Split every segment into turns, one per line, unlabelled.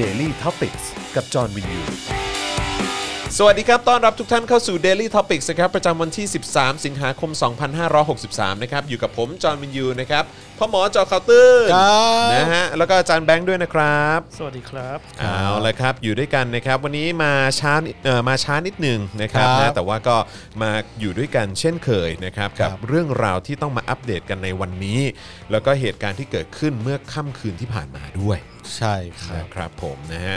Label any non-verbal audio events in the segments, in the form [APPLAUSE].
Daily Topics กับจอห์นวินยู
สวัสดีครับ ต้อนรับทุกท่านเข้าสู่ Daily Topics นะครับประจำวันที่ 13 สิงหาคม 2563 นะครับ อยู่กับผม จอห์นวินยู นะครับ พ่อหมอจอเคาน์เตอร์
ครับ
นะฮะ แล้วก็อาจารย์แบงค์ด้วยนะครับ
สวัสดีครับ
เอาละครับ อยู่ด้วยกันนะครับ วันนี้มาช้านิดเอ่อมาช้านิดหนึ่งนะครับ
ครับ
นะแต่ว่าก็มาอยู่ด้วยกันเช่นเคยนะครับกับ
ครับ
เรื่องราวที่ต้องมาอัปเดตกันในวันนี้ แล้วก็เหตุการณ์ที่เกิดขึ้นเมื่อค่ำคืนที่ผ่านมาด้วย
ใช่ครับ
นะครับผมนะฮะ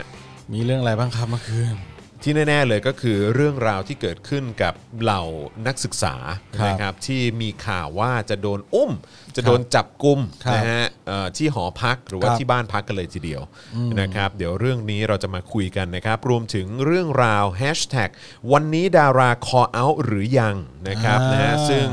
มีเรื่องอะไรบ้างครับเมื่อคืน
ที่แน่ ๆ เลยก็คือเรื่องราวที่เกิดขึ้นกับเหล่านักศึกษา
ครับ
นะครับที่มีข่าวว่าจะโดนอุ้ม จะโดนจับกลุ่ม
ครับ
นะฮะเอ่อที่หอพักหรือว่า
ครับ
ที่บ้านพักกันเลยทีเดียวนะครับเดี๋ยวเรื่องนี้เราจะมาคุยกันนะครับ รวมถึงเรื่องราวแฮชแท็กวันนี้ดาราคอเอาหรือยังนะครับ
อ่าน
นะฮะซึ่ง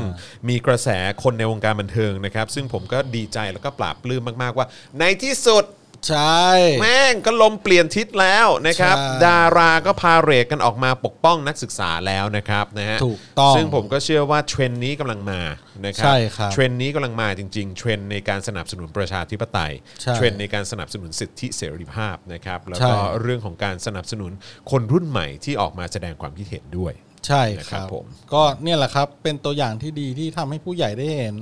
มีกระแสคนในวงการบันเทิงนะครับ ซึ่งผมก็ดีใจแล้วก็ปราบปลื้มมากๆว่า ในที่สุด
ใช่
แม่งก็ลมเปลี่ยนทิศแล้วนะครับ
ใช่
ดาราก็พาเรทกันออกมาปกป้องนักศึกษาแล้วนะครับนะฮะ
ถูกต้อง
ซึ่งผมก็เชื่อว่าเทรนด์นี้กำลังมานะครั
ใช่ครับ
เทรนด์นี้กำลังมาจริง ๆ เทรนด์ในการสนับสนุนประชาธิปไตย
ใช่
เทรนด์ในการสนับสนุนสิทธิเสรีภาพนะครับแล้ว
ใช่
ก็เรื่องของการสนับสนุนคนรุ่นใหม่ที่ออกมาแสดงความคิดเห็นด้วย
ใช่
นะค
ค
รั
รั
บบ ผม
ก็เนี่ยแหละครับ เป็นตัวอย่างที่ดีที่ทำให้ผู้ใหญ่ได้เห็น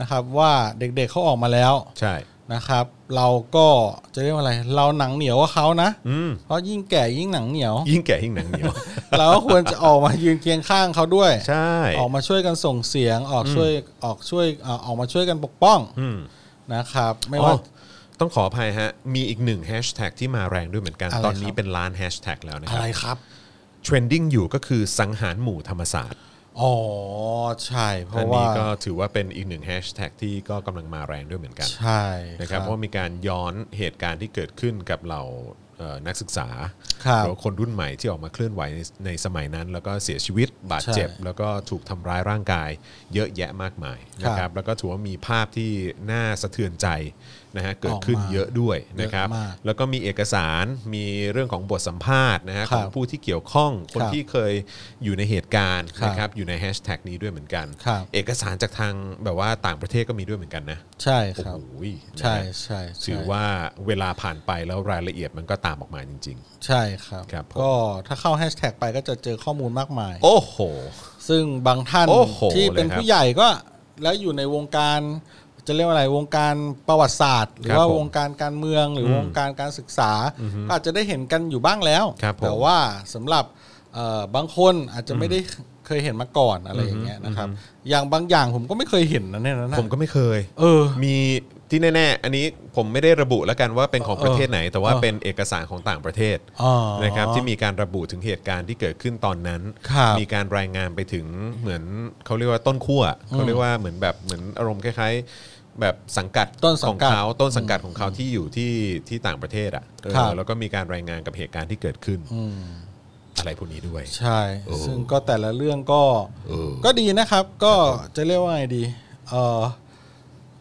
นะครับ ว่าเด็กๆเขาออกมาแล้ว
ใช่
นะครับ เราก็จะเรียกว่าอะไร เราหนังเหนียวกว่าเขานะ
อืม
เพราะยิ่งแก่ยิ่งหนังเหนียว
ยิ่งแก่ยิ่งหนังเหนียว
เราก็ควรจะออกมายืนเคียงข้างเขาด้วย
ใช่
ออกมาช่วยกันส่งเสียงออกช่วยออกช่วยเอ่อออกมาช่วยกันปกป้อง
อืม
นะครับ [LAUGHS] ไม่
อ๋
ว่า
อต้องขออภัยฮะ มีอีกหนึ่งแฮชแท็กที่มาแรงด้วยเหมือนกัน
อะไร
ตอนนี้
ครับ
เป็นล้านแฮชแท็กแล้วนะค
อะ
รับ
ไรครับ
เทรนดิ้งอยู่ก็คือสังหารหมู่ธรรมศาสตร์
อ๋อใช่เพ
อั
ราะ
น
ว่า
นี้ก็ถือว่าเป็นอีกหนึ่งแฮชแท็กที่ก็กำลังมาแรงด้วยเหมือนกัน
ใช่
นะครับเพราะมีการย้อนเหตุการณ์ที่เกิดขึ้นกับเราเอ่อนักศึกษา
ครับ
หรือว่าคนรุ่นใหม่ที่ออกมาเคลื่อนไหวในในสมัยนั้น แล้วก็เสียชีวิตบาดเจ็บ
ใช่
แล้วก็ถูกทำร้ายร่างกาย เยอะแยะมากมายนะค
ครั
รับบ แล้วก็ถือว่ามีภาพที่น่าสะเทือนใจนะฮะเกิดขึ้น
ออกมา
เยอะด้วยนะครับ
เยอะมาก
แล้วก็มีเอกสารมีเรื่องของบทสัมภาษณ์นะฮะ
ค
ข
รับ
องผู้ที่เกี่ยวข้องคน
ครับ
ที่เคยอยู่ในเหตุการณ์
ครับ
นะครับอยู่ในแฮชแท็กนี้ด้วยเหมือนกัน
ครับ
เอกสารจากทางแบบว่าต่างประเทศก็มีด้วยเหมือนกันนะ
ใช่
โอ้
ครับ
โห
ใช่
นะฮะ
ใช่ใช่
ถือว่าเวลาผ่านไปแล้วรายละเอียดมันก็ตามออกมาจริง
ใช่ครับ
ครับผม
ก็ถ้าเข้าแฮชแท็กไปก็จะเจอข้อมูลมากมาย
ๆ โอ้โห
ซึ่งบางท่าน
โอ้โห
ที่เป็น
เลยครับ
ผู้ใหญ่ก็ แล้วอยู่ในวงการจะเรียกว่าอะไรวงการประวัติศาสตร์ หรื
ค
อ
รับ
ว่า
ผม
วงการการเมืองหรืออวงการการศึกษาก็อาจจะได้เห็นกันอยู่บ้างแล้ว
ครับผม
แต่ว่าสำหรับเอ่อบางคนอาจจะไม่ได้เคยเห็นมาก่อนอะไรอย่างเงี้ยนะครับ อย่างบางอย่างผมก็ไม่เคยเห็นนะเนี่ยนะ
ผมก็ไม่เคย
เออ
มีที่แน่ๆ อันนี้ผมไม่ได้ระบุแล้วกันว่าเป็นของประเทศไหน แต่ว่า
เออ
เป็นเอกสารของต่างประเทศ
อ๋อ
นะครับที่มีการระบุถึงเหตุการณ์ที่เกิดขึ้นตอนนั้น
ครับ
มีการรายงานไปถึงเหมือนเขาเรียกว่าต้นขั้วเขาเรียกว่าเหมือนแบบเหมือนอารมณ์คล้ายๆ แบบสังกัด
ต้นสั
ของ ง
กัด
เขาต้นสังกัดของเขาที่อยู่ที่ที่ต่างประเทศอ่ะเออ
ครับ
แล้วก็มีการรายงานกับเหตุการณ์ที่เกิดขึ้น
อืม
อะไรพวกนี้ด้วย
ใช่
โอ้
ซึ่งก็แต่ละเรื่องก็
เออ
ก็ดีนะครับ ก็จะเรียกว่าไงดี เอ่อ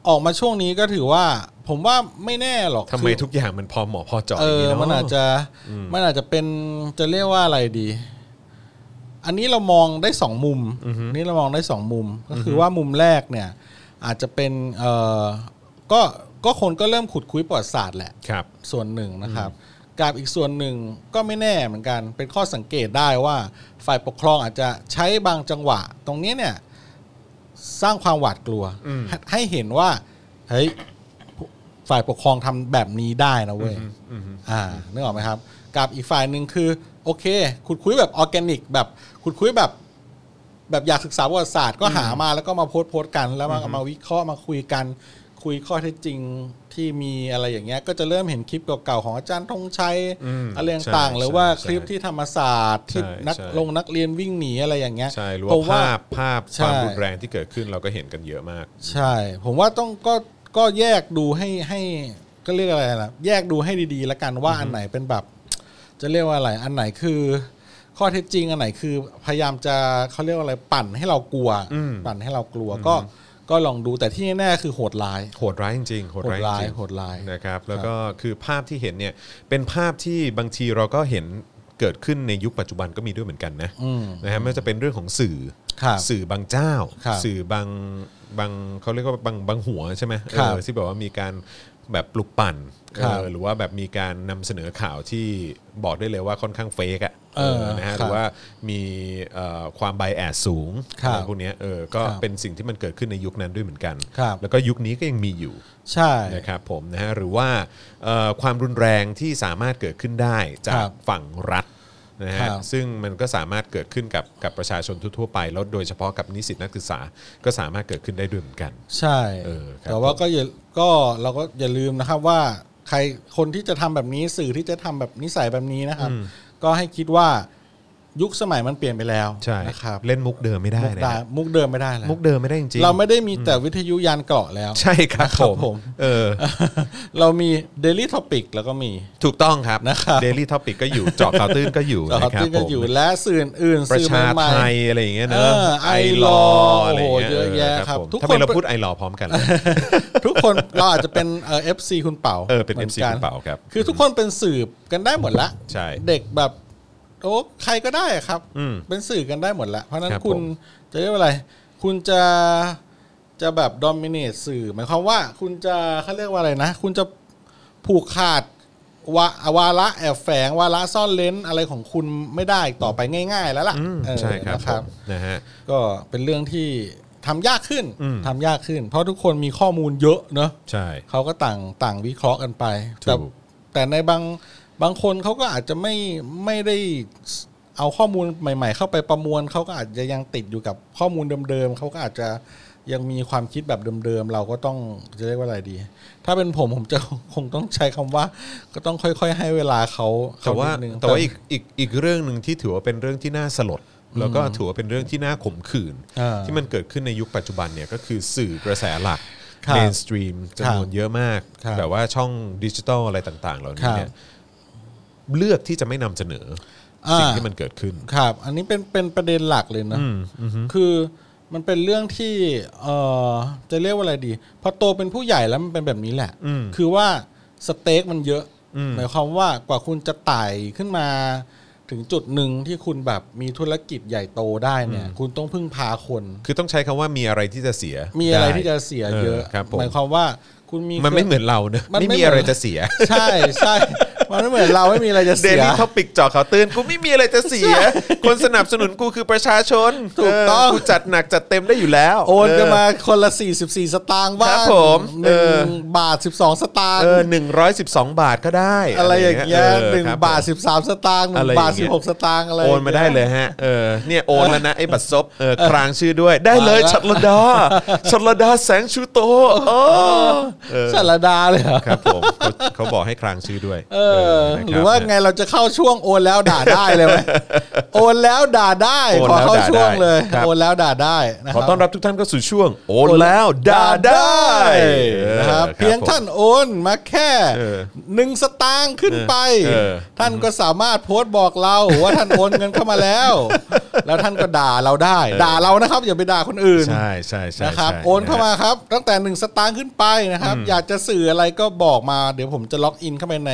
ออกมาช่วงนี้ก็ถือว่า ผมว่าไม่แน่หรอก
ทำไม
คือ
ทุกอย่างมันพอเหมาะพอเจาะ
เอ
อย่าง
อ
นี้เนาะ
มันอาจจะ มันอาจจะเป็น จะเรียกว่าอะไรดี อันนี้เรามองได้สองมุม นี่เรามองได้สองมุม ก็คือว่ามุมแรกเนี่ย อาจจะเป็น เอ่อ ก็ ก็คนก็เริ่มขุดคุยประวัติศาสตร์แหละ
ครับ
ส่วนหนึ่งนะครับ กับอีกส่วนหนึ่งก็ไม่แน่เหมือนกัน เป็นข้อสังเกตได้ว่าฝ่ายปกครองอาจจะใช้บางจังหวะ ตรงนี้เนี่ยสร้างความหวาดกลัว ใหให้เห็นว่าเฮ้ยฝ่ายปกครองทำแบบนี้ได้นะเว้ยอ่านึกออกไหมครับ กับอีกฝ่ายหนึ่งคือ โอเค ขุดคุยแบบออร์แกนิก แบบขุดคุยแบบ แบบอยากศึกษาประวัติศาสตร์ก็หามาแล้วก็มาโพสต์โพสต์กันแล้วมามาวิเคราะห์มาคุยกัน คุยข้อเท็จจริงที่มีอะไรอย่างเงี้ยก็จะเริ่มเห็นคลิปเก่าๆของอาจารย์ธงชัย
อืม
อะไร
ใช่
ต่างๆหรือว่าคลิป
ใช่
ที่ธรรมศาสตร์ที่
ใช่
นัก
ใช่
ลงนักเรียนวิ่งหนีอะไรอย่างเงี้ย
ใช่หรือ
ผ
ว่าม
ว่า
ภาพภาพค
ใช่
วามรุนแรงที่เกิดขึ้นเราก็เห็นกันเยอะมาก
ใช่ ผมว่าต้องก็ก็แยกดูให้ให้ก็เรียกอะไรล่ะแยกดูให้ดีๆ แล้วกันว่าอันไหนเป็นแบบ จะเรียกว่าอะไรอันไหนคือ ข้อเท็จจริงอันไหนคือ พยายามจะเขาเรียกว่าอะไรปั่นให้เรากลัว
อืม
ปั่นให้เรากลัวก็ก็ลองดูแต่ที่แน่ๆคือโหดร้าย
โหดร้ายจริงๆโหดร้ายจริงๆ
โหดร้ายโหดร้าย
นะครับ แล้วก็คือภาพที่เห็นเนี่ยเป็นภาพที่บางทีเราก็เห็นเกิดขึ้นในยุคปัจจุบันก็มีด้วยเหมือนกันนะ
อืม
นะฮะไม่ว่าจะเป็นเรื่องของสื่อ
ครับ
สื่อบางเจ้า
ครับ
สื่อบางบางเขาเรียกว่าบางบางหัวใช่ไหมเอ
ครับ
อที่แบบว่ามีการ แบบปลุกปั่น
ครับ
เออหรือว่าแบบมีการนำเสนอข่าวที่บอกได้เลยว่าค่อนข้างเฟกอะ
เออ
นะฮะ
ครับ
หรือว่ามีเอ่อความไบแอสสูง
ครับ
อะไรพวกเนี้ยเออก็
ครับ
เป็นสิ่งที่มันเกิดขึ้นในยุคนั้นด้วยเหมือนกัน
ครับ
แล้วก็ยุคนี้ก็ยังมีอยู่
ใช่
นะครับผมนะฮะหรือว่าเอ่อความรุนแรงที่สามารถเกิดขึ้นได้จา
ค
ก
รับ
ฝั่งรัฐนะฮะ
ครับ
ซึ่งมันก็สามารถเกิดขึ้นกับกับประชาชนทั่วๆไปแล้วโดยเฉพาะกับนิสิตนักศึกษาก็สามารถเกิดขึ้นได้ด้วยเหมือนกัน
ใช่
เออครับ
แต่ว่าก็อย่าก็เราก็อย่าลืมนะครับว่าใครคนที่จะทำแบบนี้สื่อที่จะทำแบบนิสัยแบบนี้นะครับ ก็ให้คิดว่ายุคสมัยมันเปลี่ยนไปแล้วนะครับ
เล่นมุกเดิมไม่ได้
มุก
นะ
ดา
ฮะ
มุกเดิมไม่ได้แล้ว
มุกเดิมไม่ได้จริงๆ
เราไม่ได้มีแต่วิทยุยานเกราะแล้ว
ใช่ครับ
นะครับ
ผ
ผม ม
เออ
เรามี Daily Topic แล้วก็มี
ถูกต้องครับ
นะครับ
Daily Topic ก็อยู่เจาะข่าวตื้นก็อยู่
ต่อ
นะครับ
ที่ก็อยู่
ผม
และสื่ออื่นๆ
ประ
สื่อ
ชา
ใหม่
ไท
ๆ
ยอะไรอย่างเงี้ย
เอ
เนอะ
อ
ไอ
I
ลอ
Law
อะไรางเงี้
โอ้โหเยอะแยะครับ
ผม
ทุกคน
ทำไมเราพูดไอลอพร้อมกันเลย
ทุกคน [LAUGHS] เราอาจจะเป็นเอ่อฟซีคุณเป่า
เออเป็น
หมื
FC
กั
คุณเป่าครับ
คือทุกคนเป็นสืบกันได้หมดละ
ใช่
เด็กแบบโอ้ใครก็ได้อะครับ
อืม
เป็นสื่อกันได้หมดละเพราะฉะนั้
ครั
น
บ
คุณ
ผม
จะเรียกว่าอะไร คุณจะจะแบบดอมิเนตสื่อ หมายความว่าคุณจะเขาเรียกว่าอะไรนะ คุณจะผูกขาดวาวาระแอบแฝงวาระซ่อนเลนอะไรของคุณไม่ได้อีกต่อไปง่าย ๆ แล้วล่ะ
อืม
เออ
ใช่ครับ
นะ
ผมนะฮะ
ก็เป็นเรื่องที่ทำยากขึ้น
อืม
ทำยากขึ้น เพราะทุกคนมีข้อมูลเยอะเนอะ
ใช่
เขาก็ต่างต่างวิเคราะห์กันไป
ถูก
แต่แต่ในบางบางคนเขาก็อาจจะไม่ไม่ได้เอาข้อมูลใหม่ ๆ เข้าไปประมวลเขาก็อาจจะยังติดอยู่กับข้อมูลเดิมๆเขาก็อาจจะยังมีความคิดแบบเดิมๆเราก็ต้องจะเรียกว่าอะไรดี ถ้าเป็นผมผมจะ [LAUGHS] คงต้องใช้คำว่า ก็ต้องค่อย ๆ ให้เวลาเขา
แต่ว่า
เขนิดนึง
แต่ว่าอีกอีกอีกเรื่องหนึ่งที่ถือว่าเป็นเรื่องที่น่าสลด แล้วก็ถือว่าเป็นเรื่องที่น่าขมขื่น
อ่า
ที่มันเกิดขึ้นในยุคปัจจุบันเนี่ยก็คือสื่อกระแสหลัก
ครับ
เมนสตรีมจำนวน
ครับ
เยอะมาก
ครับ
แบบว่าช่องดิจิทัลอะไรต่างๆ เหล่านี้เนี่ย
ครั
เลือกที่จะไม่นำเสนออา สิ่งที่มันเกิดขึ้น
ครับ อันนี้เป็นเป็นประเด็นหลักเลยนะ คือมันเป็นเรื่องที่เอ่อจะเรียกว่าอะไรดี พอโตเป็นผู้ใหญ่แล้วมันเป็นแบบนี้แหละ
อืม
คือว่าสเต็กมันเยอะ
อืม
หมายความว่ากว่าคุณจะไต่ขึ้นมา ถึงจุดหนึ่งที่คุณแบบมีธุรกิจใหญ่โตได้เนี่ย คุณต้องพึ่งพาคน
คือต้องใช้คำว่ามีอะไรที่จะเสีย
มีอะไร
ด้
ที่จะเสียเยอะ
เออครับผม
หมายความว่าคุณมี
มันไม่เหมือนเราเนอะ
มันไม่
ไม่มี
เหมือน
อะไรจะเสีย
ใช่ใช่ มันไม่เหมือนเราไม่มีอะไรจะ
เด
เสีย
ลี่ท็อปิกจอข่าวตื่นกูไม่มีอะไรจะเสีย คนสนับสนุนกูคือประชาชน
ถูกต้อง
เกูจัดหนักจัดเต็มได้อยู่แล้ว
โอนกันมาคนละ 44 สตางค์
ค
บ้า
รั
ง
บผม
หนึ่
เออ
งบาท 12 สตางค์
เออหนึ่งร้อยสิบสองบาทก็ได้
อะไรอย่างเงี้ยหนึ่ง
ครัผม
บาทสิบสามสตางค์หนึ่งบาท
อะไรอย่
สิ
เย
บหกสตางค์อะไร
โอนมาได้เลยฮะเออเนี่ยโอนแล้วนะไอ้บัตรซบเออครางชื่อด้วย ได้เลยชัดละ
[LAUGHS]
ดาชัดละดาแสงชูโตโอ้เออ
สารดาเลยเหรอ
ครับผมเขาเขาบอกให้ครางชื่อด้วย
เออ
นะคบ
หรือว่าไงเราจะเข้าช่วงโอนแล้วด่าได้เลยไหมโอนแล้วด่าได้
โอน
ขอ
แล้ว
เข้า
ด่า
ช่วง
ได้
เลย
ครับ
โอนแล้วด่าได้นะค
ข
รั
อต้อนรับทุกท่านเข้าสู่ช่วง โอนแล้วด่าได้
นะครับ
ออ
เพียง
ผม
ท่านโอนมาแค่
เออ
หนึ่งสตางค์ขึ้นไป
เออ
ท่านก็สามารถโพสต์บอกเรา [LAUGHS] ว่าท่านโอนเงินเข้ามาแล้ว [LAUGHS] แล้วท่านก็ด่าเราได้ ด่าเรานะครับ อย่าไปด่าคนอื่น
ใช่ใช่ใช่
นะครับ
ใช่
โอนเข้ามาครับ ตั้งแต่หนึ่งสตางค์ขึ้นไปนะครับ อยากจะสื่ออะไรก็บอกมา เดี๋ยวผมจะล็อกอินเข้าไปใน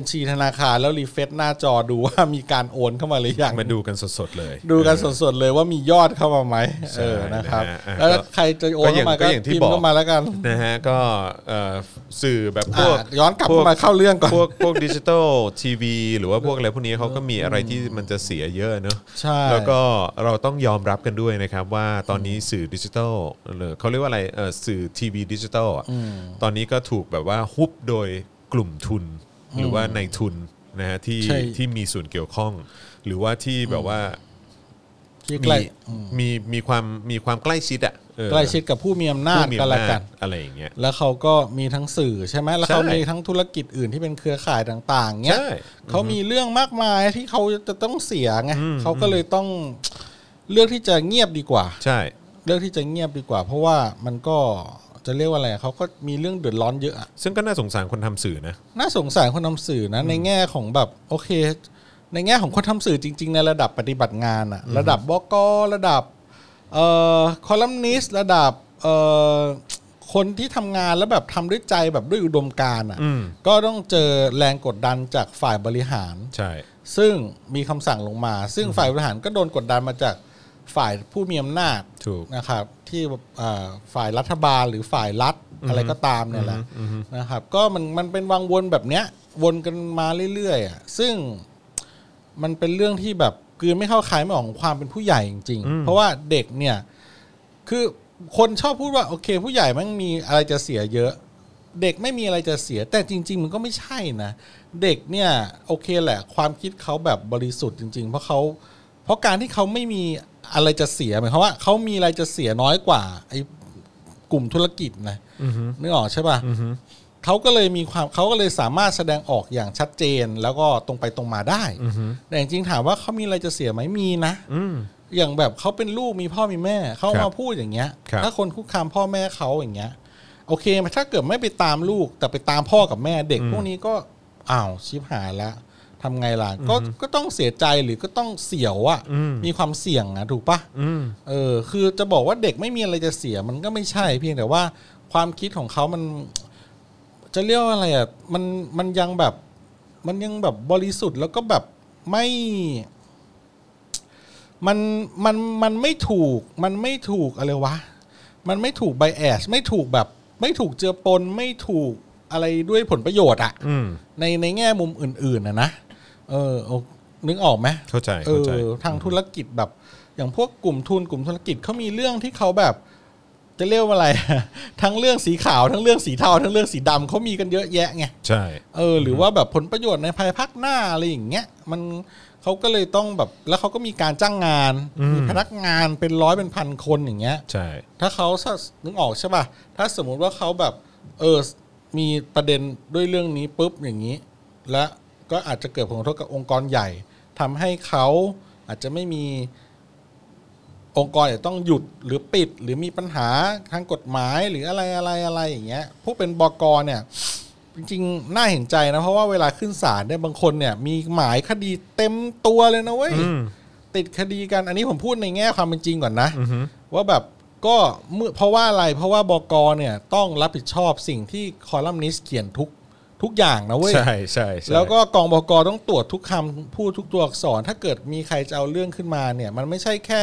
บัญชีธนาคารแล้วรีเฟซหน้าจอดูว่ามีการโอนเข้ามาหรือยัง
มาดูกันสดๆเลย
ดูกันสดๆเลยว่ามียอดเข้ามาไหม
ใช่
เออนะครับ
นะฮะ
แล้ว
ก็
ใครจะโอน
ก็อย่าง
เข้ามา
ก็
ก็
อย่างที่
พิม
บอ
พ์
ก
เข้ามาแล้วกัน
นะฮะก็เอ่อสื่อแบบพ
อ่ะ
วก
ย้อนกลับ
พว
มาเข้าเรื่องก่อน
พวกพวกดิจิตอลทีวีหรือว่าพวกอะไรพวกนี้เขาก็มีอะไรที่มันจะเสียเยอะเนอะ
ใช่
แล้วก็เราต้องยอมรับกันด้วยนะครับว่าตอนนี้สื่อดิจิตอลหรือเขาเรียกว่าอะไรเอ่อสื่อทีวีดิจิตอลอ่ะตอนนี้ก็ถูกแบบว่าฮุบโดยกลุ่มทุน หรือว่าในทุนนะฮะที่
ใช่
ที่มีส่วนเกี่ยวข้อง หรือว่าที่แบบว่า
ที่ใก
มี
ล้
มีมีความมีความใกล้ชิดอ่ะเออ
ใกล้ชิดกับผู้มีอำนาจ
ผู้มี
กัน
อำ
ละ
นา
กั
จ
น
อะไรอย่างเงี้ย
แล้วเขาก็มีทั้งสื่อใช่ไหมแล้วเขา
ใช่
มีทั้งธุรกิจอื่นที่เป็นเครือข่ายต่าง ๆเนี้ย
ใช่
เขามีเรื่องมากมายที่เขาจะต้องเสียไงเขาก็เลยต้องเลือกที่จะเงียบดีกว่า
ใช่
เลือกที่จะเงียบดีกว่า เพราะว่ามันก็จะเรียกว่าอะไรเขาก็มีเรื่องเดือดร้อนเยอะอะ
ซึ่งก็น่าสงสารคนทำสื่อนะ
น่าสงสารคนทำสื่อนะในแง่ของแบบโอเค ในแง่ของคนทำสื่อจริง ๆ ในระดับปฏิบัติงานอะระดับบกระดับเอ่อคอลัมนิสระดับเอ่อคนที่ทำงานแล้วแบบทำด้วยใจแบบด้วยอุดมการณ์อะ
อืม
ก็ต้องเจอแรงกดดันจากฝ่ายบริหาร
ใช่
ซึ่งมีคำสั่งลงมา ซึ่งฝ่ายบริหารก็โดนกดดันมาจากฝ่ายผู้มีอำนาจ
ถูก
นะครับ ที่อ่าฝ่ายรัฐบาลหรือฝ่ายรัฐอะไรก็ตามเนี่ยแหละนะครับ ก็มันมันเป็นวังวนแบบเนี้ย วนกันมาเรื่อยๆอ่ะซึ่งมันเป็นเรื่องที่แบบกลืนไม่เข้าคายไม่ออกของความเป็นผู้ใหญ่จริง ๆ เพราะว่าเด็กเนี่ย คือคนชอบพูดว่าโอเค ผู้ใหญ่มันมีอะไรจะเสียเยอะ เด็กไม่มีอะไรจะเสีย แต่จริง ๆ มันก็ไม่ใช่นะ เด็กเนี่ยโอเคแหละ ความคิดเขาแบบบริสุทธิ์จริง ๆ เพราะเขาเพราะการที่เขาไม่มีอะไรจะเสียหมายความว่าเขามีอะไรจะเสียน้อยกว่าไอ้กลุ่มธุรกิจนะนึกออกใช่ป่ะเขาก็เลยมีความเขาก็เลยสามารถแสดงออกอย่างชัดเจนแล้วก็ตรงไปตรงมาได้แต่จริงๆถามว่าเขามีอะไรจะเสียไหมมีนะ
อืม
อย่างแบบเขาเป็นลูกมีพ่อมีแม่เขา
ครับ
มาพูดอย่างเงี้ย
ครับ
ถ้าคนคุกคามพ่อแม่เขาอย่างเงี้ย โอเคถ้าเกิดไม่ไปตามลูก แต่ไปตามพ่อกับแม่เด็กพวกนี้ก็อ้าวชิบหายแล้วทำไงล่ะก็ก็ต้องเสียใจหรือก็ต้องเสียวอะ่ะมีความเสี่ยงนะถูกปะ
อืม
เออ คือจะบอกว่าเด็กไม่มีอะไรจะเสียมันก็ไม่ใช่ เพียงแต่ว่าความคิดของเขามัน จะเรียกว่าอะไรอ่ะมันมันยังแบบ มันยังแบบบริสุทธิ์แล้วก็แบบไม่ มันมันมันไม่ถูกมันไม่ถูกอะไรวะ มันไม่ถูกไบแอสไม่ถูกแบบ ไม่ถูกเจือปนไม่ถูกอะไรด้วยผลประโยชน์อะ
อืม
ในในแง่มุมอื่นๆนะนะเออเอานึกออกไหม
เข้าใจ
เอ
เข้า
อ
ใจ
ทางธุรกิจแบบ อย่างพวกกลุ่มทุนกลุ่มธุรกิจเขามีเรื่องที่เขาแบบ จะเรียกว่าอะไร [LAUGHS] ทั้งเรื่องสีขาวทั้งเรื่องสีเทาทั้งเรื่องสีดำเขามีกันเยอะแยะไง
ใช่
เออหรือว่าแบบผลประโยชน์ในภายภาคหน้าอะไรอย่างเงี้ยมันเขาก็เลยต้องแบบแล้วเขาก็มีการจ้างงาน
อืม
มีพนักงานเป็นร้อยเป็นพันคนอย่างเงี้ย
ใช่
ถ้าเขาถ้านึกออกใช่ป่ะถ้าสมมุติว่าเขาแบบเออมีประเด็นด้วยเรื่องนี้ปุ๊บอย่างนี้ และก็อาจจะเกิดผลกระทบกับองค์กรใหญ่ทำให้เขาอาจจะไม่มีองค์กรอาจจะต้องหยุดหรือปิด หรือมีปัญหาทางกฎหมายหรืออะไรอะไรอะไรอย่างเงี้ยพวกเป็นบกเนี่ย จริงๆ น่าเห็นใจนะ เพราะว่าเวลาขึ้นศาลเนี่ยบางคนเนี่ย มีหมายคดีเต็มตัวเลยนะเว้ย
อืม
ติดคดีกันอันนี้ผมพูดในแง่ความเป็นจริงก่อนนะ
อือฮึ
ว่าแบบก็เมื่อเพราะว่าอะไรเพราะว่าบกเนี่ยต้องรับผิดชอบสิ่งที่คอลัมนิสต์เขียนทุกทุกอย่างนะเว้ย
ใช่ใช่ใช่
แล้วก็กองบกต้องตรวจทุกคำพูดทุกตัวอักษร ถ้าเกิดมีใครจะเอาเรื่องขึ้นมาเนี่ย มันไม่ใช่แค่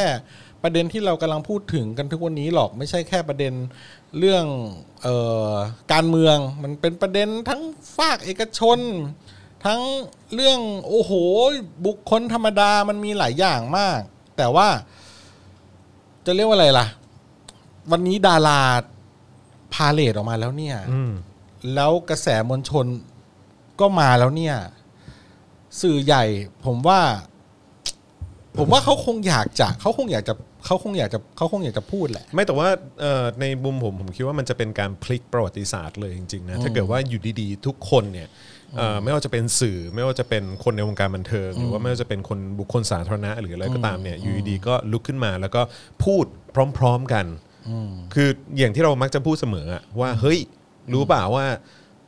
ประเด็นที่เรากำลังพูดถึงกันทุกวันนี้หรอกไม่ใช่แค่ประเด็นเรื่องเออการเมือง มันเป็นประเด็นทั้งฝากเอกชน ทั้งเรื่องโอ้โห บุคคลธรรมดามันมีหลายอย่างมาก แต่ว่า จะเรียกว่าอะไรล่ะ วันนี้ดาราพาเลทออกมาแล้วเนี่ย
อืม
แล้วกระแสมวลชนก็มาแล้วเนี่ย สื่อใหญ่ ผมว่า ผมว่าเขาคงอยากจะเขาคงอยากจะเขาคงอยากจะเขาคงอยากจะพูดแหละ
ไม่แต่ว่าเอ่อในมุมผมผมคิดว่ามันจะเป็นการพลิกประวัติศาสตร์เลยจริงๆนะถ้าเกิดว่าอยู่ดีๆ ทุกคนเนี่ยเอ่อไม่ว่าจะเป็นสื่อ ไม่ว่าจะเป็นคนในวงการบันเทิง หรือว่าไม่ว่าจะเป็นคนบุคคลสาธารณะหรืออะไรก็ตามเนี่ยอยู่ดีๆก็ลุกขึ้นมาแล้วก็พูดพร้อมๆกัน คืออย่างที่เรามักจะพูดเสมออะว่าเฮ้ยรู้เปล่าว่า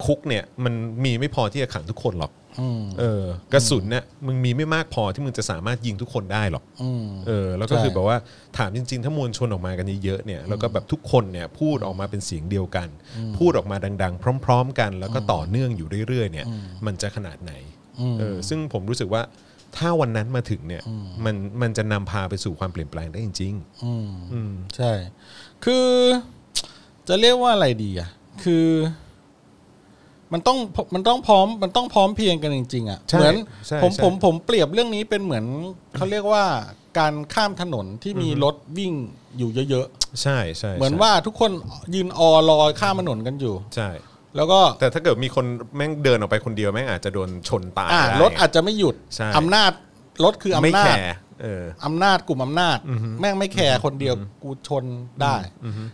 คุกเนี่ยมันมีไม่พอที่จะขังทุกคนหรอก
อืม
เออกระสุนเนี่ยมึงมีไม่มากพอที่มึงจะสามารถยิงทุกคนได้หรอก
อืม
เออแล้วก็คือ
ใช่
แบบว่าถามจริงๆ ถ้ามวลชนออกมากันเยอะๆเนี่ยแล้วก็แบบทุกคนเนี่ยพูดออกมาเป็นเสียงเดียวกัน พูดออกมาดัง ๆ พร้อม ๆ กัน แล้วก็ต่อเนื่องอยู่เรื่อยๆเนี่ยมันจะขนาดไหนเออซึ่งผมรู้สึกว่าถ้าวันนั้นมาถึงเนี่ยมันมันจะนำพาไปสู่ความเปลี่ยนแปลงได้จริง
อืม
ๆ อืม
ใช่ คือ จะเรียกว่าอะไรดีอ่ะ คือ มันต้อง มันต้องพร้อม มันต้องพร้อมเพรียงกันจริง ๆ อ่ะ
ใช่
เหมือน
ใช่
ผม
ใช่
ผมผมเปรียบเรื่องนี้เป็นเหมือน เขาเรียกว่าการข้ามถนนที่มีรถวิ่งอยู่เยอะ
ใช่ใช่
ๆ
ใช่
เหมือนว่าทุกคนยืนออรอข้ามถนนกันอยู่
ใช่
แล้วก็
แต่ถ้าเกิดมีคนแม่งเดินออกไปคนเดียวแม่งอาจจะโดนชนตาย
อ่า
ได้
รถอาจจะไม่หยุด
ใช่
อำนาจรถคืออำนา
แค
จ
ร์เออ
อำนาจกลุ่มอำนาจ แม่งไม่แคร์คนเดียวกูชนได้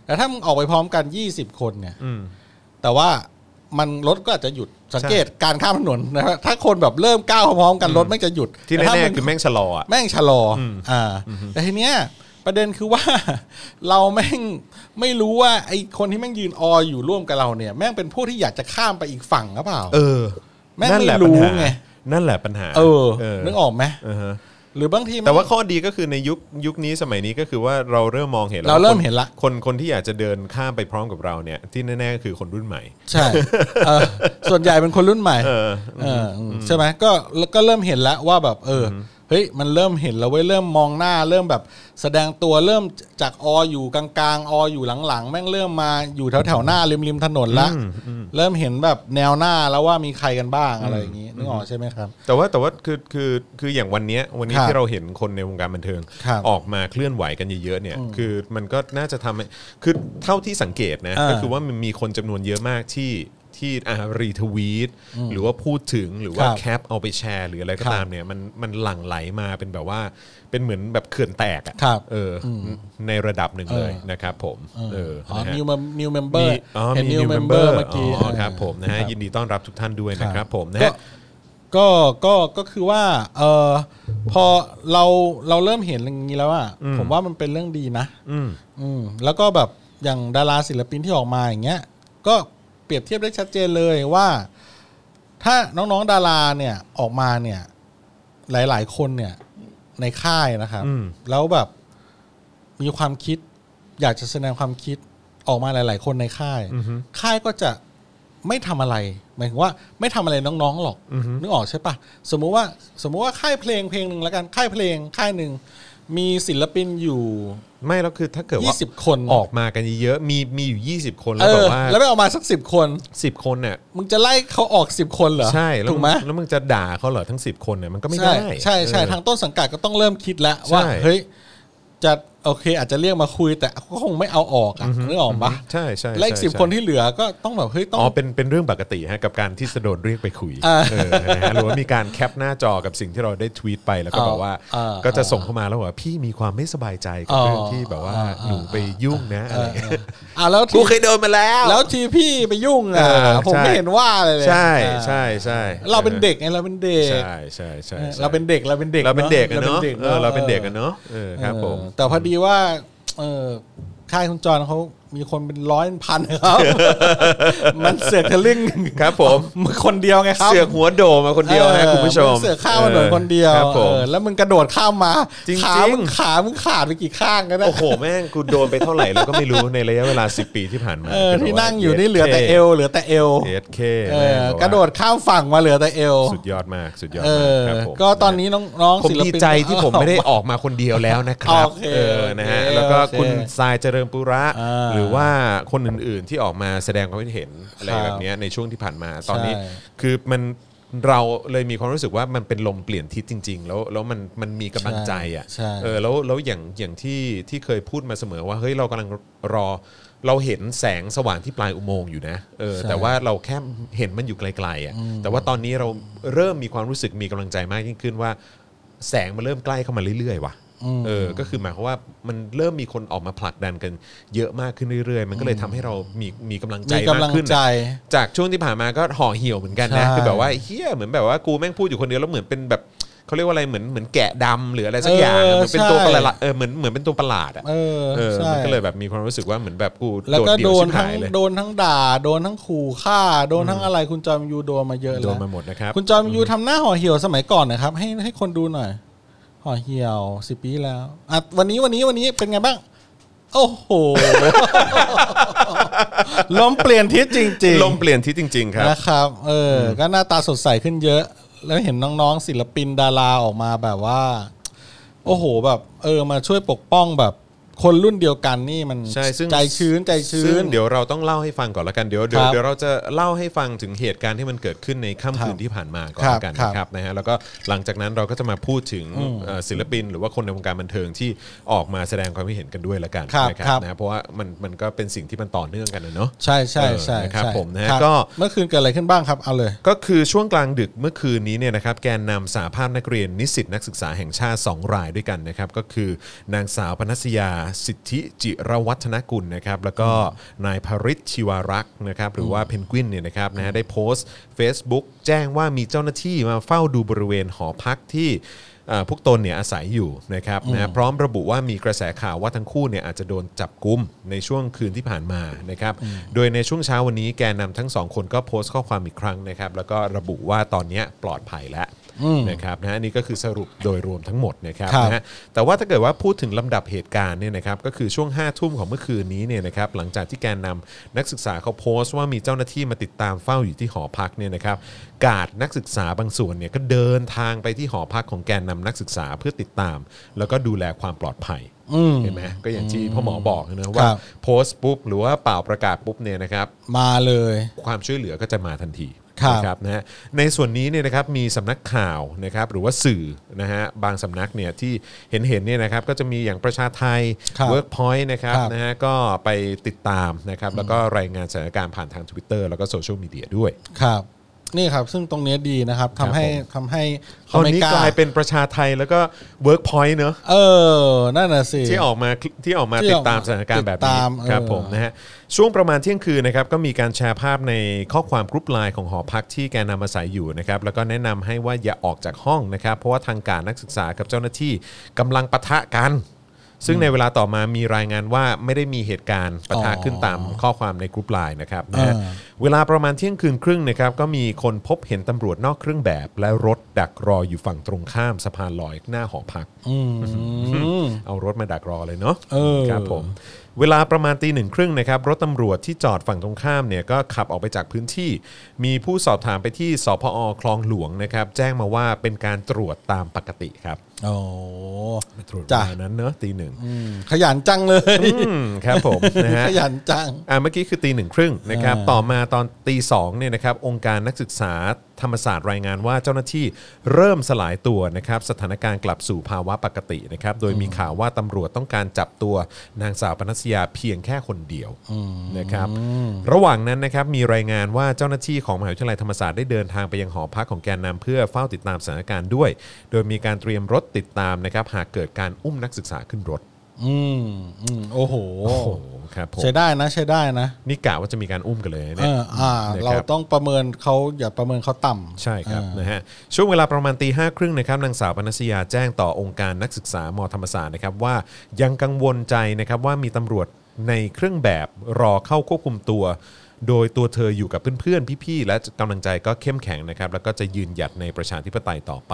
แต่ถ้ามึงออกไปพร้อมกัน 20 คนเนี่ย
อืม
แต่ว่ามันรถก็อาจจะหยุดสังเกตการข้ามถนนนะครับถ้าคนแบบเริ่มก้าวพร้อมกันรถแม่งจะหยุด
ที่
ต่ถ้า
แน่
มึง
ๆคือแม่งชะลออ่ะ
แม่งชะลอออ่า แต่ทีเนี้ยประเด็นคือว่า [LAUGHS] เราแม่งไม่รู้ว่าไอคนที่แม่งยืนอออยู่ร่วมกับเราเนี่ย แม่งเป็นพวกที่อยากจะข้ามไปอีกฝั่งหรือเปล่า
เออ
แม่ง
นั่นแหละ
ไม่รู้
ปัญหา
ไง
นั่นแหละปัญหา
เออ
เออ
นึกออกไหม
อ่าฮะ
หรือบางที
แต่
แม่ง
ว่าข้อดีก็คือในยุคยุคนี้สมัยนี้ก็คือว่าเราเริ่มมองเห็นแล้ว
เราเริ่ม
ว่าค
เห็นละ
คนคนที่อยากจะเดินข้ามไปพร้อมกับเราเนี่ยที่แน่ๆก็คือคนรุ่นใหม่
ใช่เออส่วนใหญ่เป็นคนรุ่นใหม่
เออ
เออใช่ไหมก็ก็เริ่มเห็นแล้วว่าแบบ เอออ เฮ้ยมันเริ่มเห็นแล้วเว้ยเริ่มมองหน้า เริ่มแบบแสดงตัวเริ่มจากออยู่กลางๆออยู่หลังๆ แม่งเริ่มมาอยู่แถวๆหน้าริมๆถนนละเริ่มเห็นแบบแนวหน้าแล้วว่ามีใครกันบ้างอะไรอย่างงี้นึกออกใช่ไหมครับ
แต่ว่าแต่ว่าคือคือคืออย่างวันเนี้ยวันนี้
ครับ
ที่เราเห็นคนในวงการบันเทิง
ครับ
ออกมาเคลื่อนไหวกันเยอะๆเนี่ยคือมันก็น่าจะทำให้คือเท่าที่สังเกตนะ
อ่า
ก็คือว่ามันมีคนจำนวนเยอะมากที่ที่อ่ารีทวีตหรือว่าพูดถึงหรือว่า
ครับ
แคปเอาไปแชร์ หรืออะไรก็
ครับ
ตามเนี่ยมันมันหลั่งไหลมาเป็นแบบว่าเป็นเหมือนแบบเขื่อนแตกอะ
ครับ
เอออในระดับหนึ่งเลย
เออ
นะครับผมเออ
อ๋อ
นะฮะ
new mem- new member
อ๋อ
เห็น
มี
new
new
member
member
เมื่อกี้
อ๋อครับผมนะฮะ
ครับ
ยินดีต้อนรับทุกท่านด้วยนะครับผมนะ
ก็
ฮะ
ก็ก็ก็คือว่าเออพอเราเราเริ่มเห็นอย่างนี้แล้วอะผมว่ามันเป็นเรื่องดีนะ
อืม
อืมแล้วก็แบบอย่างดาราศิลปินที่ออกมาอย่างเงี้ย ก็เปรียบเทียบได้ชัดเจนเลยว่า ถ้าน้องๆดาราเนี่ยออกมาเนี่ย หลายๆคนเนี่ย ในค่ายนะครับ
อืม
แล้วแบบมีความคิด อยากจะแสดงความคิดออกมาหลาย ๆ คนในค่าย
อือฮึ
ค่ายก็จะไม่ทำอะไร หมายถึงว่าไม่ทำอะไรน้องๆหรอก
อือฮึ
นึกออกใช่ปะสมมุติว่าสมมุติว่าค่ายเพลงเพลงหนึ่งแล้วกันค่ายเพลงค่ายหนึ่งมีศิลปินอยู่
ไม่แล้วคือถ้าเกิด
ยี่
ว่า
สิบคน
ออกมากันเยอะๆมีมีอยู่ 20 คนแล้
เอ
วแบ
อบ
ว่า
แล้วไม่ออกมาสักสิบคน
สิบคนเนี่ย
มึงจะไล่เขาออกสิบคนเหรอ
ใช่แล้ว
ถูกไหม
แล้วมึงจะด่าเขาเหรอทั้ง 10 คนเนี่ยมันก็ไม่
ใช่
ได้
ใช่ใช่
เออ
ทางต้นสังกัดก็ต้องเริ่มคิดแล้วว่า
ใช่
เฮ้ยจะโอเค อาจจะเรียกมาคุยแต่ก็คงไม่เอาออกอ่ะนึกออกปะ
ใช่ใช่ใช่
แล้วอีกสิบ
ใช่
คนที่เหลือก็ต้องแบบเฮ้ยต้อง
อ๋อเป็นเป็นเรื่องปกติฮะกับการที่จะโดนเรียกไปคุย
อ่า
เออนะฮะหรือว่ามีการแคปหน้าจอกับสิ่งที่เราได้ทวีตไปแล้วก็
อ๋อ
บอกว่า
อ่า
ก็จะส่งเข้ามาแล้วว่าพี่มีความไม่สบายใจกับเรื่อง
อ๋อ
ที่แบบว่า
อ่าอ่า
หนูไปยุ่งนะอะไร
เอออ่ะแล้ว
กู
ที่
เคยโดนมาแล้ว
แล้วทีพี่ไปยุ่งอ่ะ
เออ
ผมไม่
ใช่
เห็นว่าอะไรเลย
ใช่
อ่า
ใช่ใช่
เราเป็นเด็กไงเราเป็นเด็ก
ใช่ใช่ใช่
เออ
ใช่
เราเป็นเด็กเราเป็นเด็ก
เราเป็นเด็กอะเนาะ
ด็ก
เออเราเป็นเด็กอะเนาะเออ
เออ
ครับผม
แต่พอดีว่าเออค่ายคุณจรเขามีคนเป็นร้อยเป็นพันครับ
[LAUGHS]
มันเสือกทะลึ่ง
ครับผม
มันคนเดียวไงครับ
เสือกหัวโดมาคนเดียวนะ
ออ
คุณผู้ชม
นเสือกข้ามถนนคนเดียว
ครับผม
เออแล้วมึงกระโดดข้ามมา
จริงๆ
ขามึงขามึงขาดไปกี่ข้างกันนะ
โอ้โหแม่งกูโดนไปเท่าไหร่แล้วก็ไม่รู้ในระยะเวลา 10 ปีที่ผ่านมา
เออที่นั่งอยู่นี่เหลือแต่เอวเหลือแต่เอว
เอสเค
เออกระโดดข้ามฝั่งมาเหลือแต่เอว
สุดยอดมากสุดยอด
เอ
มากค
อ
รับผม
ก็ตอนนี้น้องน้อง
ผม
ศิล
ดี
ปิน
ใจที่ผมไม่ได้ออกมาคนเดียวแล้วนะครับ
โอเค
เออนะฮะ
โอเค
แล้วก็
โอเค
คุณทรายเจริญปุระ
อ่า
หรือว่าคนอื่นๆที่ออกมาแสดงความคิดเห็นอะไร
ครับ
แบบเนี้ยในช่วงที่ผ่านมาตอนนี้
ใช่
คือมันเราเลยมีความรู้สึกว่ามันเป็นลมเปลี่ยนทิศจริง ๆ แล้วแล้วมันมันมีกำลังใจอ่ะ
ใช่ใช่
เออแล้วแล้วอย่างอย่างที่ที่เคยพูดมาเสมอว่าเฮ้ยเรากำลังรอเราเห็นแสงสว่างที่ปลายอุโมงค์อยู่นะเออ
ใช่
แต่ว่าเราแค่เห็นมันอยู่ไกลๆอ่ะแต่ว่าตอนนี้เราเริ่มมีความรู้สึกมีกำลังใจมากยิ่งขึ้นว่า แสงมันเริ่มใกล้เข้ามาเรื่อยๆว่ะ
อืม
เออก็คือหมายความว่ามันเริ่มมีคนออกมาผลักดันกันเยอะมากขึ้นเรื่อยๆ มันก็เลยทำให้เรามีมีกำลังใจ
มี
มาก
กำลัง
ขึ้นอะ
ใจ
จากช่วงที่ผ่านมาก็ห่อเหี่ยวเหมือนกันนะ
ใช่
คือแบบว่าเฮียเหมือนแบบว่ากูแม่งพูดอยู่คนเดียวแล้วเหมือนเป็นแบบเขาเรียกว่าอะไรเหมือนเหมือนแกะดำหรืออะไรสักอย่างอะ
เออ
เหมือนเป็นตัว
ใช่
ประหลาดเออเหมือนเหมือนเป็นตัวประหลาดอ่ะ
เออ
เออ
ใช่
มันก็เลยแบบมีความรู้สึกว่าเหมือนแบบกู
แล้ว
โดด
ก็
เดี่
โด
ยวน ชิบ
ทั้
หาง ยเลย
โดนทั้งด่า โดนทั้งขู่ฆ่า โดนทั้งอะไรคุณจอมยูโดนมาเยอะ
โด
แล้
น
ว
มาหมดนะครับ
คุณจอมยูทำหน้าห่อเหี่ยวสมัยก่อนนะครับ ให้ให้คนดูหน่อย ห่อเหี่ยวสิบปีแล้วอ่ะวันนี้วันนี้วันนี้เป็นไงบ้าง โอ้โห [LAUGHS] ลมเปลี่ยนทิศจริงๆ
ลมเปลี่ยนทิศจริง ๆ ครับ
นะครับ เอออ ก็หน้าตาสดใสขึ้นเยอะ แล้วเห็นน้องๆ ศิลปินดาราออกมาแบบว่า โอ้โห แบบ เออ มาช่วยปกป้องแบบ คนรุ่นเดียวกันนี่มัน
ใช่ซึ่ง
ใจชื้นใจชื้
ซึ่
น
งเดี๋ยวเราต้องเล่าให้ฟังก่อนละกันเดี๋ยวเดี๋ยว
ครับ
เดี๋ยวเราจะเล่าให้ฟังถึงเหตุการณ์ที่มันเกิดขึ้นในค่ำคืนที่ผ่านมาก่อนละกัน
ครับ
นะครับนะฮะแล้วก็หลังจากนั้นเราก็จะมาพูดถึงเอ่อศิลปิน หรือว่าคนในวงการบันเทิงที่ออกมาแสดงความคิดเห็นกันด้วยละกัน
ครับ
นะค
ครั
รับบ นะฮะเพราะว่ามันมันก็เป็นสิ่งที่มันต่อเนื่องกันนะเนาะ
ใช่ใช่ใช่
เออนะครับ
ใช่
ผมนะฮะ
ครับ
ก็
เมื่อคืนเกิดอะไรขึ้นบ้างครับ เอาเลย
ก็คือช่วงกลางดึกเมื่อคืนนี้เนี่ยนะครับแกนนำสาภาพนักเรียนนิสิตนักศึกษาแห่งชาติ 2 รายด้วยกันนะครับก็คือนางสาวพนัสยาสิทธิจิรวัฒนกุลนะครับแล้วก็นายพริชชิวารักษ์นะครับหรือว่าเพนกวินเนี่ยนะครับนะฮะได้โพสต์ Facebook แจ้งว่ามีเจ้าหน้าที่มาเฝ้าดูบริเวณหอพักที่เอ่อพวกตนเนี่ยอาศัยอยู่นะครับนะพร้อมระบุว่ามีกระแสข่าวว่าทั้งคู่เนี่ยอาจจะโดนจับกุมในช่วงคืนที่ผ่านมานะครับโดยในช่วงเช้าวันนี้แกนนำทั้งสองคนก็โพสต์ข้อความอีกครั้งนะครับแล้วก็ระบุว่าตอนเนี้ยปลอดภัยแล้ว
อืม
นะครับนะฮะอันนี่ก็คือสรุปโดยรวมทั้งหมดนะครับ
ครับ
นะฮะแต่ว่าถ้าเกิดว่าพูดถึงลำดับเหตุการณ์เนี่ยนะครับก็คือช่วง5้าทุ่มของเมื่อคืนนี้เนี่ยนะครับหลังจากที่แกนนำนักศึกษาเขาโพสต์ว่ามีเจ้าหน้าที่มาติดตามเฝ้าอยู่ที่หอพักเนี่ยนะครับกาดนักศึกษาบางส่วนเนี่ยก็เดินทางไปที่หอพักของแกนนำนักศึกษาเพื่อติดตาม แล้วก็ดูแลความปลอดภัย
อืม
เห็นไหมก็อย่างที่พ่อหมอบอกนะว่า
ครับ
โพสต์ปุ๊บหรือว่าเป่าประกาศปุ๊บเนี่ยนะครับ
มาเลย
ความช่วยเหลือก็จะมาทันที
ครับ
นะนะฮะในส่วนนี้เนี่ยนะครับมีสำนักข่าวนะครับหรือว่าสื่อนะฮะบางสำนักเนี่ยที่เห็นเห็นๆเนี่ยนะครับก็จะมีอย่างประชาไทย
ครับ
เวิร์กพอยต์นะครับ
ครับ
นะฮะก็ไปติดตามนะครับแล้วก็รายงานสถานการณ์ผ่านทาง Twitter แล้วก็โซเชียลมีเดียด้วย
ครับ นี่ครับ ซึ่งตรงเนี้ยดีนะครับ
ครั
ทำ
บ
ให้
ผม
ทำให้
ตอนนี้
เขไม่
กลายเป็นประชาไทยแล้วก็เวิร์กพอยต์เนอะ
เออ นั่นน่ะสิ
ที่ออกมาที่ออกมา
ที่
ติด
ออกมา
ตามสถานการณ์แบบ
ติด
นี้
ตามเออ
ครับผมนะฮะช่วงประมาณเที่ยงคืนนะครับก็มีการแชร์ภาพในข้อความกรุ๊ปไลน์ของหอพักที่แกนำอาศัยอยู่นะครับแล้วก็แนะนำให้ว่าอย่าออกจากห้องนะครับ เพราะว่าทางการนักศึกษากับเจ้าหน้าที่กำลังปะทะกัน ซึ่งในเวลาต่อมามีรายงานว่าไม่ได้มีเหตุการณ์ปะทะ
อ๋อ
ขึ้นตามข้อความในกรุ๊ปไลน์นะครับนะฮะ
เออ
เวลาประมาณเที่ยงคืนครึ่งนะครับก็มีคนพบเห็นตำรวจนอกเครื่องแบบ และรถดักรออยู่ฝั่งตรงข้ามสะพานลอยหน้าหอพัก
อืม
เอารถมาดักรอเลยเนาะ
เออ
ครับผม เวลาประมาณตีหนึ่งครึ่งนะครับ รถตำรวจที่จอดฝั่งตรงข้ามเนี่ยก็ขับออกไปจากพื้นที่ มีผู้สอบถามไปที่สพอคลองหลวงนะครับ แจ้งมาว่าเป็นการตรวจตามปกติครับ
โอ้
ตรวจเว
จ้ะ
ลานั้นเนาะตีหนึ่ง
อืมขยันจังเลย
อืมครับผมนะฮะ
ขยันจัง
อ่าเมื่อกี้คือตีหนึ่งครึ่งนะครับ
อ่า
ต่อมาตอนตีสองเนี่ยนะครับองค์การนักศึกษาธรรมศาสตร์รายงานว่าเจ้าหน้าที่เริ่มสลายตัวนะครับสถานการณ์กลับสู่ภาวะปกตินะครับโดยมีข่าวว่าตำรวจต้องการจับตัวนางสาวปนัสยาเพียงแค่คนเดียวนะครับระหว่างนั้นนะครับมีรายงานว่าเจ้าหน้าที่ของมหาวิทยาลัยธรรมศาสตร์ได้เดินทางไปยังหอพักของแกนนำเพื่อเฝ้าติดตามสถานการณ์ด้วย โดยมีการเตรียมรถติดตามนะครับหากเกิดการอุ้มนักศึกษาขึ้นรถ
อืมอืมโอ้โห
ครับผม
ใช้ได้นะใช้ได้นะ
นี่กะว่าจะมีการอุ้มกันเลยนะ
เอ
เนี่ย
ออ่า
นะ
เรา
คบ
ต้องประเมินเขาอย่าประเมินเขาต่ำ
ใช่ครับ
อ่าน
นะฮะช่วงเวลาประมาณตีห้าครึ่งนะครับนางสาวปนัสยาแจ้งต่อองค์การนักศึกษามธรรมศาสตร์นะครับว่ายังกังวลใจนะครับว่ามีตำรวจในเครื่องแบบรอเข้าควบคุมตัว โดยตัวเธออยู่กับเพื่อนๆ พี่ๆ และกำลังใจก็เข้มแข็งนะครับแล้วก็จะยืนหยัดในประชาธิปไตยต่อไป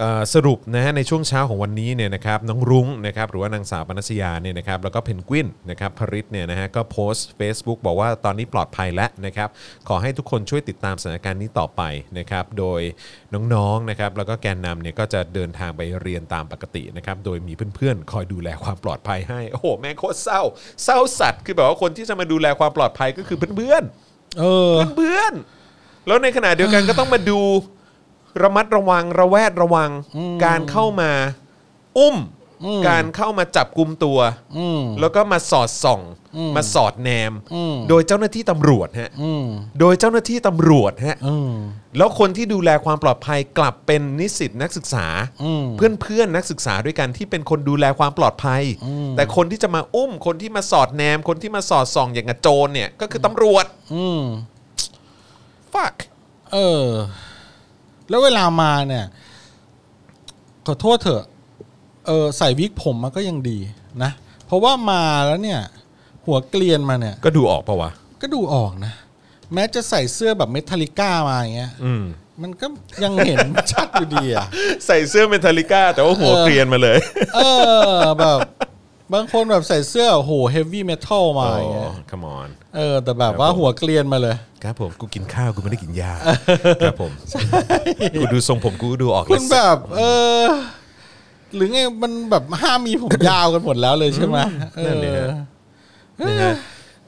เอ่อสรุปนะฮะในช่วงเช้าของวันนี้เนี่ยนะครับน้องรุ้งนะครับหรือว่านางสาวปนัสยาเนี่ยนะครับแล้วก็เพนกวินนะครับพริตเนี่ยนะฮะก็โพสต์ Facebook บอกว่าตอนนี้ปลอดภัยแล้วนะครับขอให้ทุกคนช่วยติดตามสถานการณ์นี้ต่อไปนะครับโดยน้องๆนะครับแล้วก็แกนนำเนี่ยก็จะเดินทางไปเรียนตามปกตินะครับโดยมีเพื่อนๆ คอยดูแลความปลอดภัยให้โอ้โหแม่งโคตรเศร้า เศร้าสัตว์คือแบบว่าคนที่จะมาดูแลความปลอดภัยก็คือเพื่อนๆ
เออ
เพื่อนๆแล้วในขณะเดียวกันก็ต้องมาดูระมัดระวังระแวดระวัง การเข้ามาอุ้ม
อืม
การเข้ามาจับกลุ่มตัว
อืม
แล้วก็มาสอดส่อง มาสอดแนม
อืม
โดยเจ้าหน้าที่ตำรวจฮะ
อืม
โดยเจ้าหน้าที่ตำรวจฮะ
อืม
แล้วคนที่ดูแลความปลอดภัยกลับเป็นนิสิตนักศึกษา
อืม
เพื่อนเพื่อนๆนักศึกษาด้วยกันที่เป็นคนดูแลความปลอดภัย แต่คนที่จะมาอุ้ม คนที่มาสอดแนม คนที่มาสอดส่องอย่างกับโจรเนี่ยก็คือตำรวจ
อืม
fuck
เออ แล้วเวลามาเนี่ย ขอโทษเถอะ เออใส่วิกผมมาก็ยังดีนะ เพราะว่ามาแล้วเนี่ย หัวเกลียนมาเนี่ย
ก็ดูออกปะวะ
ก็ดูออกนะ แม้จะใส่เสื้อแบบเมทัลลิก้ามาอย่างเงี้ย
อืม
มันก็ยังเห็น ชัดอยู่ดีอ่ะ
ใส่เสื้อเมทัลลิก้าแต่ว่าหัวเกรียนมาเลย
เออ แบบ บางคนแบบใส่เสื้อโอ้โหเฮฟวี่เมทัล
โอ้
มาอย่างเงี้ย
come on
เออ แต่แบบว่าหัวเกลียนมาเลย
ครับผม กูกินข้าว กูไม่ได้กินยา ครับผม กูดูทรงผมกูก็ดูออก
คุณแบ
ว
บ เออ หรือไงมันแบบห้ามมีผมยาวกันหมดแล้วเลยใช่ไหมเอ
นั่น
อ
เลยฮะนะฮะ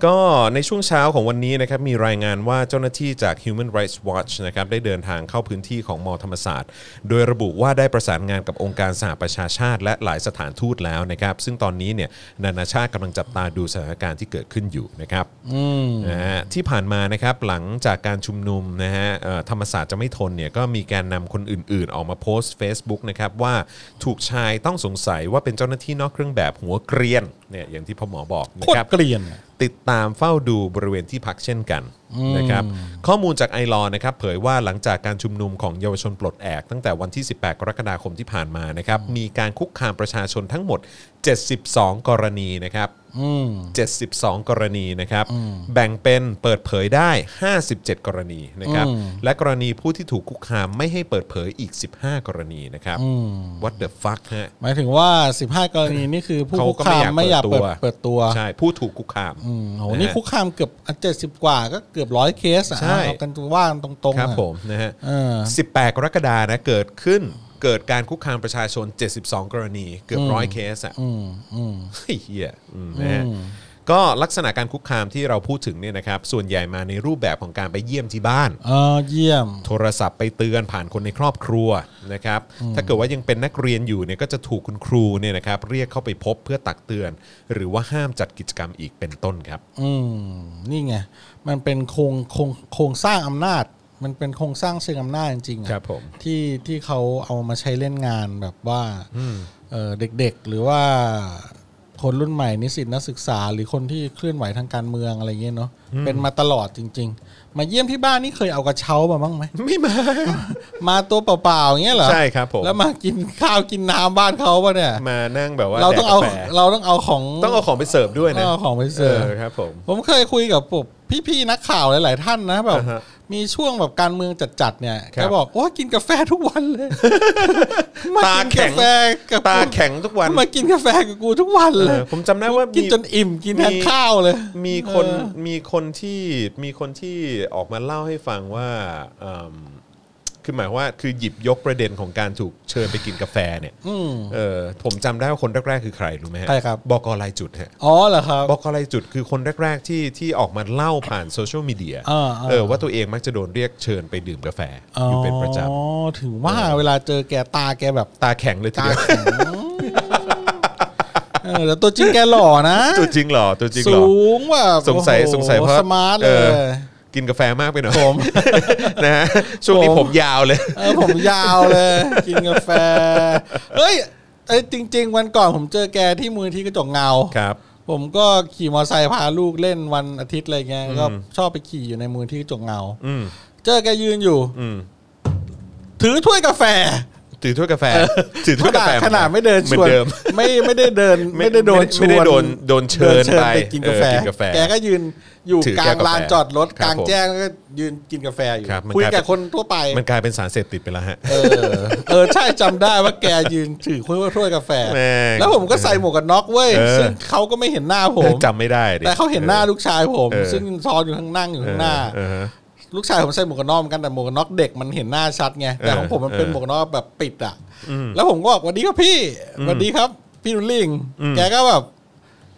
ก็ในช่วงเช้าของวันนี้นะครับมีรายงานว่าเจ้าหน้าที่จาก Human Rights Watch นะครับได้เดินทางเข้าพื้นที่ของมอธรรมศาสตร์ โดยระบุว่าได้ประสานงานกับองค์การสหประชาชาติ และหลายสถานทูตแล้วนะครับ ซึ่งตอนนี้เนี่ยนานาชาติกำลังจับตาดูสถานการณ์ที่เกิดขึ้นอยู่นะครับ นะฮะที่ผ่านมานะครับหลังจากการชุมนุมนะฮะเอ่อธรรมศาสตร์จะไม่ทนเนี่ยก็มีแกนนำคนอื่นๆ ออกมาโพสต์ Facebook นะครับว่าถูกชายต้องสงสัยว่าเป็นเจ้าหน้าที่นอกเครื่องแบบหัวเกรียนเนี่ยอย่างที่พ่อหมอบอกนะ
โคต
ค
ร
รับ
เกลียนอะ
ติดตามเฝ้าดูบริเวณที่พักเช่นกัน
อืม
นะครับข้อมูลจากไอรอนะครับเผยว่าหลังจากการชุมนุมของเยาวชนปลดแอกตั้งแต่วันที่ 18 กรกฎาคมที่ผ่านมานะครับมีการคุกคามประชาชนทั้งหมด 72 กรณีนะครับ
อืม
72 กรณีนะครับ แบ่งเป็นเปิดเผยได้ 57 กรณีนะครับ
อืม
และกรณีผู้ที่ถูกคุกคามไม่ให้เปิดเผยอีก 15 กรณีนะครับ what the fuck ฮะ
หมายถึงว่า 15 กรณีนี่คือผู้คุกคามไม่อยากเปิดเปิดตัว
ใช่ ผู้ถูกคุกคาม
อืมโหนี่คุกคามเกือบเจ็ดสิบกว่าก็เกือบร้อยเคสอ่ะ
ใช่
เอากันว่างตรงๆ
ครับ
อะ
ผมนะฮะ
เออ
18 กรกฎานะเกิดขึ้นเกิดการคุกคามประชาชน 72 กรณี เกือบร้อยเคสอ่ะ
อืมอืม
เฮยเหียอืมนะฮะก็ลักษณะการคุกคามที่เราพูดถึงเนี่ยนะครับ ส่วนใหญ่มาในรูปแบบของการไปเยี่ยมที่บ้าน
เออเยี่ยม
โทรศัพท์ไปเตือนผ่านคนในครอบครัวนะครับ ถ้าเกิดว่ายังเป็นนักเรียนอยู่เนี่ยก็จะถูกคุณครูเนี่ยนะครับเรียกเข้าไปพบเพื่อตักเตือน หรือว่าห้ามจัดกิจกรรมอีกเป็นต้นครับ
อืม นี่ไง มันเป็นโครงโครงโครงสร้างอำนาจ มันเป็นโครงสร้างเชิงอำนาจจริงๆอะ
ครับผม
ที่ที่เขาเอามาใช้เล่นงานแบบว่าเอ่อเด็กๆ หรือว่าคนรุ่นใหม่นิสิตนักศึกษา หรือคนที่เคลื่อนไหวทางการเมืองอะไรเงี้ยเนาะเป็นมาตลอดจริง ๆ มาเยี่ยมที่บ้านนี่เคยเอากระเช้ามาบ้างไหม
ไม่มา
มาตัวเปล่าๆอย่างเงี้ยเหรอ
ใช่ครับผม
แล้วมากินข้าวกินน้ำบ้านเขาปะเนี่ย
มานั่งแบบว่า
เราต้องเอา
แดกกแฟ
เราต้องเอาของ
ต้องเอาของไปเสิร์ฟด้วยนะ
ต้องเอาของไปเสิร์ฟ
อครับผม
ผมเคยคุยกับพวกพี่ๆนักข่าวหลาย ๆ ท่านนะแบบ
อ่าฮะ
มีช่วงแบบการเมืองจัดๆเนี่ย
ครับ
แกบอกโอ้กินกาแฟทุกวันเลย
[LAUGHS]
ม
ตา
กิน
แข็ง
กาแฟกับ
ตาแข็งทุกวัน
มากินกาแฟกับกูทุกวัน
เอ
เล
อย ผมจำได้ว่า
กิน
มี
จนอิ่มกินแทน
มี
ข้าวเลย
มีคน
เออ
มีคนที่มีคนที่ออกมาเล่าให้ฟังว่าเอิ่มคือหมายว่าคือหยิบยกประเด็นของการถูกเชิญไปกินกาแฟเนี่ย
อืม
เออผมจำได้ว่าคนแรกๆคือใครรู้ไหมฮะ
ใครครับ
บอกอลายจุดฮะ
อ๋อเหรอครับ
บอกอลายจุดคือคนแรกๆที่ที่ออกมาเล่าผ่านโซเชียลมีเดีย
เออเออ
เออว่าตัวเองมักจะโดนเรียกเชิญไปดื่มกาแฟอยู่เป็นประจ
อ๋อถึงว่าเวลาเจอแกตาแกแบบ
ำตาแข็งเลยที
ตา
เดียว
แข็งเออแต่ตัวจริงแกหล่อนะ
ตัวจริงเหรอตัวจริงเหร
สู
อ
งว่า
สงสัยสงสัยเพราะ
สมาร์ทเล
เออ
ย
กินกาแฟมากไปหน่อย
ผม
[LAUGHS] นะฮะช่วงนี้
ผม
ผมยาวเลย
เออผมยาวเลย กินกาแฟ เฮ้ยเอ้ยจริง ๆ วันก่อนผมเจอแกที่มูลที่กระจกเงา
ครับ
ผมก็ขี่มอเตอร์ไซค์พาลูกเล่นวันอาทิตย์อะไรเงี้ยก็ชอบไปขี่อยู่ในมูลที่กระจกเงา
อืม
เจอแกยืนอยู่
อืม
ถือถ้วยกาแฟ
ถือถ้วยกาแฟถือถ้วยกาแฟ
ขนาดไม่เดิน
เหมื
ช
อ
วน
นเดิม
ไม่ไม่ได้เดินไม่ได้โดนชวน
ไม่ได้โดนโดนเชิญ
ดิน
ไป
กินกาแฟ
เออกินกาแฟ
แกก็ยืนอยู่
ถือก
ลา
แก้ว
ง
กาแฟ
ลานจอดรถ
ครับ
กลาง
ผม
แจ้งแล้วก็ยืนกินกาแฟอยู่
ครับมัน
คุย
กลาย
กับ
เป็น
คนทั่วไป
มันกลายเป็นสารเสพติดไปแล้วฮะ
เออเออใช่จำได้ว่าแกยืนถือถ้วยกาแฟ
แม่ง
แล้วผมก็ใส่หมวกกันน็อกเว้ย
เออ
ซึ่งเขาก็ไม่เห็นหน้าผม
จำไม่ได้ดิ
แต่เขาเห็นหน้าลูกชายผม
เออ
ซึ่งซ้อนอยู่ข้างนั่งอยู่
เออ
ข้างหน้า
เออฮะ
ลูกชายผมใส่หมวกกันน็อกเหมือนกันแต่หมวกกันน็อกเด็กมันเห็นหน้าชัดไงแต่
เออ
ของผมมันเป็น
เออ
หมวกกันน็อกแบบปิดอ่ะแล้วผมก็บอกสวัสดีครับพี่สวัสดีครับ พี่นุลลิง
อืม
แกก็แบบ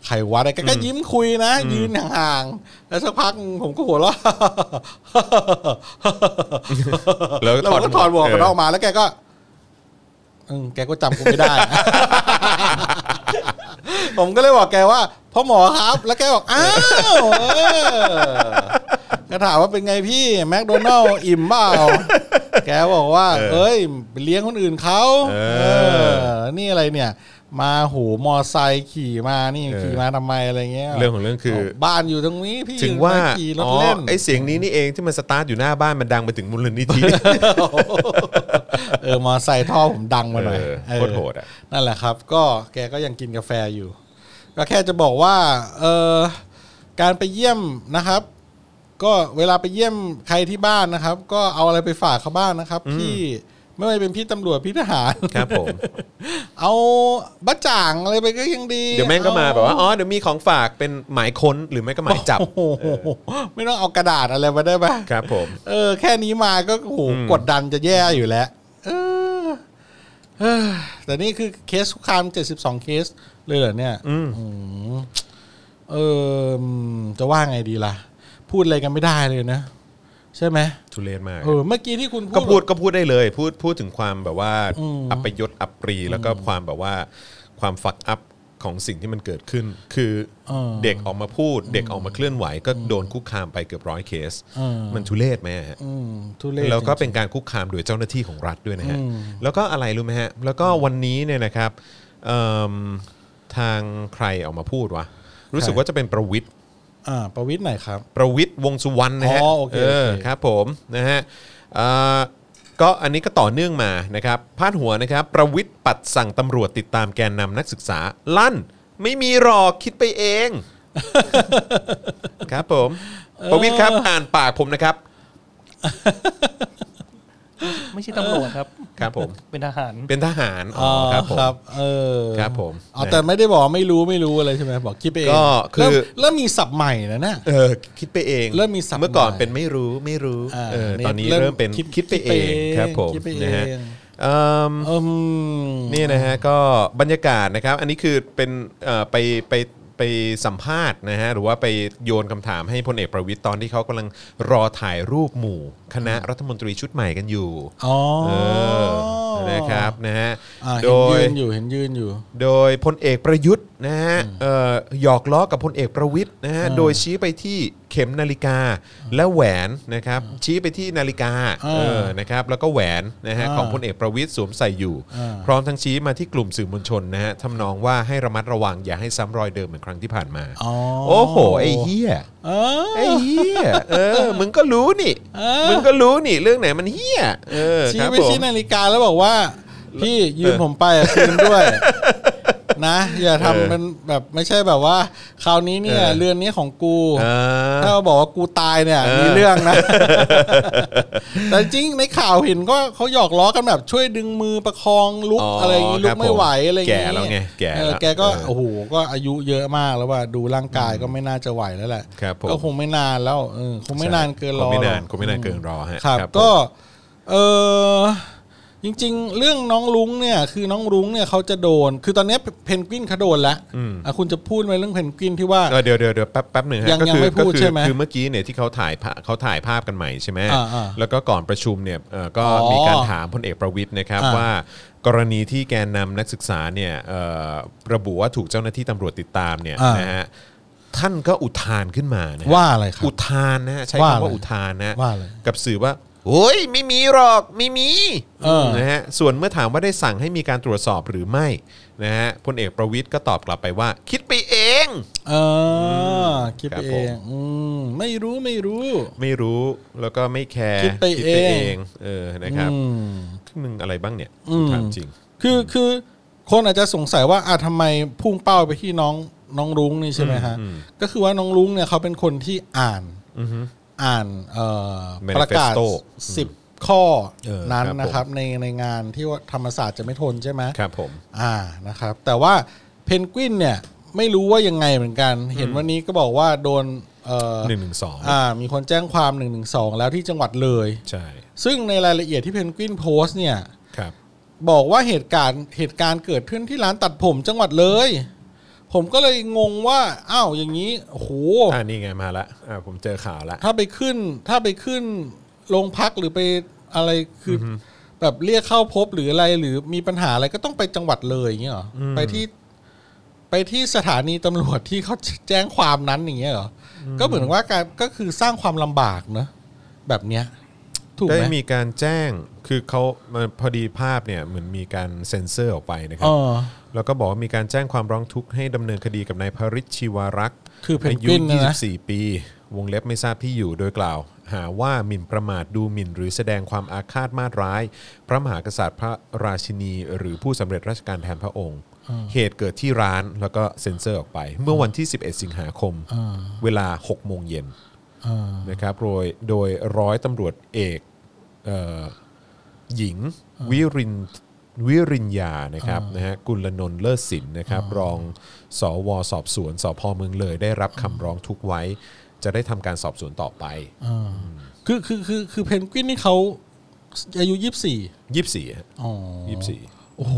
ไขวัดแกก็ยิ้มคุยนะ ยืนห่างๆแล้วสักพักผมก็หัวเราะ [LAUGHS]
แล้ว
แล้วผมก็ถ
ถ
อ
อ
ด
ดห
หม
ม
ว
ว
ก
ก
กันน็อกออกมาแล้วแกก็อืมแกก็จำกูไม่
[LAUGHS]
ได้ ผมก็เลยบอกแกว่าพ่อหมอครับ แล้วแกบอกอ้าวเออก็ถามว่าเป็นไงพี่แมคโดนัลอิ่มเปล่าแกบอกว่า เอ้ยไปเลี้ยงคนอื่นเขา
เออ
เออ นี่อะไรเนี่ย มาโหมอไซค์ขี่มานี่ขี่มาทำไมอะไรเงี้ย
เรื่องของเรื่องคือ
บ้านอยู่ตรงนี้พี่
ถึงว่า
ไม่ขี่รถ
อ๋อ
เล่น
ไอเสียงนี้นี่เองที่มันสตาร์ทอยู่หน้าบ้านมันดังไปถึงมูลนิธิ
[LAUGHS] เออมอไซค์ท่อผมดังมาหน่อย
เออ
เออ
โคตรโหดอะ
นั่นแหละครับ ก็แกก็ยังกินกาแฟอยู่ ก็แค่จะบอกว่าเออการไปเยี่ยมนะครับ ก็เวลาไปเยี่ยมใครที่บ้านนะครับ ก็เอาอะไรไปฝากเขาบ้านนะครับพี่ไม่ว่าจะเป็นพี่ตำรวจพี่ทหาร [LAUGHS]
ครับผม
เอาบะจ่างอะไรไปก็ยังดี
เดี๋ยวแม่งก็มา
เอ
แบบว่าอ๋อเดี๋ยวมีของฝากเป็นหมายค้นหรือไม่ก็หมายจับ
โอ้โหไม่ต้องเอากระดาษอะไรมาได้ปะ
ครับผม
เออแค่นี้มาก็โอ้โหกดดันจะแย่อยู่แล้วเออเออแต่นี่คือเคสคุกคาม72 เคสเลยเหรอเนี่ยอืมเออจะว่าไงดีล่ะ พูดอะไรกันไม่ได้เลยนะ ใช่ไหม
ทุเรศมาก
เออเมื่อกี้ที่คุณ
ก็พูด
แบบ
ก็พูดได้เลย พูดพูดถึงความแบบว่าอัปยศอับปรีแล้วก็ความแบบว่าความฟักอัพของสิ่งที่มันเกิดขึ้น คือ
เออ
เด็กออกมาพูด เด็กออกมาเคลื่อนไหว ก็โดนคุกคามไปเกือบร้อยเคส
เออ
มันทุเรศไหมฮะ
อืมทุเรศ
แล้วก็
จริง
เป็นการคุกคามโดยเจ้าหน้าที่ของรัฐด้วยนะฮะ
อืม
แล้วก็อะไรรู้ไหมฮะแล้วก็วันนี้เนี่ยนะครับเอิ่มทางใครออกมาพูดวะรู้สึกว่าจะเป็นประวิทย์
อ่าประวิทย์ไหนครับ
ประวิทย์วงษ์สุวรรณนะฮะ
อ๋อโอเคโอเค
ครับผมนะฮะเอ่อก็อันนี้ก็ต่อเนื่องมานะครับพาดหัวนะครับ ประวิทย์ปัดสั่งตำรวจติดตามแกนนำนักศึกษา ลั่น ไม่มีหรอกคิดไปเอง ครับผม ประวิทย์ครับอ่านปากผมนะครับ
ไม่ใช่ตำรวจครับ
ครับผม
เป็นทหาร
เป็นทหารอ๋อครับผม
ครับเออ
ครับผม
อ๋อแต่ไม่ได้บอกไม่รู้ไม่รู้อะไรใช่ไหมบอกคิดไปเอง
ก็คือ
เริ่มเริ่มมีศัพท์ใหม่แล้วนะ
เออคิดไปเอง
เริ่มมีศัพท์
เมื่อก่อน
ใหม่
เป็นไม่รู้ไม่รู้
อ่า
เออ
เนี่ย
ตอนนี้
เริ่ม
เริ่มเป็น
คิด
คิดไปเองครับผม
คิดไปเอง
นะฮะเอิ่ม
อืม
นี่นะฮะก็บรรยากาศนะครับ อันนี้คือเป็นเอ่อไปไปไปสัมภาษณ์นะฮะหรือว่าไปโยนคำถามให้พลเอกประวิทย์ตอนที่เขากำลังรอถ่ายรูปหมู่ คณะรัฐมนตรีชุดใหม่กันอยู่
อ๋อ
เออนะครับนะฮะ
อ่า
โด
เห็น
ย
ยืนอยู่เห็นยืนอยู่
โดยพลเอกประยุทธ์นะฮะเอ่อหยอกล้อกับพลเอกประวิทย์นะฮะโดยชี้ไปที่เข็มนาฬิกาและแหวนนะครับชี้ไปที่นาฬิกา
อ่า
เออนะครับแล้วก็แหวนนะฮะ
อ่า
ของพลเอกประวิทย์สวมใส่อยู่
อ่า
พร้อมทั้งชี้มาที่กลุ่มสื่อมวลชนนะฮะทำนองว่าให้ระมัดระวังอย่าให้ซ้ำรอยเดิมเหมือนครั้งที่ผ่านมา
อ๋อ
โอ้โห ไอ้เฮีย
เออ
ไอ้เฮียเออ มึงก็รู้นี่
เออ
มึงก็รู้นี่ เรื่องไหนมันเฮียเออ
ชี้
ครับ
ไป
ผม
ชี้นาฬิกาแล้วบอกว่า พี่ยืม
เออ
ผมไป
[LAUGHS]
อ่ะคืนด้วย นะ อย่า
เออ
ทำมันแบบไม่ใช่แบบว่า คราวนี้เนี่ย
เออ
เรือนนี้ของกู
เออ
ถ้าบอกว่ากูตายเนี่ย
เออ
มีเรื่อง
[LAUGHS]
นะ แต่จริงในข่าวเห็นก็เขาหยอกล้อกันแบบ ช่วยดึงมือประคองลุกอะไรอย่างงี้ลุ
ค
ก
บ
ไม่ไหวอะไรอย่าง
แก่
งี้
แล้วไงแก่
เออ
ล้ว
แกก็
เออ
โอ้โหก็อายุเยอะมากแล้วว่า ดูร่างกายก็ไม่น่าจะไหวแล้วแหละ
ครับผม
ก็คงไม่นานแล้วเออคงไม่นานเกินรอ
คงไม่
หร
นา
อน ก
คงไม่นานเกินรอฮะ
ครับ
ผม
ก็เออจริง ๆ เรื่องน้องรุ้งเนี่ยคือน้องรุ้งเนี่ยเขาจะโดน คือตอนเนี้ยเพนกวินเขาโดนแล้วอ่ะคุณจะพูดไหมเรื่องเพนกวินที่ว่า
เออเดี๋ยวเดี๋ยวเดี๋ยวแป๊บแป๊บหนึ่งฮะ
ยัง
ก็
ยัง
คื
ไม่พูด
ก็คื
ใช่ไหม
คือเมื่อกี้เนี่ยที่เขาถ่ายภาพเขาถ่ายภาพกันใหม่ใช่ไหม
อ่าอ่า
แล้วก็ก่อนประชุมเนี่ยเอ่อก็
อ๋อ
มีการถามพลเอกประวิทย์นะครับ
อ่า
ว่ากรณีที่แกนนำนักศึกษาเนี่ยเอ่อระบุว่าถูกเจ้าหน้าที่ตำรวจติดตามเนี่ย
อ่าน
นะฮะท่านก็อุทานขึ้นมานะฮะ
ว่าอะไรครับ
อุทานนะฮะใช้
ว่า
คำ
อะไร
ว่าอุทานนะฮะ
ว่าอะไร
กับสื่อว่าโอ้ยไม่มีหรอกไม่มี
เออ
นะฮะส่วนเมื่อถามว่าได้สั่งให้มีการตรวจสอบหรือไม่นะฮะพลเอกประวิทย์ก็ตอบกลับไปว่า คิดไปเอง
เออคิดไป
ครับ
เอง
ผม
อืมไม่รู้ไม่รู้
ไม่รู้แล้วก็ไม่แคร์
คิดไปเอง
เออนะครับ
อืม
มึงอะไรบ้างเนี่ย
อืม
ถามจริง
คือคือคนอาจจะสงสัยว่าอ่ะทำไมพุ่งเป้าไปที่น้องน้องรุ้งนี่ใช่ไหมฮะ
อืมอืม
ก็คือว่าน้องรุ้งเนี่ยเขาเป็นคนที่อ่านอ่านเอ่อ
Manifesto
ประกาศ
อื
สิบข้อ
เออ
นั้น
ครับ
นะครับในในงานที่ว่าธรรมศาสตร์จะไม่ทนใช่ไหม
ครับผม
อ่านะครับ แต่ว่าเพนกวินเนี่ยไม่รู้ว่ายังไงเหมือนกัน เห็นวันนี้ก็บอกว่าโดนเอ่อ
หนึ่งหนึ่งสอง
อ่ามีคนแจ้งความ1นึแล้วที่จังหวัดเลย
ใช่
ซึ่งในรายละเอียดที่เพนกวินโพสต์เนี่ย
ครับ
บอกว่าเหตุการณ์เหตุการณ์เกิดขึ้นที่ร้านตัดผมจังหวัดเลย ผมก็เลยงงว่าอ้าวอย่างนี้โอ้โห
อ่านี่ไงมาละอ่าผมเจอข่าวละ
ถ้าไปขึ้น ถ้าไปขึ้นโรงพักหรือไปอะไรคืออแบบเรียกเข้าพบหรืออะไรหรือมีปัญหาอะไรก็ต้องไปจังหวัดเลยอย่างเงี้ยเหรออไปที่ ไปที่สถานีตำรวจที่เขาแจ้งความนั้นอย่างเงี้ยเหรออก็เหมือนว่าการก็คือสร้างความลำบากเนอะแบบเนี้ยถูกไห
ได้
ม
มีการแจ้งคือเขามันพอดีภาพเนี่ยเหมือนมีการเซ็นเซอร์ออกไปนะครั
อ๋
บ
อ
แล้วก็บอกว่ามีการแจ้งความร้องทุกข์ให้ดำเนินคดีกับนายพริชชีวารักษ์
คือเพน
ยุ
กวินนะนะ
24 ปี วงเล็บไม่ทราบที่อยู่โดยกล่าว หาว่าหมิ่นประมาทดูหมิ่น หรือแสดงความอาฆาตมาดร้าย พระมหากษัตริย์พระราชินี หรือผู้สำเร็จราชการแทนพระองค์ เหตุเกิดที่ร้านแล้วก็เซ็นเซอร์ออกไป เมื่อวันที่ 11 สิงหาคม เวลา 6 โมงเย็น
อ่า
นะครับโดยโดยร้อยตำรวจเอกเอ่อหญิงวิรินวิริญญานะครับนะฮะกุลนนท์เลิศสินนะครับรองสวสอบสวนสพเมืองเลย ได้รับคำร้องทุกข์ไว้ จะได้ทำการสอบสวนต่อไป
คือคือคือคือเพนกวินนี่เขาอายุยี่สิบสี่
24ฮะ
อ๋อ
24
โอ้โห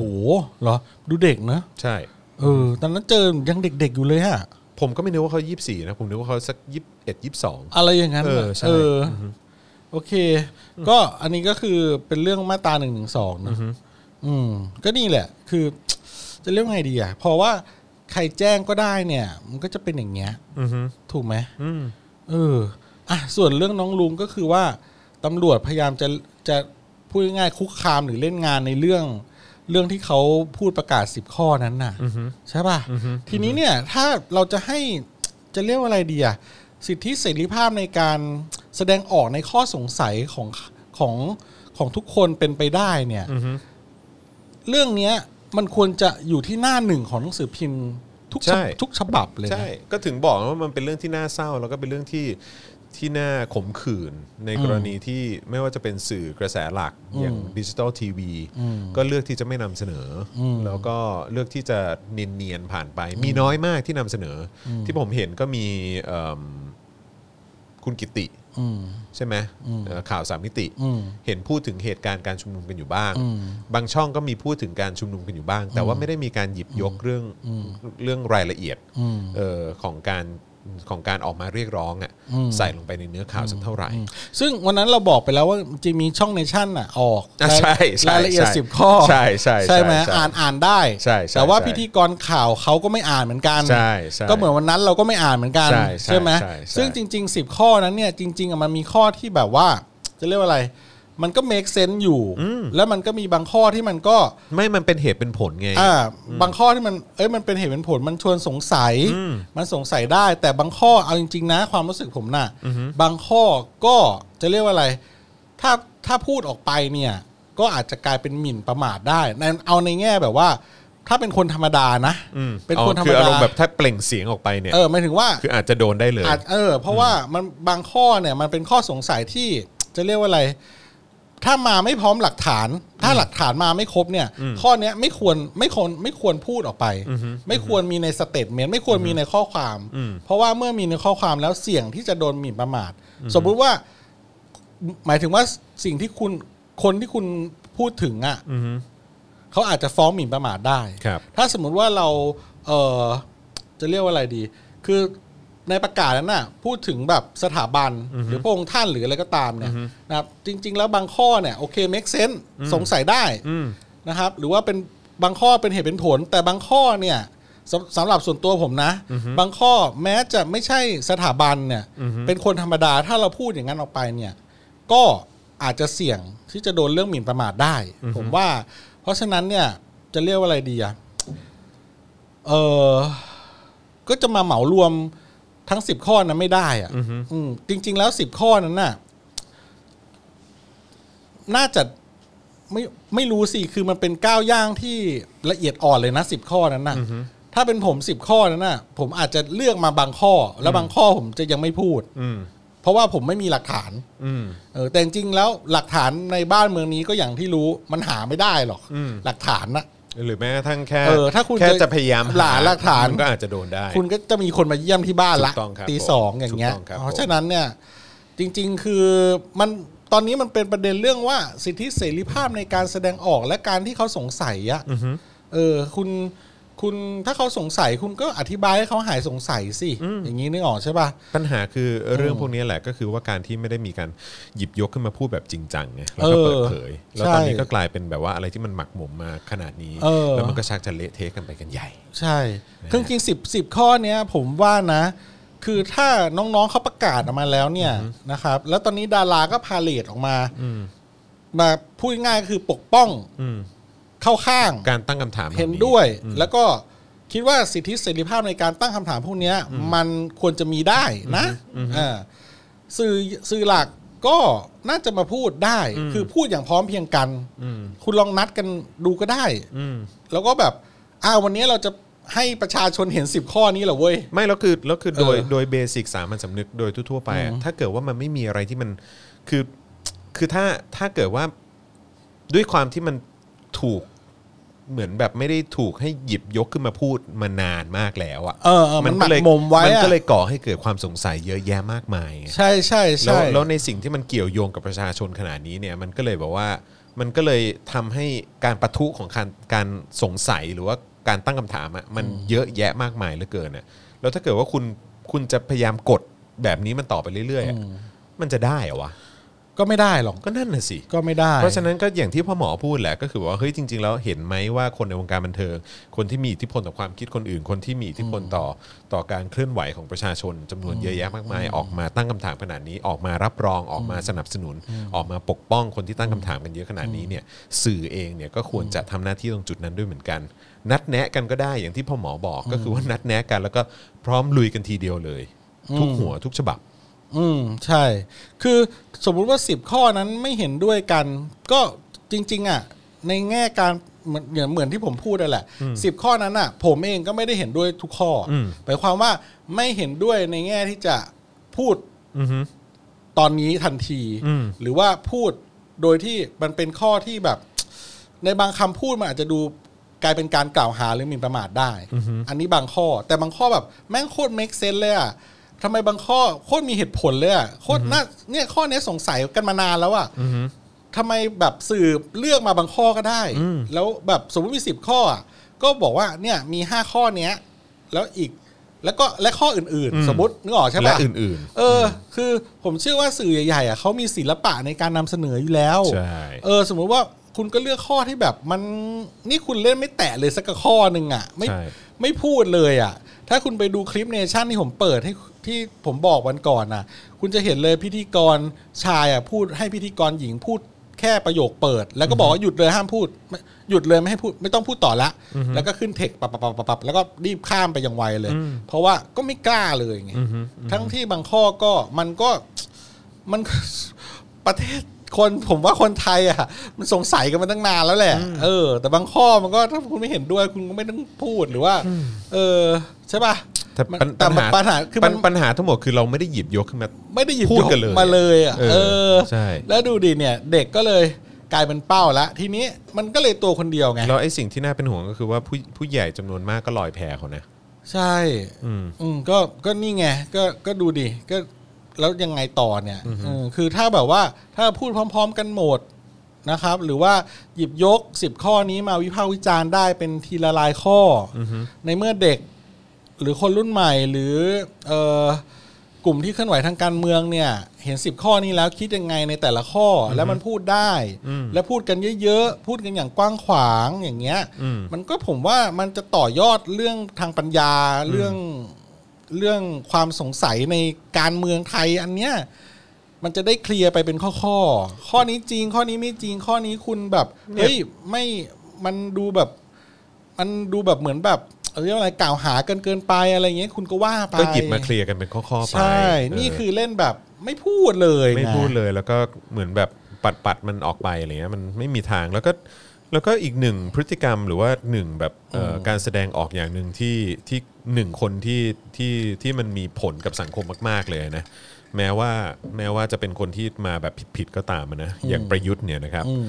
เหรอ ดูเด็กนะ
ใช่
เออตอนนั้นเจอยังเด็กๆอยู่เลยฮะ
ผมก็ไม่นึกว่าเขา 24 นะ ผมนึกว่าเขาสัก 21 22
อะไรอย่างนั้น
เออ
น่ะ
ใช่
เอออโอเค ก็อันนี้ก็คือเป็นเรื่องมาตราหนึ่งหนึ่งสองนะอืม ก็นี่แหละ คือ จะเรียกว่าไงดีอ่ะเพราะว่าใครแจ้งก็ได้เนี่ย มันก็จะเป็นอย่างเงี้ย
อือฮึ
ถูกไหม
อืม
เออ อ่ะ ส่วนเรื่องน้องลุงก็คือว่าตำรวจพยายามจะจะพูดง่ายๆคุกคามหรือเล่นงานในเรื่อง เรื่องที่เขาพูดประกาศสิบข้อนั้นน่ะใช่ป่ะ ทีนี้เนี่ยถ้าเราจะให้ จะเรียกว่าอะไรดีอะสิทธิเสรีภาพในการแสดงออกในข้อสงสัยของของของทุกคนเป็นไปได้เนี่ย
อือฮึ
เรื่องเนี้ยมันควรจะอยู่ที่หน้าหนึ่งของหนังสือพิมพ์ทุกฉ
ใช่
บับทุกฉบับเลยนะ
ใช่ ก็ถึงบอกว่ามันเป็นเรื่องที่น่าเศร้า แล้วก็เป็นเรื่องที่ที่น่าขมขื่นในกรณีที่ไม่ว่าจะเป็นสื่อกระแสหลักอย่างดิจิตอลทีวีก็เลือกที่จะไม่นำเสนออแล้วก็เลือกที่จะเนียนๆผ่านไป มีน้อยมากที่นำเสนออที่ผมเห็นก็มีเอิ่มคุณกิติ
อืม
ใช่ไหมเอ่อข่าวสามมิติ
อืม
เห็นพูดถึงเหตุการณ์การชุมนุมกันอยู่บ้าง
อืม
บางช่องก็มีพูดถึงการชุมนุมกันอยู่บ้าง แต่ว่าไม่ได้มีการหยิบยกเรื่องเรื่องรายละเอียด
อืม
เออของการของการออกมาเรียกร้องอะใส่ลงไปในเนื้อข่าวสักเท่าไหร่
ซึ่งวันนั้นเราบอกไปแล้วว่าจริงๆมีช่องเนชั่นอ่ะออก
อ่ะใช่ใช่
รายละเอียด
ใช่
สิบข้อ
ใช่ใช่ใช่
ใช่ไหม
ใช่
อ่านอ่านได้
ใช่ใช่
แต่ว่า
ใช่
พิธีกรข่าวเขาก็ไม่อ่านเหมือนกัน
ใช่ใช่
ก็เหมือนวันนั้นเราก็ไม่อ่านเหมือนกัน
ใช่ใช่
ไหม
ใช่ใช่
ซึ่งจริง ๆ 10 ข้อนั้นเนี่ยจริงๆอ่ะมันมีข้อที่แบบว่า จะเรียกว่าอะไร มันก็ make sense อยู่ แล้วมันก็มีบางข้อที่มันก็
ไม่มันเป็นเหตุเป็นผลไง
อ่าบางข้อที่มันเอ้ยมันเป็นเหตุเป็นผลมันชวนสงสัย มันสงสัยได้ แต่บางข้อเอาจริง ๆ นะ ความรู้สึกผมน่ะ บางข้อก็จะเรียกว่าอะไร ถ้าถ้าพูดออกไปเนี่ย ก็อาจจะกลายเป็นหมิ่นประมาทได้ในเอาในแง่แบบว่า ถ้าเป็นคนธรรมดานะ
อืม
เป็นคนธรร
คือ
ม
อา
ดาร
มณ์แบบถ้าเปล่งเสียงออกไปเนี่ย
เออหมายถึงว่า
คืออาจจะโดนได้เลย
อาจเออเพราะว่ามันบางข้อเนี่ยมันเป็นข้อสงสัยที่ จะเรียกว่าอะไร ถ้ามาไม่พร้อมหลักฐาน ถ้าหลักฐานมาไม่ครบเนี่ย ข้อเนี้ยไม่ควรไม่ควรไม่ควรพูดออกไป ไม่ควรมีในสเตทเมนต์ไม่ควรมีในข้อความ
อืม
เพราะว่าเมื่อมีในข้อความแล้วเสี่ยงที่จะโดนหมิ่นประมาท สมมุติว่า หมายถึงว่าสิ่งที่คุณคนที่คุณพูดถึงอ่ะ
อือฮึ
เขาอาจจะฟ้องหมิ่นประมาทได้
ครับ
ถ้าสมมุติว่าเราเออจะเรียกว่าอะไรดี คือในประกาศนั้นน่ะพูดถึงแบบสถาบันหรือพระองค์ท่านหรืออะไรก็ตามเนี่ยนะครับจริง ๆ แล้วบางข้อเนี่ยโอเค make sense สงสัยได้
อืม
นะครับ หรือว่าเป็นบางข้อเป็นเหตุเป็นผล แต่บางข้อเนี่ยสำสำหรับส่วนตัวผมนะ บางข้อแม้จะไม่ใช่สถาบันเนี่ยเป็นคนธรรมดาถ้าเราพูดอย่างนั้นออกไปเนี่ย ก็อาจจะเสี่ยงที่จะโดนเรื่องหมิ่นประมาทได้ ผมว่า เพราะฉะนั้นเนี่ยจะเรียกว่าอะไรดีอะเออก็จะมาเหมารวมทั้งสิบข้อนั้นไม่ได้อะ
อือฮึ
อืมจริง ๆ แล้วสิบข้อนั้นน่ะ น่าจะไม่ไม่รู้สิคือมันเป็นก้าวย่างที่ละเอียดอ่อนเลยนะสิบข้อนั้นน่ะ ถ้าเป็นผมสิบข้อนั้นน่ะ ผมอาจจะเลือกมาบางข้อ แล้วบางข้อผมจะยังไม่พูด
อืม
เพราะว่าผมไม่มีหลักฐาน
อืม
เออแต่จริงๆแล้วหลักฐานในบ้านเมืองนี้ก็อย่างที่รู้มันหาไม่ได้หรอก
อืม
หลักฐานนะ
หรือแม้กระทั่งแค่
เออถ้าคุณ
แค่
จะ
จะพยายาม
หลาหลักฐาน
มันก็อาจจะโดนได้
คุณก็จะมีคนมาเยี่ยมที่บ้านละ
ถูกต้องครับ
ตี
ผม
สองอย่างเงี้ย
ถูกต้องครับ
เพราะ
ผม
ฉะนั้นเนี่ยจริงๆคือมันตอนนี้มันเป็นประเด็นเรื่องว่าสิทธิเสรีภาพในการแสดงออกและการที่เขาสงสัยอะ
อือฮึ
เออคุณคุณถ้าเขาสงสัยคุณก็อธิบายให้เขาหายสงสัยสิ
อืม
อย่างนี้นึกออกใช่ป่ะ
ปัญหาคือเรื่องพวกนี้แหละก็คือว่าการที่ไม่ได้มีการหยิบยกขึ้นมาพูดแบบจริงจังไงแล้วก็เปิดเผย
เออ
แล้วตอนนี้
ใช่
ก็กลายเป็นแบบว่าอะไรที่มันหมักหมมมาขนาดนี้
เออ
แล้วมันก็ชักจะเละเทะกันไปกันใหญ่
ใช่คือจริงสิบสิบข้อเนี้ยผมว่านะ คือถ้าน้องๆเขาประกาศออกมาแล้วเนี่ยนะครับ แล้วตอนนี้ดาราก็พาเลทออกมา
อืม
มาพูดง่ายๆคือปกป้อง
อืม
เข้าข้าง
การตั้งคำถามแบบ
เห็นด้วย
อืม
แล้วก็คิดว่าสิทธิเสรีภาพในการตั้งคำถามพวกเนี้ยมันควรจะมีได้นะเออสื่อสื่อหลักก็น่าจะมาพูดได้ คือพูดอย่างพร้อมเพรียงกัน
อืม
คุณลองนัดกันดูก็ได้
อืม
แล้วก็แบบอ้าววันนี้เราจะให้ประชาชนเห็นสิบข้อนี้เหรอเว้ย
ไม่แล้วคือแล้วคือโดย
เออ
โดยเบสิกสามัญสำนึกโดยทั่วๆไปอะถ้าเกิดว่ามันไม่มีอะไรที่มันคือคือถ้าถ้าเกิดว่าด้วยความที่มันถูกเหมือนแบบไม่ได้ถูกให้หยิบยกขึ้นมาพูดมานานมากแล้วอะ
เออเออมัน
ก็เลย
หมักหมมไว้อะ
มันก็เลยก่อให้เกิดความสงสัยเยอะแยะมากมายไง
ใช่ใช่
แล้ว
ใช่
แล้วในสิ่งที่มันเกี่ยวโยงกับประชาชนขนาดนี้เนี่ยมันก็เลยแบบว่ามันก็เลยทำให้การประทุของการการสงสัยหรือว่าการตั้งคำถามอะมันเยอะแยะมากมายเหลือเกินเนี่ยแล้วถ้าเกิดว่าคุณคุณจะพยายามกดแบบนี้มันต่อไปเรื่อยๆอะมันจะได้เหรอวะ
ก็ไม่ได้หรอก
ก็นั่นน่ะสิ
ก็ไม่ได้
เพราะฉะนั้นก็อย่างที่พ่อหมอพูดแหละก็คือว่าเฮ้ยจริง ๆ แล้วเห็นไหมว่าคนในวงการบันเทิงคนที่มีอิทธิพลต่อความคิดคนอื่น คนที่มีอิทธิพลต่อต่อการเคลื่อนไหวของประชาชนจำนวนเยอะแยะมากมายออกมาตั้งคำถามขนาดนี้ออกมารับรองออกมาสนับสนุน ออกมาปกป้องคนที่ตั้งคำถามกันเยอะขนาดนี้เนี่ยสื่อเองเนี่ยก็ควรจะทำหน้าที่ตรงจุดนั้นด้วยเหมือนกัน นัดแนะกันก็ได้อย่างที่พ่อหมอบอก ก็คือว่านัดแนะกันแล้วก็พร้อมลุยกันทีเดียวเลย ทุกหัวทุกฉบับ
อืมใช่ คือสมมุติว่าสิบข้อนั้นไม่เห็นด้วยกัน ก็จริง ๆ อ่ะ ในแง่การเหมือนเหมือนที่ผมพูดนั่นแหละสิบข้อนั้นอ่ะ ผมเองก็ไม่ได้เห็นด้วยทุกข้ออ
ม
หมายความว่าไม่เห็นด้วยในแง่ที่จะพูด
อือฮึ
ตอนนี้ทันที
อืม
หรือว่าพูดโดยที่มันเป็นข้อที่แบบ ในบางคำพูดมันอาจจะดูกลายเป็นการกล่าวหาหรือหมิ่นประมาทได้ อันนี้บางข้อ แต่บางข้อแบบแม่งโคตร make sense เลยอะทำไมบางข้อโคตรมีเหตุผลเลยอะโคตรน่าเนี่ยข้อเนี้ยสงสัยกันมานานแล้วอะทำไมแบบสื่อเลือกมาบางข้อก็ได้ แล้วแบบสมมติมีสิบข้ออะก็บอกว่าเนี่ยมีห้าข้อเนี้ย แล้วอีกแล้วก็และข้ออื่นๆ สมมตินึกออกใช่ปะ
และอื่น
เอออคือผมเชื่อว่าสื่อใหญ่ๆอ่ะเขามีศิลปะในการนำเสนออยู่แล้ว
ใช่
เออ สมมุติว่าคุณก็เลือกข้อที่แบบมันนี่คุณเล่นไม่แตะเลยสักข้อหนึ่งอ่ะ
ๆ
ไม่
ใช่
ไม่พูดเลยอ่ะ ถ้าคุณไปดูคลิปเนชั่นที่ผมเปิดให้ที่ผมบอกวันก่อนอ่ะ คุณจะเห็นเลยพิธีกรชายอ่ะพูดให้พิธีกรหญิงพูดแค่ประโยคเปิด แล้วก็บอกว่าหยุดเลยห้ามพูดไม่หยุดเลยไม่ให้พูดไม่ต้องพูดต่อละ แล้วก็ขึ้นเทคปับปับปับปับปับแล้วก็รีบข้ามไปอย่างไวเลย เพราะว่าก็ไม่กล้าเลยไง
อือฮึอือฮึ
ทั้งที่บางข้อก็มันก็มัน ประเทศคนผมว่าคนไทยอ่ะ มันสงสัยกันมาตั้งนานแล้วแหละ เออ แต่บางข้อมันก็ถ้าคุณไม่เห็นด้วย คุณก็ไม่ต้องพูดหรือว่า เออ ใช่ป่ะ
แต่
มัน
ปัญ
แต่มันปัญหาคือ
ปั
มั
ญ
น
ปัญหาทั้งหมดคือเราไม่ได้หยิบยกขึ้นมา
ไม่ได้หยิบ
พูด
ยก
กันเลย
มาเลยอ่ะ
เออ
เออ
ใช่
แล้วดูดิเนี่ย เด็กก็เลยกลายเป็นเป้าละทีนี้มันก็เลยตัวคนเดียวไง
แล้วไอ้สิ่งที่น่าเป็นห่วงก็คือว่าผู้ผู้ใหญ่จำนวนมากก็ลอยแพเขานะ
ใช่
อืม
อืมก็ก็นี่ไงก็ก็ดูดิก็แล้วยังไงต่อเนี่ยเออคือถ้าแบบว่าถ้าพูดพร้อม ๆ กันหมดนะครับ หรือว่าหยิบยก 10 ข้อนี้มาวิพากษ์วิจารณ์ได้เป็นทีละลายข้ออในเมื่อเด็กหรือคนรุ่นใหม่หรือเออกลุ่มที่เคลื่อนไหวทางการเมืองเนี่ย เห็น 10 ข้อนี้แล้วคิดยังไงในแต่ละข้ออแล้วมันพูดได้
อืม
และพูดกันเยอะๆ พูดกันอย่างกว้างขวางอย่างเงี้ย
อืม
มันก็ผมว่ามันจะต่อยอดเรื่องทางปัญญาเรื่องเรื่องความสงสัยในการเมืองไทยอันเนี้ยมันจะได้เคลียร์ไปเป็นข้อข้อๆข้อนี้จริง ข้อนี้ไม่จริงข้อนี้คุณแบบ
เนี่ย
เฮ้ยไม่มันดูแบบ มันดูแบบเหมือนแบบเอ่อเรียกว่าอะไรกล่าวหากันเกินไปอะไรอย่างเงี้ยคุณก็ว่าไป
ก็หยิบมาเคลียร์กันเป็นข้อๆไป
ใช่
เ
นี่คือเล่นแบบไม่พูดเลย
ไม่
นะ
พูดเลยแล้วก็เหมือนแบบปัดปัดมันออกไปอะไรเงี้ยมันไม่มีทางแล้วก็แล้วก็อีกหนึ่งพฤติกรรมหรือว่าหนึ่งแบบเอ่ออการแสดงออกอย่างหนึ่งที่ที่หนึ่งคนที่ที่ที่มันมีผลกับสังคมมาก ๆเลยนะแม้ว่าแม้ว่าจะเป็นคนที่มาแบบผิดๆก็ตามอะนะอย่างประยุทธ์เนี่ยนะครับ
อืม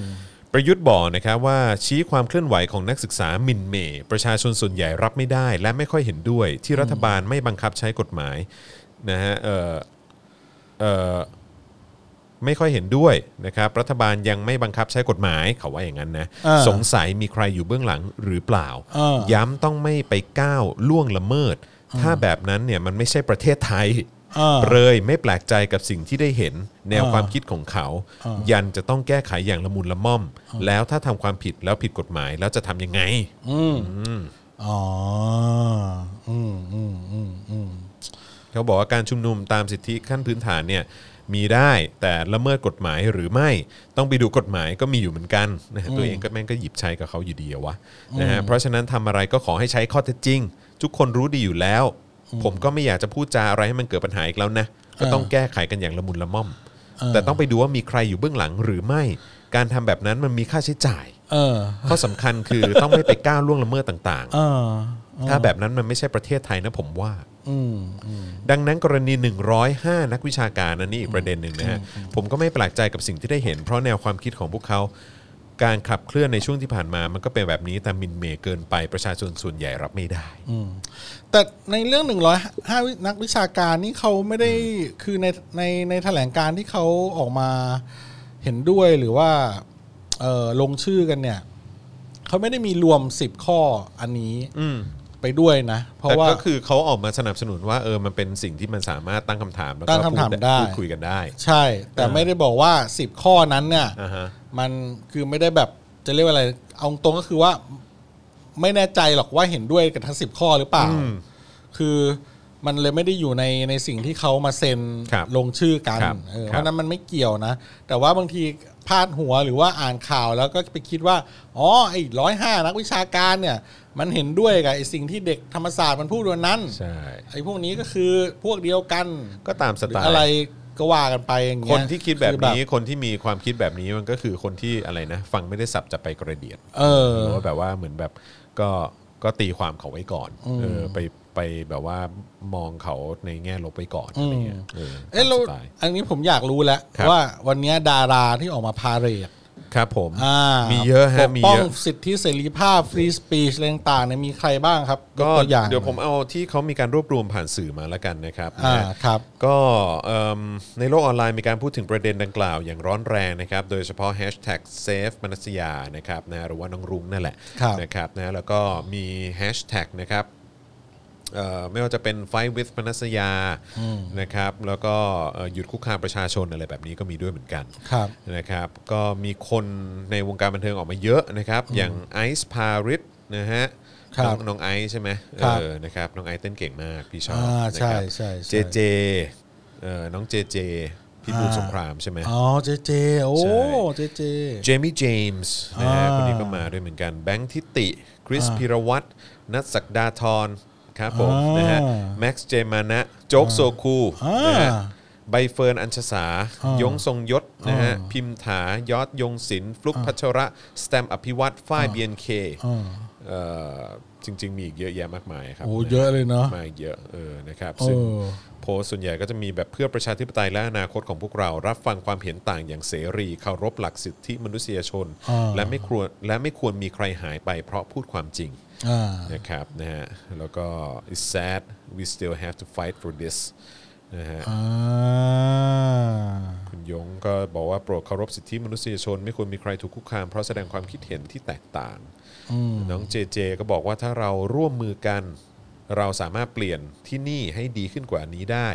ประยุทธ์บอกนะครับว่าชี้ความเคลื่อนไหวของนักศึกษาหมินเหมประชาชนส่วนใหญ่รับไม่ได้ และไม่ค่อยเห็นด้วย ที่รัฐบาลไม่บังคับใช้กฎหมายนะฮะเออเออไม่ค่อยเห็นด้วยนะครับรัฐบาลยังไม่บังคับใช้กฎหมายเขาว่าอย่างนั้นนะ
อ่า
สงสัยมีใครอยู่เบื้องหลังหรือเปล่า
อ่า
ย้ำต้องไม่ไปก้าวล่วงละเมิด ถ้าแบบนั้นเนี่ยมันไม่ใช่ประเทศไทย
อ่า
เลยไม่แปลกใจกับสิ่งที่ได้เห็น แนว
อ่า
ความคิดของเขา
อ่ายั
ยันจะต้องแก้ไขอย่างละมุนละม่อม แล้วถ้าทำความผิดแล้วผิดกฎหมายแล้วจะทำยังไง
อืมอ๋ออืมอืมอืมอืม
เขาบอกว่าการชุมนุมตามสิทธิขั้นพื้นฐานเนี่ยมีได้แต่ละเมิดกฎหมายหรือไม่ต้องไปดูกฎหมายก็มีอยู่เหมือนกันนะฮะตัวเองก็แม่งก็หยิบใช้กับเขาอยู่ดีอะวะนะฮะเพราะฉะนั้นทำอะไรก็ขอให้ใช้ข้อเท็จจริง ทุกคนรู้ดีอยู่แล้ว ผมก็ไม่อยากจะพูดจาอะไรให้มันเกิดปัญหาอีกแล้วนะก็ต้องแก้ไขกันอย่างละมุนละม่อม
เออ
แต่ต้องไปดูว่ามีใครอยู่เบื้องหลังหรือไม่ การทำแบบนั้นมันมีค่าใช้จ่าย
เออ
ข้อสำคัญคือต้องไม่ไปก้าวล่วงละเมิดต่าง
เออ
ๆ ถ้าแบบนั้นมันไม่ใช่ประเทศไทยนะผมว่า
อืมอืม
ดังนั้นกรณี 105 นักวิชาการอันนี้อีกประเด็นหนึ่งนะฮะผมก็ไม่แปลกใจกับสิ่งที่ได้เห็น เพราะแนวความคิดของพวกเขา การขับเคลื่อนในช่วงที่ผ่านมา มันก็เป็นแบบนี้แต่หมินเมย์เกินไปประชาชนส่วนใหญ่รับไม่ได้
แต่ในเรื่องหนึ่งร้อยห้านักวิชาการนี่เขาไม่ได้คือในในในแถลงการที่เขาออกมาเห็นด้วยหรือว่าเออลงชื่อกันเนี่ยเขาไม่ได้มีรวมสิบข้ออันนี้ ไปด้วยนะ เพราะ
แต่
ว่า
ก็คือเขาออกมาสนับสนุนว่าเออมันเป็นสิ่งที่มันสามารถตั้งคำถามแล้ว
ตั้
ก็
งคำถาม
พู
ได้
พูดคุยกันได้
ใช่ แต่ไม่ได้บอกว่า 10 ข้อนั้นเนี่ย
อ่าฮะ
มันคือไม่ได้แบบจะเรียกว่าอะไร เอาตรงก็คือว่า ไม่แน่ใจหรอกว่าเห็นด้วยกับทั้งสิบข้อหรือเปล่า
อืม
คือมันเลยไม่ได้อยู่ในในสิ่งที่เขามาเซ็น
ครับ
ลงชื่อกัน
ครับ
เออ
ครับ
เพราะฉะนั้นมันไม่เกี่ยวนะ แต่ว่าบางทีพลาดหัวหรือว่าอ่านข่าวแล้วก็ไปคิดว่า อ๋อไอ้ร้อยห้านักวิชาการเนี่ย มันเห็นด้วยกับไอ้สิ่งที่เด็กธรรมศาสตร์มันพูดวันนั้น
ใช่
ไอ้พวกนี้ก็คือพวกเดียวกัน
ก็ตามส
หรือ
ไตล์
อะไรก็ว่ากันไปอย่าง
ค
เงี้ย
นที่คิดแบบ
อ
นี้คนที่มีความคิดแบบนี้มันก็คือคนที่อะไรนะ ฟังไม่ได้สับจะไปกระเดียด
เออ
หรือว่าแบบว่าเหมือนแบบก็ก็ตีความเขาไว้ก่อนเออไปไปแบบว่ามองเขาในแง่ลบไว้ก่อนอะไรเงี้ยเออ
เอ๊ะเรา
ตามสไตล์
อันนี้ผมอยากรู้แล้ว
ครับ
ว่าวันเนี้ยดาราที่ออกมาพาเรด
ครับผม
อ่า
มีเยอะฮะ
ปก
มี
ป้อง
เยอะ
สิทธิเสรีภาพฟรีสปีชอะไรต่างๆเนี่ยมีใครบ้างครับย
ก็
ก็ตัวอย่าง
เดี๋ยวผมเอาที่เขามีการรวบรวมผ่านสื่อมาแล้วกันนะครับ
อ่า
นะ
ครับ
ก็เอิ่มในโลกออนไลน์มีการพูดถึงประเด็นดังกล่าวอย่างร้อนแรงนะครับ โดยเฉพาะ hashtag save มนัสยานะครับนะหรือว่าน้องรุ้งนั่นแหละ
ครับ
นะครับนะแล้วก็มี hashtag นะครับเอ่อไม่ว่าจะเป็น fight with มนัสยานะครับแล้วก็เอ่อหยุดคุกคามประชาชนอะไรแบบนี้ก็มีด้วยเหมือนกัน
ครับ
นะครับก็มีคนในวงการบันเทิงออกมาเยอะนะครับ อย่างไอซ์พาริสนะฮะ
ครับ
น้องน้องไอซ์ใช่ไหม
ครับ
เออนะครับน้องไอซ์เต้นเก่งมากพี่ชอบ
อ่า
นะ
ใช่
ครับ
ใช่ใช่
เจเจเออน้องเจเจพี่บูล
อ่า
สงครามใช่ไหม
อ๋อเจเจ โอ้
ใช่
เจเจ
เจมี่เจมส์นะฮะ
อ่า
คนนี้ก็มาด้วยเหมือนกันแบงค์ทิติ คริสพิรวัตรนัทศักดาธรครับผม
อ่าน
นะฮะแม็กซ์เจมานะ โจ๊กโซคู
อ่าน
นะฮะใบเฟิร์นอัญชสา
อ่าย
ยงทรงยศนะฮะพิมถายอดยงศิลป์ฟลุกพัชระ สแตมป์อภิวัตรฝ้ายเบียนเค
อ่า
จริง ๆ มีอีกเยอะแยะมากมายครับ
โอ้เยอะเลยเนาะ
มาอีกเยอะเออนะครับ
เออ
ซึ่งโพสต์ส่วนใหญ่ก็จะมีแบบเพื่อประชาธิปไตยและอนาคตของพวกเรา รับฟังความเห็นต่างอย่างเสรีเคารพหลักสิทธิมนุษยชน
อ่า
และไม่ควรและไม่ควรมีใครหายไปเพราะพูดความจริง
อ่า
นะครับนะฮะแล้วก็ it's sad we still have to fight for this นะฮะ
อ่า
คุณยงก็บอกว่าโปรดเคารพสิทธิมนุษยชน ไม่ควรมีใครถูกคุกคาม เพราะแสดงความคิดเห็นที่แตกต่าง น้องเจเจก็บอกว่าถ้าเราร่วมมือกัน เราสามารถเปลี่ยนที่นี่ให้ดีขึ้นกว่านี้ได้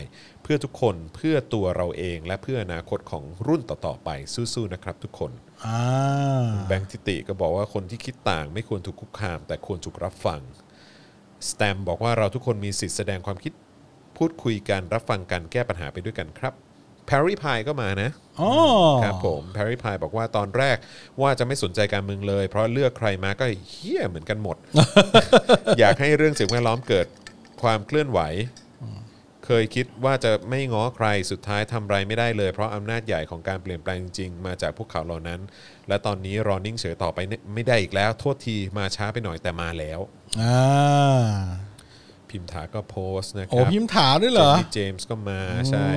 เพื่อทุกคนเพื่อตัวเราเองและเพื่ออนาคตของรุ่นต่อๆไปสู้ๆนะครับทุกคน
อ่า
แบงค์ทิติก็บอกว่าคนที่คิดต่างไม่ควรถูกคุกคาม แต่ควรถูกรับฟังสแตมบอกว่าเราทุกคนมีสิทธิ์แสดงความคิดพูดคุยกันรับฟังกันแก้ปัญหาไปด้วยกันครับแพรรี่พายก็มานะ
อ๋อ
ครับผมแพรรี่พายบอกว่าตอนแรกว่าจะไม่สนใจการเมืองเลย เพราะเลือกใครมาก็เฮี้ยเหมือนกัน
[LAUGHS]
หมด อยากให้เรื่องสิ่งแวดล้อมเกิดความเคลื่อนไหว เคยคิดว่าจะไม่ง้อใครสุดท้ายทำไรไม่ได้เลย เพราะอำนาจใหญ่ของการเปลี่ยนแปลงจริงๆ มาจากพวกเขาเหล่านั้น และตอนนี้รอนิ่งเฉยต่อไปเนี่ยไม่ได้อีกแล้ว โทษทีมาช้าไปหน่อยแต่มาแล้ว
อ่า
พิมถาก็โพสต์นะค
โอ้
รับ
พิมถาด้วยเหรอ
เจมส์ก็มาใช่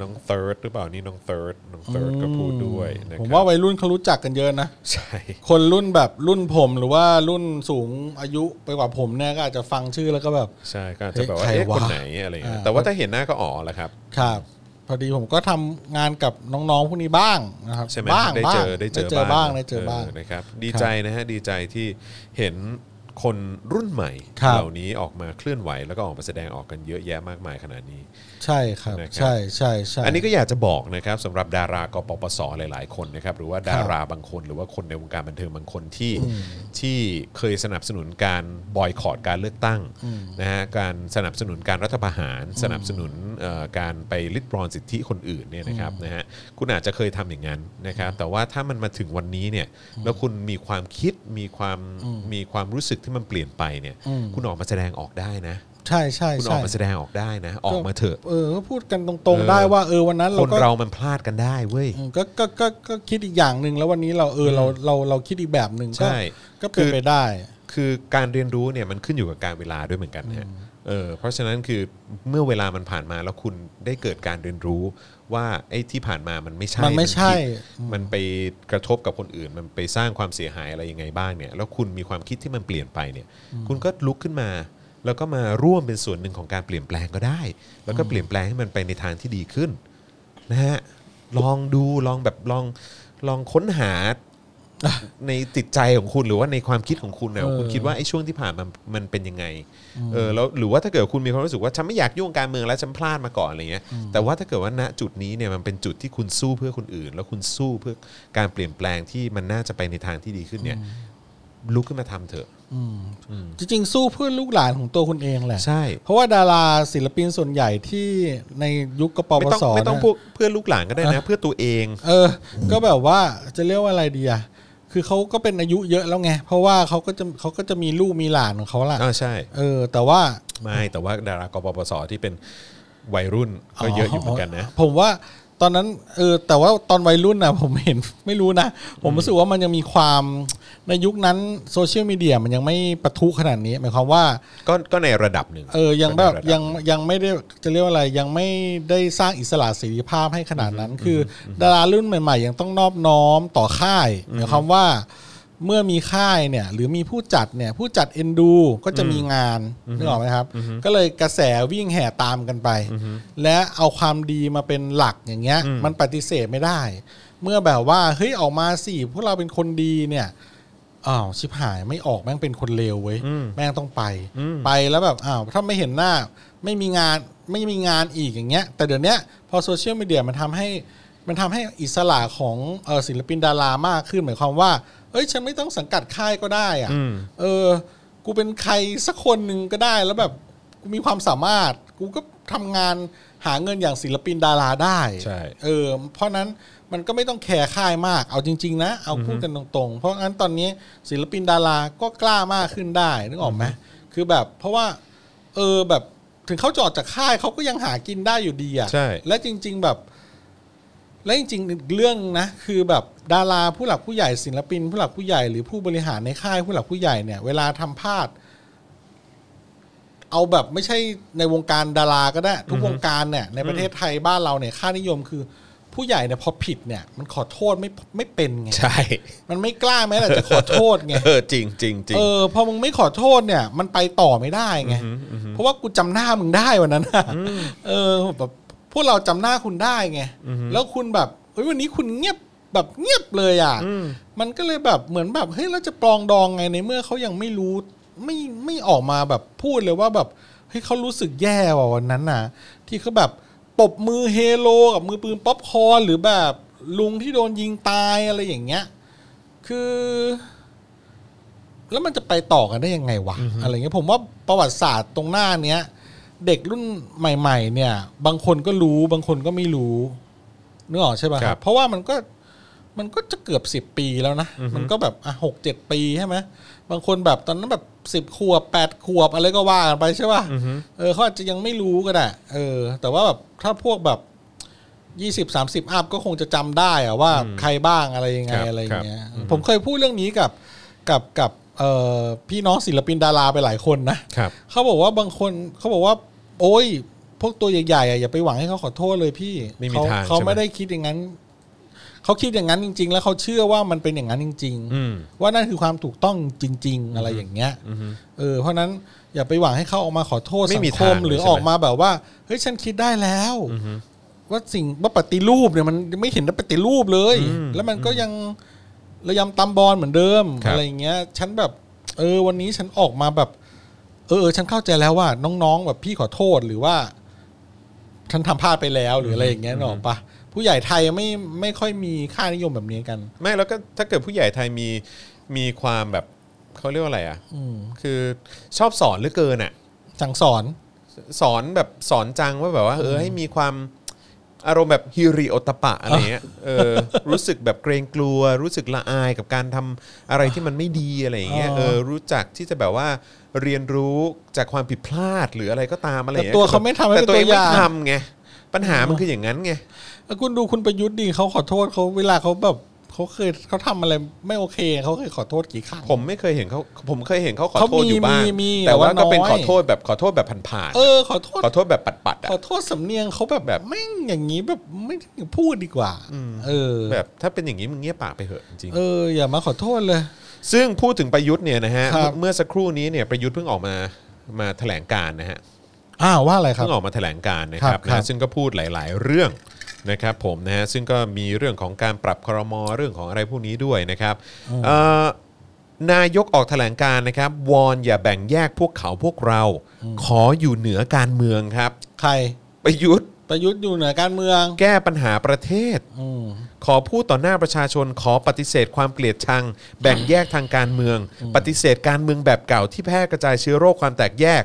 น้องเติร์ดหรือเปล่านี่น้องเติร์ดน้องเติร์ดก็พูดด้วยนะ
ผม
ครั
ว่า
บ
วัยรุ่นเขารู้จักกันเยอะนะ
ใช่
คนรุ่นแบบรุ่นผมหรือว่ารุ่นสูงอายุไปกว่าผมเนี่ยก็อาจจะฟังชื่อแล้วก็แบบ
ใช่ก็อาจจะแบบว่า
เฮ้ย
เอ๊ะ
ใครวะ
คนไหนอะไรอย่างเงี้ย
อ่า
แต่ว่าถ้าเห็นหน้าก็อ๋อแหละครับ
ครับ พอดีผมก็ทำงานกับน้องๆพวกนี้บ้างนะครับ
ใช่ไหม
บ้าง
ได้เจอ
บ้าง
ได้เจอ
บ้างได้เจอบ้าง
นะครับดีใจนะฮะดีใจที่เห็นคนรุ่นใหม่
ครับ
เหล่านี้ออกมาเคลื่อนไหวแล้วก็ออกมาแสดงออกกันเยอะแยะมากมายขนาดนี้
ใช่ครับ
นะครับ
ใช่ใช่ใช่
อันนี้ก็อยากจะบอกนะครับสำหรับดารากปปสหลาย ๆ คนนะครับหรือว่าดาราบางคนหรือว่าคนในวงการบันเทิงบางคนที่ที่เคยสนับสนุนการบอยคอรดการเลือกตั้งนะฮะการสนับสนุนการรัฐประหาร สนับสนุนเอ่อการไปลิดรอนสิทธิคนอื่นเนี่ยนะครับนะฮะคุณอาจจะเคยทำอย่างนั้นนะครับแต่ว่าถ้ามันมาถึงวันนี้เนี่ยแล้วคุณมีความคิดมีความมีความรู้สึกที่มันเปลี่ยนไปเนี่ย
อืม
คุณออกมาแสดงออกได้นะ
ใช่ใช่
คุณอ
ใช่
อกมาแสดงออกได้นะออกมาเถอะ
เออก็พูดกันตรง
เออ
ๆได้ว่าเออวันนั้น
ค
เรา
น
ก็
เรามันพลาดกันได้เว้ย
อืมก็ก็ก็ก็ก็คิดอีกอย่างหนึ่งแล้ววันนี้เราเออเราเราเราคิดอีกแบบหนึ่งก็
ใช่
ก็เป็น
คือ
ไปได้
คือการเรียนรู้เนี่ยมันขึ้นอยู่กับการเวลาด้วยเหมือนกันนะฮะเออเพราะฉะนั้นคือเมื่อเวลามันผ่านมาแล้วคุณได้เกิดการเรียนรู้ว่าไอ้ที่ผ่านมามันไม่ใช่
มันไม่ใช่
ผิดมันไปกระทบกับคนอื่น มันไปสร้างความเสียหายอะไรยังไงบ้างเนี่ยแล้วคุณมีความคิดที่มันเปลี่ยนไปเนี่ย คุณก็ลุกขึ้นมา แล้วก็มาร่วมเป็นส่วนหนึ่งของการเปลี่ยนแปลงก็ได้ แล้วก็เปลี่ยนแปลงให้มันไปในทางที่ดีขึ้นนะฮะลองดูลองแบบลองลองค้นหา ในติดใจของคุณหรือว่าในความคิดของคุณเนี่ย
เออ
คุณคิดว่าไอ้ช่วงที่ผ่านมามันเป็นยังไงเออแล้วหรือว่าถ้าเกิดคุณมีความรู้สึกว่าฉันไม่อยากยุ่งการเมืองแล้วฉันพลาดมาก่อนอะไรเงี้ยแต่ว่าถ้าเกิดว่าณจุดนี้เนี่ยมันเป็นจุดที่คุณสู้เพื่อคนอื่น แล้วคุณสู้เพื่อการเปลี่ยนแปลงที่มันน่าจะไปในทางที่ดีขึ้นเนี่ยลุกขึ้นมาทำเถอะ
จริงๆ สู้เพื่อลูกหลานของตัวคุณเองแหละ
ใช่
เพราะว่าดาราศิลปินส่วนใหญ่ที่ในยุคกปป
ไม่ต้อง
ส
ไม่ต้อง
นะ
พวกเพื่อนลูกหลานก็ได้นะ เพื่อตัวเอง
เออ ก็แบบว่าจะเรียกว่าอะไรดีอะคือเขาก็เป็นอายุเยอะแล้วไง เพราะว่าเขาก็จะเขาก็จะมีลูกมีหลานของเขาละ
อ่าใช่
เออ แต่ว่า
ไม่แต่ว่าดารากปปสที่เป็นวัยรุ่นก็เยอะอยู่เหมือนกันนะ
ผมว่าตอนนั้นเออแต่ว่าตอนวัยรุ่นนะผมเห็น ไม่รู้นะ ผมรู้สึกว่ามันยังมีความในยุคนั้นโซเชียลมีเดียมันยังไม่ปะทุขนาดนี้ หมายความว่า
ก็ก็ในระดับหนึ่ง
เออยังแบบ
ก็ในระดั
ยัง
หนึ่
ยังไม่ได้จะเรียกว่าอะไรยังไม่ได้สร้างอิสระเสรีภาพให้ขนาดนั้น คือดารารุ่นใหม่ ๆ ยังต้องนอบน้อมต่อค่ายหมายความว่าเมื่อมีค่ายเนี่ยหรือมีผู้จัดเนี่ยผู้จัดเอ็นดูก็จะมีงานนึกออกไหมครับ ก็เลยกระแสวิ่งแห่ตามกันไป และเอาความดีมาเป็นหลักอย่างเงี้ย มันปฏิเสธไม่ได้ เมื่อแบบว่าเฮ้ยออกมาสิพวกเราเป็นคนดีเนี่ยอ้าวชิบหายไม่ออกแม่งเป็นคนเลวเว้ยแม่งต้องไป ไปแล้วแบบอ้าวถ้าไม่เห็นหน้า ไม่มีงานไม่มีงานอีกอย่างเงี้ย แต่เดี๋ยวเนี้ยพอโซเชียลมีเดียมันทำให้ มันทำให้อิสระของเออศิลปินดารามากขึ้นหมายความว่าเอ้ยฉันไม่ต้องสังกัดค่ายก็ได้อะ
อืม
เออ กูเป็นใครสักคนหนึ่งก็ได้แล้วแบบกูมีความสามารถ กูก็ทำงานหาเงินอย่างศิลปินดาราได้
ใช่
เออ เพราะนั้นมันก็ไม่ต้องแคร์ค่ายมาก เอาจริง ๆ นะ เอาพูดกันตรงๆ เพราะงั้นตอนนี้ศิลปินดาราก็กล้ามากขึ้นได้นึกออกไหมคือแบบเพราะว่า เออแบบถึงเขาจะออกจากค่ายเขาก็ยังหากินได้อยู่ดีอ่ะ
ใช่
และจริง ๆแบบ และจริงๆเรื่องนะคือแบบดาราผู้หลักผู้ใหญ่ศิลปิน ผู้หลักผู้ใหญ่หรือผู้บริหารในค่ายผู้หลักผู้ใหญ่เนี่ยเวลาทำพลาด เอาแบบไม่ใช่ในวงการดาราก็ได้ ทุกวงการเนี่ย ในประเทศไทยบ้านเราเนี่ยค่านิยมคือ ผู้ใหญ่เนี่ยพอผิดเนี่ย มันขอโทษไม่ไม่เป็นไง
ใช่
มันไม่กล้าแม้แต่จะขอโทษไง
เออจริงจริงจริง
เออพอมึงไม่ขอโทษเนี่ย มันไปต่อไม่ได้ไงเพราะว่ากูจำหน้ามึงได้วันนั้นน่ะเออแบบพวกเราจำหน้าคุณได้ไงแล้วคุณแบบเฮ้ยวันนี้คุณเงียบแบบเงียบเลยอ่ะมันก็เลยแบบเหมือนแบบเฮ้ยเราจะปลองดองไงในเมื่อเขายังไม่รู้ไม่ไม่ออกมาแบบพูดเลยว่าแบบเฮ้ยเขารู้สึกแย่ว่ะวันนั้นน่ะ ที่เขาแบบปรบมือเฮโลกับมือปืนป๊อปคอร์นหรือแบบลุงที่โดนยิงตายอะไรอย่างเงี้ย คือ แล้วมันจะไปต่อกันได้ยังไงวะอะไรเงี้ยผมว่าประวัติศาสตร์ตรงหน้าเนี้ย เด็กรุ่นใหม่ ๆ เนี่ย บางคนก็รู้บางคนก็ไม่รู้นึกออกใช่ป่ะ
ครับ
เพราะว่ามันก็มันก็จะเกือบสิบปีแล้วนะ มันก็แบบหกเจ็ดปีใช่ไหมบางคนแบบตอนนั้นแบบสิบ10ขวบแปดขวบอะไรก็ว่ากันไปใช่ป่ะเออเขาอาจจะยังไม่รู้ก็ได้เออ แต่ว่าแบบถ้าพวกแบบยี่สิบสามสิบอัพก็คงจะจำได้อะว่าใครบ้างอะไรยังไง
ครับ
อะไรอย่างเงี้ย
ครับ
ผมเคยพูดเรื่องนี้กับ กับกับเอ่อพี่น้องศิลปินดาราไปหลายคนนะครับ เขาบอกว่าบางคนเขาบอกว่า โอ้ย พวกตัวใหญ่ๆอ่ะอย่าไปหวังให้เขาขอโทษเลยพี่
ไม่มี
เขา
ทาง
เขา
ใช่ไหม
ไม่ได้คิดอย่างนั้นเขาคิดอย่างนั้นจริง ๆ แล้วเขาเชื่อว่ามันเป็นอย่างนั้นจริง
อืม
ๆ ว่านั่นคือความถูกต้องจริง ๆ อะไรอย่างเงี้ยเออเพราะนั้นอย่าไปหวังให้เขาออกมาขอโทษ
ไม่
สั
มี
งคม
ทางเลย
หรือ
ใช่ไหม
ออกมาแบบว่าเฮ้ยฉันคิดได้แล้ว ว่าสิ่งว่าปฏิรูปเนี่ยมันไม่เห็นได้ปฏิรูปเลย แล้วมันก็ยังระยำตำบอลเหมือนเดิม
ครับ
อะไรอย่างเงี้ย ฉันแบบ เออ วันนี้ฉันออกมาแบบ เออเออฉันเข้าใจแล้วว่า น้องๆแบบพี่ขอโทษหรือว่า ฉันทำพลาดไปแล้วหรืออะไรอย่างเงี้ยหรอกปะผู้ใหญ่ไทยไม่ไม่ค่อยมีค่านิยมแบบนี้กัน
ไม่แล้วก็ถ้าเกิดผู้ใหญ่ไทยมีมีความแบบเขาเรียกว่าอะไรอ่ะ
อืม
คือชอบสอนเหลือเกินอ่ะ
สั่งสอน
สอนแบบสอนจังว่าแบบว่าเออให้มีความอารมณ์แบบฮิริโอตปปะอะไรเงี้ยเอ
[LAUGHS]
อ รู้สึกแบบเกรงกลัว รู้สึกละอายกับการทำอะไรที่มันไม่ดีอะไรอย่างเงี้ย
อ๋อ
เออรู้จักที่จะแบบว่าเรียนรู้จากความผิดพลาดหรืออะไรก็ตามอะไร
แต่
เงี้ย
ตัวเขาไม่ทำให้
แต่
เป็น
ตัว
ตั
เอ
ว
ง
อ
ไม่
ย่าง
ทำไงปัญหามันคืออย่างนั้นไง
แล้วคุณดูคุณประยุทธ์ดิเขาขอโทษเขาเวลาเขาแบบเขาเคยเขาทำอะไรไม่โอเคเขาเคยขอโทษกี่ครั้ง
ผมไม่เคยเห็นเขาผมเคยเห็นเขาขอ
เขา
โทษ
มี
อยู่บ้าง
มีมี
แต่ว่า
แต่ว่า
ก็เป็น
น้อย
ขอโทษแบบขอโทษแบบผ่าน
เออขอโทษ
ๆขอโทษแบบปัดๆอะ
ขอโทษสำเนียงเขาแบบ
แบบ
แม่งอย่างนี้แบบไม่พูดดีกว่า เออ
แบบถ้าเป็นอย่างนี้มึงเงียบปากไปเหอะจริงๆ
เออ อย่ามาขอโทษเลย
ซึ่งพูดถึงประยุทธ์เนี่ยนะฮะ
ครับ
เมื่อสักครู่นี้เนี่ยประยุทธ์เพิ่งออกมามาแถลงการนะฮะ
อ้าวว่าอะไรครับ
เพิ่งออกมาแถลงการนะครับ
ครับ
นะซึ่งก็พูดหลาย ๆ เรื่อง นะครับผมนะฮะซึ่งก็มีเรื่องของการปรับครมเรื่องของอะไรพวกนี้ด้วยนะครับเอ่อนายกออกแถลงการณ์นะครับวอนอย่าแบ่งแยกพวกเขาพวกเรา ขออยู่เหนือการเมืองครับ
ใคร
ประยุทธ์
ประยุทธ์อยู่เหนือการเมือง
แก้ปัญหาประเทศ
อืม
ขอพูดต่อหน้าประชาชนขอปฏิเสธความเกลียดชัง แบ่งแยกทางการเมือง ปฏิเสธการเมืองแบบเก่าที่แพร่กระจายเชื้อโรคความแตกแยก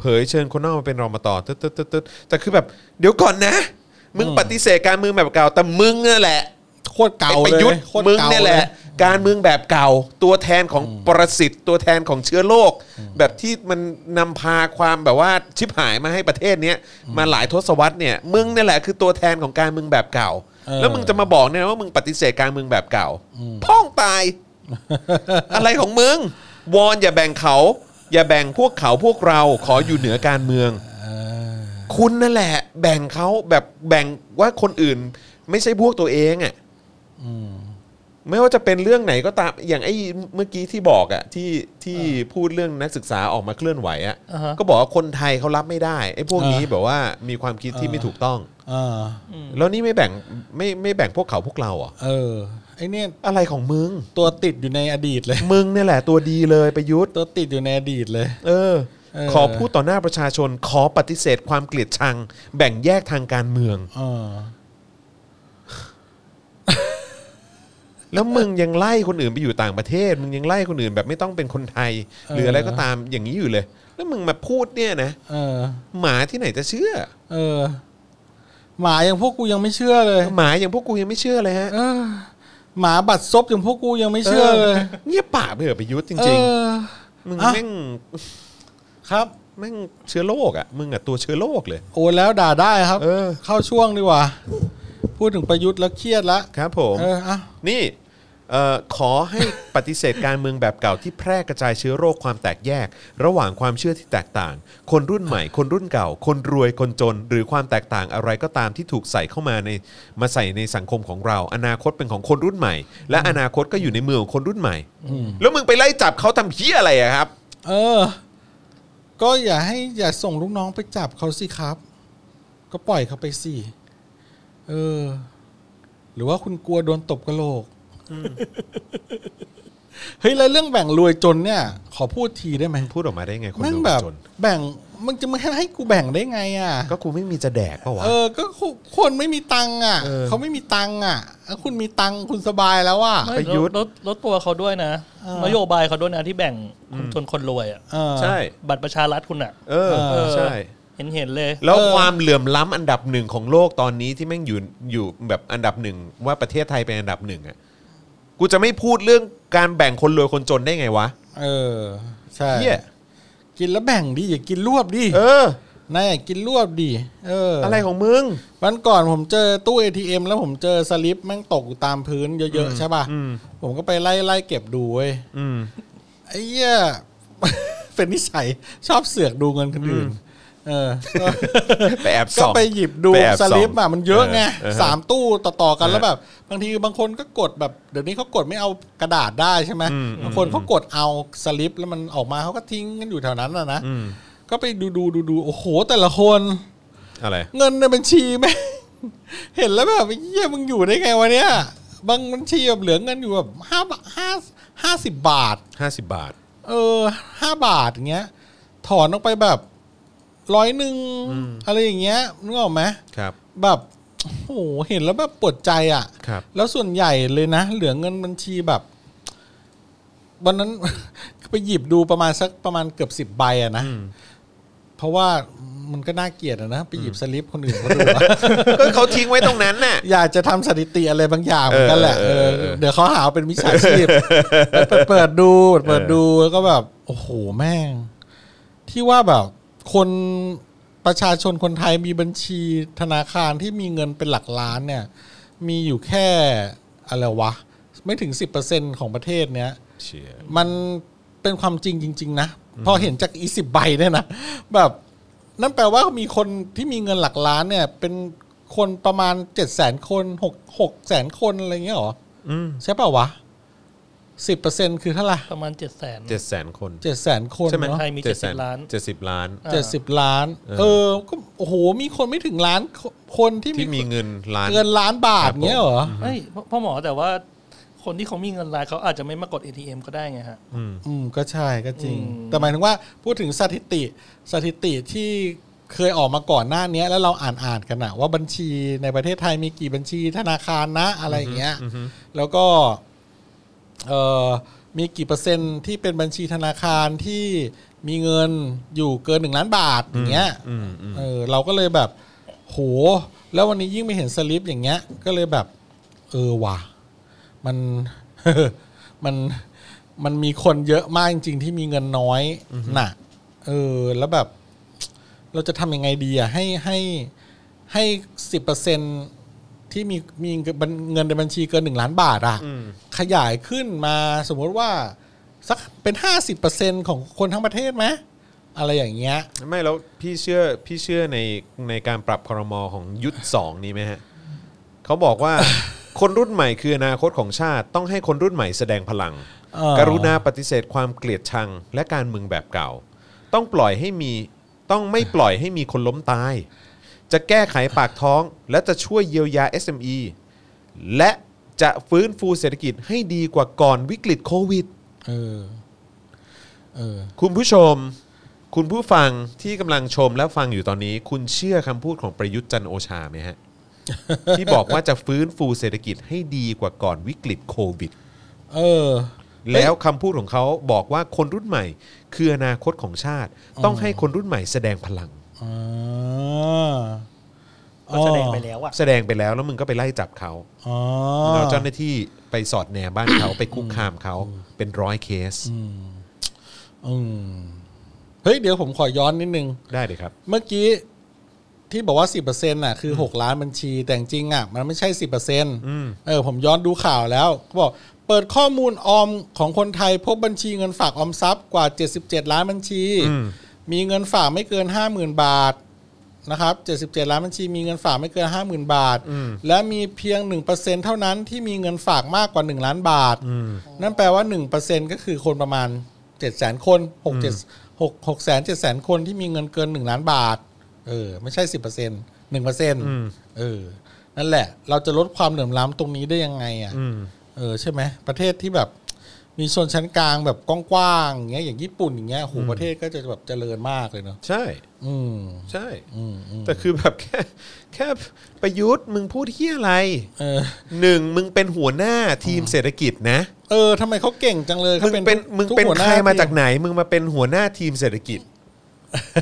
เผยเชิญคนนอกมาเป็นรองมาต่อตึ๊ดตึ๊ดตึ๊ดตึ๊ดแต่คือแบบเดี๋ยวก่อนนะ มึงปฏิเสธการเมืองแบบเก่าแต่มึงนั่นแหละ
โคตรเก่า
ไอ้ป
เลย
ระยุทธ์
โคตร
มึง
เก่า
เนี่ยแหละ การเมืองแบบเก่า ตัวแทนของประสิทธิ์ ตัวแทนของเชื้อโรคแบบที่มันนำพาความแบบว่าชิบหายมาให้ประเทศเนี้ยมาหลายทศวรรษเนี่ยมึงเนี่ยแหละคือตัวแทนของการเมืองแบบเก่า
เออ
แล้วมึงจะมาบอกเนี่ยนะว่ามึงปฏิเสธการเมืองแบบเก่า พ่องตาย อะไรของมึง วอนอย่าแบ่งเขา อย่าแบ่งพวกเขาพวกเราขออยู่เหนือการเมือง คุณนั่นแหละ แบ่งเขาแบบแบ่งว่าคนอื่น ไม่ใช่พวกตัวเองอ่ะไม่ว่าจะเป็นเรื่องไหนก็ตามอย่างไอ้เมื่อกี้ที่บอกอ่ะที่ที่พูดเรื่องนักศึกษาออกมาเคลื่อนไหวอ่ะ
อ่าฮะ
ก็บอกว่าคนไทยเขารับไม่ได้ไอ้พวกนี้แบบว่ามีความคิดที่
อ่า
ไม่ถูกต้อง
อ่า
แล้วนี่ไม่แบ่งไม่ไม่แบ่งพวกเขาพวกเราเหรอ่ะ
เออไอเนี่ย
อะไรของมึง
ตัวติดอยู่ในอดีตเลย
มึงเนี่ยแหละตัวดีเลยประยุทธ์
ตัวติดอยู่ในอดีตเลย
เออ
เออ
ขอพูดต่อหน้าประชาชนขอปฏิเสธความเกลียดชัง แบ่งแยกทางการเมือง
เออ
แล้วมึงยังไล่คนอื่นไปอยู่ต่างประเทศ มึงยังไล่คนอื่นแบบไม่ต้องเป็นคนไทย หรืออะไรก็ตามอย่างนี้อยู่เลย แล้วมึงมาพูดเนี่ยนะ
เออ
หมาที่ไหนจะเชื่อ
เออ หมาอย่างพวกกูยังไม่เชื่อเลย
หมาอย่างพวกกูยังไม่เชื่อเลยฮะ
เออ หมาบัดซบอย่างพวกกูยังไม่เชื่อเลย
เงียบปากไปเถอะไประยุทธ์จ
เอ
ริง
อ
ๆ มึง
อ่ะ
แม่ง
ครับ
แม่งเชื้อโรคอ่ะมึงอ่ะตัวเชื้อโรคเลย
โอนแล้วด่าได้ครับ
เออ
เข้าช่วงดีกว่า พูดถึงประยุทธ์แล้วเครียดละ
ครับผม
เอออ่ะ
นี่เอ่อขอให้ ปฏิเสธการเมืองแบบเก่าที่แพร่กระจายเชื้อโรคความแตกแยก ระหว่างความเชื่อที่แตกต่าง คนรุ่นใหม่ คนรุ่นเก่า คนรวยคนจน หรือความแตกต่างอะไรก็ตามที่ถูกใส่เข้ามาในมาใส่ในสังคมของเรา อนาคตเป็นของคนรุ่นใหม่ และอนาคตก็อยู่ในมือของคนรุ่นใหม่ แล้วมึงไปไล่จับเขาทำเหี้ยอะไรอะครับ
เออ ก็อย่าให้อย่าส่งลูกน้องไปจับเขาสิครับ ก็ปล่อยเขาไปสิเออ หรือว่าคุณกลัวโดนตบกระโหลกเฮ้ยแล้วเรื่องแบ่งรวยจนเนี่ย ขอพูดทีได้ไหม
พูดออกมาได้ไงคน
แม่ง
รว
แบบ
ยจน
แบ่งมันจะมาให้กูแบ่งได้ไงอ่ะ
ก็กูไม่มีจะแดกปะวะ
เออก็คุคนไม่มีตังค์อ่ะ
เออ
เขาไม่มีตังค์อ่ะแล้วคุณมีตังค์คุณสบายแล้วอ่ะ
ไม่
ประยุทธ์
ลดลดตัวเขาด้วยนะ
เออ
นโยบายเขาด้วยนะที่แบ่งคนจนคนรวยอ่ะ
เออ
ใช่
บัตรประชารัฐคุณอ่ะ
เออ
เออ
ใช่
เห็นเห็นๆเลย
แล้ว
เออ
ความเหลื่อมล้ำอันดับหนึ่งของโลกตอนนี้ที่แม่งอยู่อยู่แบบอันดับหนึ่งว่าประเทศไทยเป็นอันดับหนึ่งอ่ะกูจะไม่พูดเรื่องการแบ่งคนรวยคนจนได้ไงวะ
เออ ใช่
เฮีย
กินแล้วแบ่งดิอย่ากินรวบดิ
เออ
นายอย่ากินรวบดิเออ
อะไรของมึง
วันก่อนผมเจอตู้ ATM แล้วผมเจอสลิปแม่งตกอยู่ตามพื้นเยอะๆใช่ป่ะ
อืม
ผมก็ไปไล่ไล่เก็บดูเว้ย
อืม
ไอ้เหี้ย [LAUGHS] เป็นนิสัยชอบเสือกดูเงินคนอื่นเออก็
ไปแอบ
ก็
ส่อง
ไปหยิบดู
ไปแอบ
ส
ส่อง
ลิปอ่ะมันเยอะไง
เออเออ
สามตู้ต่อๆกัน
เออ
แล้วแบบ บางทีบางคนก็กดแบบเดี๋ยวนี้เขากดไม่เอากระดาษได้ใช่ไหม
อืม
บางคนเขากดเอาสลิปแล้วมันออกมาเขาก็ทิ้งกันอยู่แถวนั้นน่ะนะ
อืม
ก็ไปดูดูดูดูโอ้โห แต่ละคน
อะไร
เงิน [LAUGHS] ในบัญชีไหม เห็นแล้วแบบไอ้เยี่ยมึงอยู่ได้ไงวะเนี่ยบางบัญชีแบบเหลือเงินอยู่แบบห้าบาทห้าห้าสิบบาท
50 บาท
เออห้าบาทอย่างเงี้ย ถอนออกไปแบบร้อยหนึ่งอะไรอย่างเงี้ยนึกออกไหม
ครับ
แบบโอ้โหเห็นแล้วแบบปวดใจอะ่ะ
ครับ
แล้วส่วนใหญ่เลยนะ เหลือเงินบัญชีแบบ วัน [LAUGHS] นั้น ไปหยิบดูประมาณสักประมาณเกือบสิบใบอะนะ เพราะว่ามันก็น่าเกลียดอะนะ ไปหยิบสลิปคนอื่นก็ดูอะ
ก็เขาทิ้งไว้ตรงนั้นน่ะ
อยากจะทำสถิติอะไรบางอย่างเหมือนกันแหละ
เอ
เอ
อ
อ
เออ
เดี๋ยวเขาหาว่าเป็นมิจฉาชีพเปิดเปิดดูเปิดดูแล้วก็แบบ โอ้โหแม่ง ที่ว่าแบบคนประชาชนคนไทยมีบัญชีธนาคารที่มีเงินเป็นหลักล้านเนี่ย มีอยู่แค่อะไรวะ ไม่ถึง 10%ของประเทศเนี้ย
เชีย
มันเป็นความจริงจริง ๆ นะพอเห็นจากอีสิบใบเนี่ยนะ แบบนั่นแปลว่ามีคนที่มีเงินหลักล้านเนี่ย เป็นคนประมาณเจ็ดแสนคนหกหกแสนคนอะไรอย่างเงี้ยเหรอ
อืม
ใช่เปล่าวะ สิบเปอร์เซ็นคือเท่าไหร่
ประมาณเจ็ดแสน
เจ็ดแสนคน
เจ็ดแสนคน
ใช่ไหม
เนาะ
ใช่มี70ล้าน
เจ็ดสิบล้าน
เจ็ดสิบล้าน เออก็โอ้โห มีคนไม่ถึงล้านคนที่
ที่มีเงินล้าน
เกินล้านบา
ค
ท
รับผม
เนี้ยเหรอ
เฮ้ยพ่อพ่อหมอแต่ว่าคนที่เขามีเงินรายเขาอาจจะไม่มากด ATM ก็ได้ไงฮะ
อืม
อืมก็ใช่ก็จริง
อืม
แต่หมายถึงว่าพูดถึงสถิติสถิติที่เคยออกมาก่อนหน้าเนี้ยแล้วเราอ่านอ่านๆกันอะว่าบัญชีในประเทศไทยมีกี่บัญชีธนาคารนะอะไรอย่างเงี้ย
อือฮึ
แล้วก็ เอ่อมีกี่เปอร์เซ็นต์ที่เป็นบัญชีธนาคารที่มีเงินอยู่เกินหนึ่งล้านบาทอย่างเงี้ย
อืมอืม
เออเราก็เลยแบบ โห แล้ววันนี้ยิ่งไปเห็นสลิปอย่างเงี้ย ก็เลยแบบ เออว่ะมัน [LAUGHS] มันมันมีคนเยอะมากจริง ๆ ที่มีเงินน้อยน่ะ เออ แล้วแบบ เราจะทำยังไงดีอ่ะให้ให้ให้สิบเปอร์เซ็นที่มีมีเงินในบัญชีเกินหนึ่งล้านบาทอ่ะ
อืม
ขยายขึ้นมาสมมติว่า สักเป็นห้าสิบเปอร์เซ็นของคนทั้งประเทศไหมอะไรอย่างเงี้ย
ไม่แล้วพี่เชื่อพี่เชื่อในในการปรับครมอของยุทธสองนี้ไหมฮะเขาบอกว่า [LAUGHS] คนรุ่นใหม่คืออนาคตของชาติต้องให้คนรุ่นใหม่แสดงพลัง
เออ
กรุณาปฏิเสธความเกลียดชัง และการเมืองแบบเก่า ต้องปล่อยให้มีต้องไม่ปล่อยให้มีคนล้มตาย จะแก้ไขปากท้อง และจะช่วยเยียวยา SME และจะฟื้นฟูเศรษฐกิจให้ดีกว่าก่อนวิกฤตโควิด
เออ เออ
คุณผู้ชม คุณผู้ฟังที่กำลังชมและฟังอยู่ตอนนี้ คุณเชื่อคำพูดของประยุทธ์จันทร์โอชาไหมฮะ ที่บอกว่าจะฟื้นฟูเศรษฐกิจให้ดีกว่าก่อนวิกฤตโควิด
เออ
แล้วคำพูดของเขาบอกว่าคนรุ่นใหม่ คืออนาคตของชาติ ต้องให้คนรุ่นใหม่แสดงพลัง
อ่า
ก็แสดงไปแล้วอะ
แสดงไปแล้วแล้วมึงก็ไปไล่จับเขา
อ๋อ
แล้วเจ้าหน้าที่ไปสอดแนมบ้านเขาไปคุกคามเขาเป็นร้อยเคส
อืมเฮ้ย เดี๋ยวผมขอย้อนนิดนึง
ได้เลยครับ
เมื่อกี้ที่บอกว่าสิบเปอร์เซ็นต์่ะคือหกล้านบัญชีแต่จริงๆอ่ะ มันไม่ใช่สิบเปอร์เซ็นต์
ม
เออ ผมย้อนดูข่าวแล้วเขาบอก เปิดข้อมูลออมของคนไทยพบบัญชีเงินฝากออมทรัพย์กว่า 77 ล้านบัญชี มีเงินฝากไม่เกิน 50,000 บาทนะครับ 77 ล้านบัญชี มีเงินฝากไม่เกิน 50,000 บาท และมีเพียง 1%เท่านั้นที่มีเงินฝากมากกว่า 1 ล้านบาท นั่นแปลว่า 1%ก็คือคนประมาณ 7 0 0 0 0คน6 7 6 6 7 0 0 0 คนที่มีเงินเกิน 1 ล้านบาท เออ ไม่ใช่ 10% 1%เออ นั่นแหละ เราจะลดความเหลื่อมล้ำตรงนี้ได้ยังไงอ่ะ เออใช่ไหมประเทศที่แบบมีชนชั้นกลางแบบกว้างๆอย่างเงี้ยอย่างญี่ปุ่นอย่างเงี้ยโหประเทศก็จะแบบเจริญมากเลยเนาะ
ใช่
อืม
ใช่
อืมอืม
แต่คือแบบแค่แค่ประยุทธ์มึงพูดเฮี้ยอะไร
เออ
หนึ่งมึงเป็นหัวหน้าทีมเศรษฐกิจนะ
เออทำไมเขาเก่งจังเลย
มึ
ขาง
เป็น
ทุก
มึง
ทุ
เป็น
หัวห
ใครมาจาก
ที่
ไหน มึงมาเป็นหัวหน้าทีมเศรษฐ
[LAUGHS]
กิจ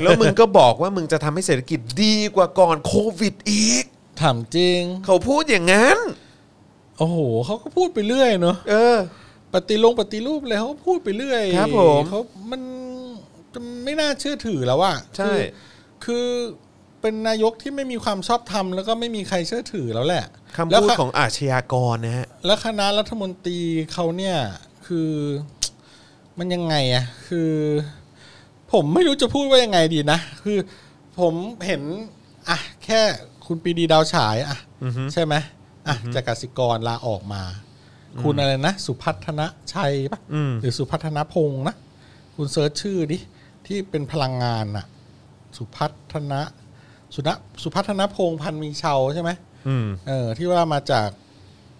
แล้วมึงก็บอกว่ามึงจะทำให้เศรษฐกิจดีกว่าก่อนโควิดอีก
ถามจริง
เขาพูดอย่างนั้น
โอ้โหเขาก็พูดไปเรื่อยเนาะ
เออ
ปฏิลงปฏิรูปเลยเขาก็พูดไปเรื่อย
ครับผม
เขามันมันไม่น่าเชื่อถือแล้วอะ
ใช่
คือคือเป็นนายกที่ไม่มีความชอบธรรมแล้วก็ไม่มีใครเชื่อถือแล้วแหละ
คำ
แล้ว
พูด
ค่ะ
ของอาชญากรนะฮะ
แล้วคณะรัฐมนตรีเขาเนี่ยคือ มันยังไงอะคือ ผมไม่รู้จะพูดว่ายังไงดีนะ คือผมเห็นอ่ะแค่คุณปรีดีดาวฉายอ่ะ
อือฮึ
ใช่ไหมอ่ะจากกสิกรลาออกมา คุณอะไรนะ สุพัฒนชัยปะ
อืม
หรือสุพัฒนพงษ์นะ คุณเซิร์ชชื่อดิที่เป็นพลังงานอะสุพัฒนะสุนะสุพัฒนพงษ์พันมีเชาใช่ไหม
อืม
เออที่ว่ามาจาก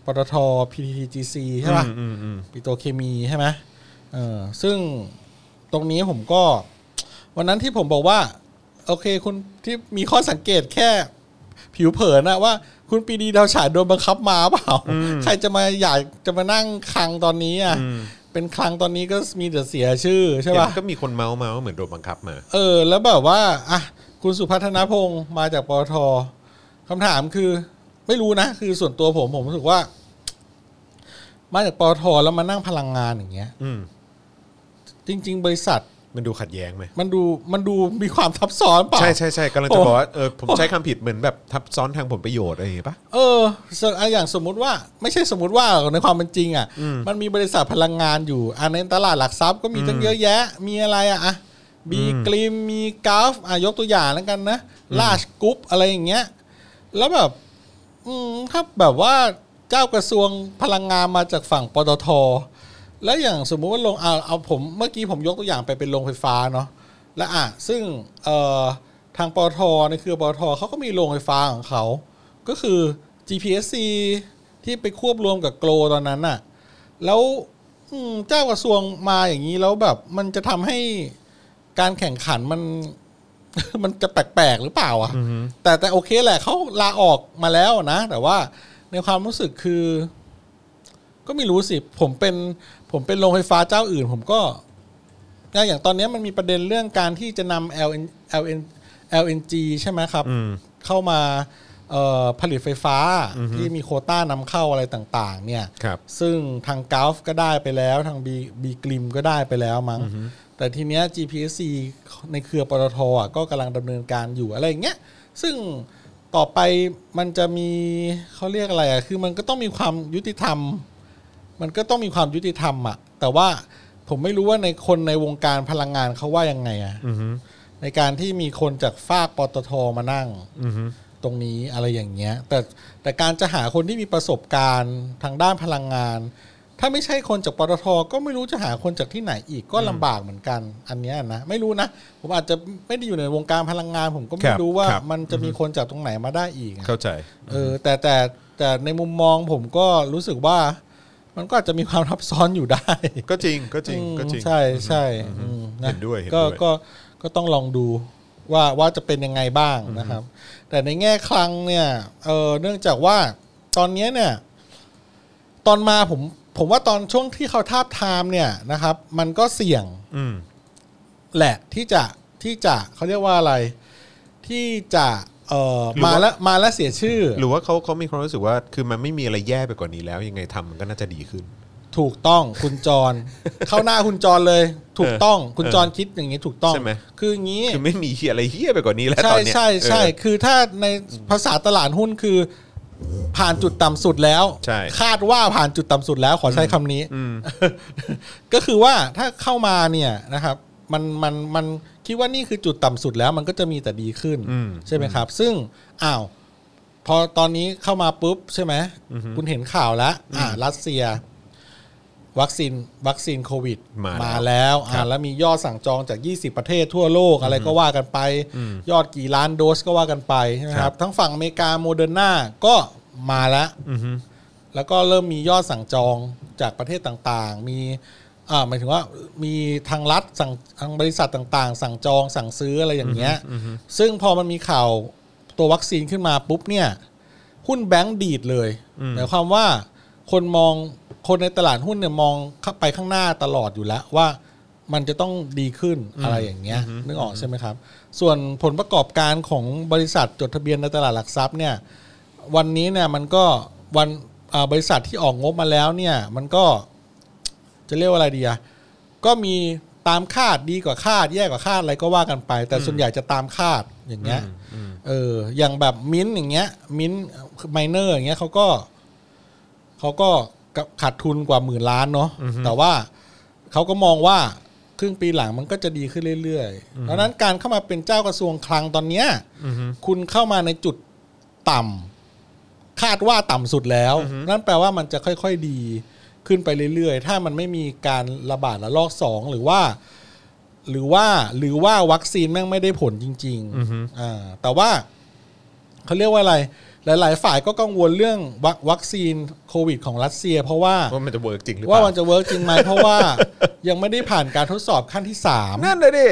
ปตท PTTGC ใช่ป่ะ
อืมอืม
ปิโตรเคมีใช่ไหมเออซึ่งตรงนี้ผมก็ วันนั้นที่ผมบอกว่า โอเคคุณที่มีข้อสังเกตแค่ผิวเผินนะว่า คุณปรีดีดาวฉายโดนบังคับมาเปล่า ใครจะมาอยากจะมานั่งคลังตอนนี้อ่ะเป็นคลังตอนนี้ก็มีแต่เสียชื่อใช่
เห็
ป่ะ
นก็มีคนเมาส์มาว่าเหมือนโดนบังคับมา
เออ แล้วแบบว่าอ่ะคุณสุพัฒนพงศ์มาจากปตทคำถามคือ ไม่รู้นะ คือส่วนตัวผมผมรู้สึกว่า มาจากปตทแล้วมานั่งพลังงานอย่างเงี้ย
อืม
จริง ๆ บริษัท
มันดูขัดแย้งไหม
มันดูมันดูมีความทับซ้อนเปล่า
ใช่ใช่ใช่กำลังจะ
โอ้
บอกว่าเออผมใช้คำผิดเหมือนแบบทับซ้อนทางผลประโยชน์อะไรอย่างเงี้ยปะ
เออส่วนอ่ะอย่างสมมุติว่า ไม่ใช่สมมุติว่าหรอกในความเป็นจริง อ่ะ มันมีบริษัทพลังงานอยู่อันในตลาดหลักทรัพย์ก็มีตั้งเยอะแยะ มีอะไรอ่ะอ่ะบีกริมมีกราฟอ่ะยกตัวอย่างแล้วกันนะลาชกรุ๊ปอะไรอย่างเงี้ย แล้วแบบ อืมถ้าแบบว่าเจ้ากระทรวงพลังงานมาจากฝั่งปตท แล้วอย่างสมมุติว่าลงเอาเอาผมเมื่อกี้ผมยกตัวอย่างไปเป็นโรงไฟฟ้าเนาะและอ่ะซึ่งเอ่อทางปอทในเครือปอทเขาก็มีโรงไฟฟ้าของเขา ก็คือ GPSC ที่ไปควบรวมกับโกลตอนนั้นน่ะ แล้วอืมเจ้ากระทรวงมาอย่างนี้แล้วแบบมันจะทำให้การแข่งขัน [LAUGHS] มัน มันจะแปลกๆหรือเปล่าอ่ะแต่แต่โอเคแหละเขาลาออกมาแล้วนะ แต่ว่าในความรู้สึกคือ ก็ไม่รู้สิ ผมเป็นผมเป็นโรงไฟฟ้าเจ้าอื่น ผมก็นะอย่างตอนเนี้ยมันมีประเด็นเรื่องการที่จะนำ LN LN LNG ใช่ไหมครับ เข้ามาเอ่อผลิตไฟฟ้าที่มีโควต้านำเข้าอะไรต่าง ๆ เนี่ย
ครับ
ซึ่งทางก u ฟก็ได้ไปแล้วทางบีบีกริมก็ได้ไปแล้วมั้ง แต่ทีเนี้ย GPC ในเครือปตทอ่ะก็กำลังดำเนินการอยู่อะไรอย่างเงี้ยซึ่งต่อไปมันจะมีเขาเรียกอะไรอ่ะคือมันก็ต้องมีความยุติธรรม มันก็ต้องมีความยุติธรรมอ่ะแต่ว่าผมไม่รู้ว่าในคนในวงการพลังงานเขาว่ายังไงอ่ะในการที่มีคนจากฝากปตทมานั่ง ตรงนี้อะไรอย่างเงี้ย แต่แต่การจะหาคนที่มีประสบการณ์ทางด้านพลังงาน ถ้าไม่ใช่คนจากปตทก็ไม่รู้จะหาคนจากที่ไหนอีกก็ลำบากเหมือนกัน อันเนี้ยนะไม่รู้นะผมอาจจะไม่ได้อยู่ในวงการพลังงาน ผมก็
ค
ไม่
รับ
รู้ว่า
ครับ
มันจะมีคนจากตรงไหนมาได้อีกอะ
เข้าใจ
เออแต่แต่แต่ในมุมมองผมก็รู้สึกว่า มันก็อาจจะมี [LAUGHS] ความทับซ้อนอยู่ได้
ก็จริงก็จริง
อืม
ก็จริง
ใช่ใช่อืมะ
เห็นด้วยเห็นด้วย
ก็ก็ก็ต้องลองดูว่าว่าจะเป็นยังไงบ้างนะครับ แต่ในแง่คลังเนี่ยเออเนื่องจากว่าตอนเนี้ยเนี่ย ตอนมาผมผมว่าตอนช่วงที่เขาทาบทามเนี่ยนะครับ มันก็เสี่ยง
อืม
แหละที่จะที่จะเขาเรียกว่าอะไร ที่จะเออมาแล้วมาแล้วเสียชื่อ
หรือว่าเขาเขามีความรู้สึกว่าคือมันไม่มีอะไรแย่ไปกว่านี้แล้ว ยังไงทำมันก็น่าจะดีขึ้น
ถูกต้องคุณจร เข้าหน้าคุณจรเลย ถูกต้องคุณจรคิดอย่างนี้ถูกต้อง
ใช่ไหม
คืออย่างนี้
คือไม่มีเหี้ยอะไรเฮี้ยไปกว่านี้แล้ว
ใช่
ตอนเนี้ย
ใช่ใช่
เออ
คือถ้าในภาษาตลาดหุ้นคือผ่านจุดต่ำสุดแล้ว
ใช่
คาดว่าผ่านจุดต่ำสุดแล้วขอใช้คำนี้ [LAUGHS] ก็คือว่าถ้าเข้ามาเนี่ยนะครับ มันมันมันคิดว่านี่คือจุดต่ำสุดแล้ว มันก็จะมีแต่ดีขึ้นใช่ไหมครับ ซึ่งอ้าว พอตอนนี้เข้ามาปุ๊บใช่ไหมคุณเห็นข่าวแล้วอ่ารัสเซีย วัคซีนวัคซีนโควิด
มาแล้ว
แล้วอ่าแล้วมียอดสั่งจองจาก 20 ประเทศทั่วโลกอะไรก็ว่ากันไป ยอดกี่ล้านโดสก็ว่ากันไปใช่ไหมครับ ทั้งฝั่งอเมริกาโมเดอร์นาก็มาแล้ว แล้วก็เริ่มมียอดสั่งจองจากประเทศต่างๆ มีอ่าหมายถึงว่ามีทางรัฐสั่งทางบริษัทต่างๆ สั่งจองสั่งซื้ออะไรอย่างเงี้ย ซึ่งพอมันมีข่าวตัววัคซีนขึ้นมาปุ๊บเนี่ย หุ้นแบงก์ดีดเลยหมายความว่าคนมองคนในตลาดหุ้นเนี่ยมองเข้าไปข้างหน้าตลอดอยู่แล้วว่ามันจะต้องดีขึ้นอะไรอย่างเงี้ยนึกออกใช่ไหมครับ ส่วนผลประกอบการของบริษัทจดทะเบียนในตลาดหลักทรัพย์เนี่ย วันนี้เนี่ยมันก็วันอ่าบริษัทที่ออกงบมาแล้วเนี่ย มันก็จะเรียกว่าอะไรดีอะก็มีตามคาดดีกว่าคาด แย่กว่าคาดอะไรก็ว่ากันไป แต่ส่วนใหญ่จะตามคาดอย่างเงี้ยเออ อย่างแบบมิ้นท์อย่างเงี้ย มิ้นไมเนอร์อย่างเงี้ยเขาก็เขาก็ขาดทุนกว่าหมื่นล้านเนาะแต่ว่าเขาก็มองว่าครึ่งปีหลังมันก็จะดีขึ้นเรื่อยๆดังนั้นการเข้ามาเป็นเจ้ากระทรวงคลังตอนเนี้ยคุณเข้ามาในจุดต่ำ คาดว่าต่ำสุดแล้ว นั่นแปลว่ามันจะค่อยๆดีขึ้นไปเรื่อยๆ ถ้ามันไม่มีการระบาดระลอกสองหรือว่า หรือว่าหรือว่าวัคซีนแม่งไม่ได้ผลจริงๆอ่าแต่ว่าเขาเรียกว่าอะไร หลายๆ ฝ่ายก็กังวลเรื่องวัควัคซีนโควิดของรัสเซีย เพราะว่า
ว่ามันจะเวิร์กจริงหรือเป
ว่า
ล่า
มันจะเวิร์กจริงไหมเพราะว่า ยังไม่ได้ผ่านการทดสอบขั้นที่สาม
นั่นเลยดิ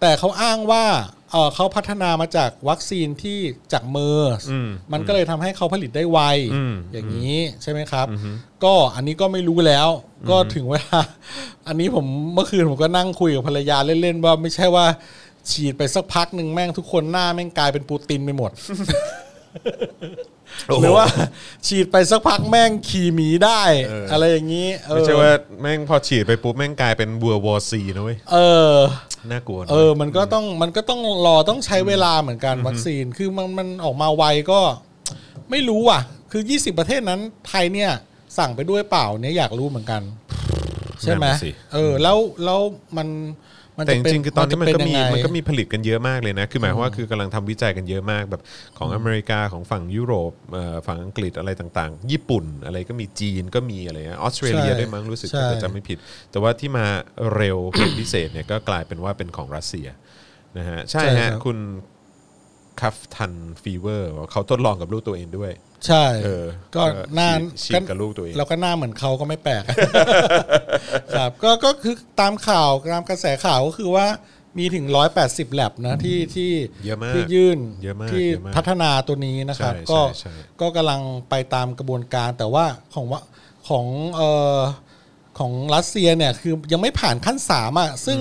แต่เขาอ้างว่าเอ่อเขาพัฒนามาจากวัคซีนที่จากเมอร์ส
อืม
มันก็เลยทำให้เขาผลิตได้ไว
อืม
อย่างนี้ใช่ไหมครับ ก็อันนี้ก็ไม่รู้แล้ว ก็ถึงเวลา อันนี้ผมเมื่อคืนผมก็นั่งคุยกับภรรยาเล่นๆว่าไม่ใช่ว่าฉีดไปสักพักหนึ่งแม่งทุกคนหน้าแม่งกลายเป็นปูตินไปหมด
โโ
หรือว่า ฉีดไปสักพักแม่งขี่หมีได้
เอออ
อะไรอย่างนี้เออ
ไม่ใช่ว่าแม่งพอฉีดไปปุ๊บแม่งกลายเป็นบัววอซีนะเว้ย
เออ
น่ากลัวนะ
เออ มันก็ต้อง มันก็ต้องรอต้องใช้เวลาเหมือนกันวัคซีน คือมันมันออกมาไวก็ ไม่รู้อ่ะ คือ 20 ประเทศนั้นไทยเนี่ย สั่งไปด้วยเปล่าเนี่ยอยากรู้เหมือนกัน ใช่ไหม
นั่นน่ะสิ
เออ แล้วแล้วมัน มันจะ
แต่จ
เป็น
ริงๆคือตอนนี้มันก็มีมั
มันจะเป็นยังไง
นก็มีผลิตกันเยอะมากเลยนะ คือหมายความว่าคือกำลังทำวิจัยกันเยอะมากแบบของอเมริกาของฝั่งยุโรปเอ่อฝั่งอังกฤษอะไรต่างๆ ญี่ปุ่นอะไรก็มีจีนก็มีอะไรนะออสเตรเลีย
ใช่
ด้วยมั้งรู้สึก
ใช่
ถ้าจำไม่ผิด แต่ว่าที่มาเร็ว [COUGHS] เป็นพิเศษเนี่ยก็กลายเป็นว่าเป็นของรัสเซียนะฮะใช่
ใช่ครั
ฮะ
บ
คุณคัฟทันฟีเวอร์เขาทดลองกับลูกตัวเองด้วย
ใช่
เออ
ก็
ก็
หน้า
ฉีดฉีดกับลูกตัวเอง
เราก็หน้าเหมือนเขาก็ไม่แปลก [LAUGHS] ครับก็ก็คือตามข่าวตามกระแสข่าวก็คือว่ามีถึง 180แลบนะที่ที่
เยอะมาก
ที่ยื่น
เยอะมาก
ที่
เยอะมาก
พัฒนาตัวนี้นะครับ
ใช่
ก็
ใช่ใช่
ก็กำลังไปตามกระบวนการแต่ว่าของว่าของเอ่อของรัสเซียเนี่ยคือยังไม่ผ่านขั้นสามอ่ะซึ่ง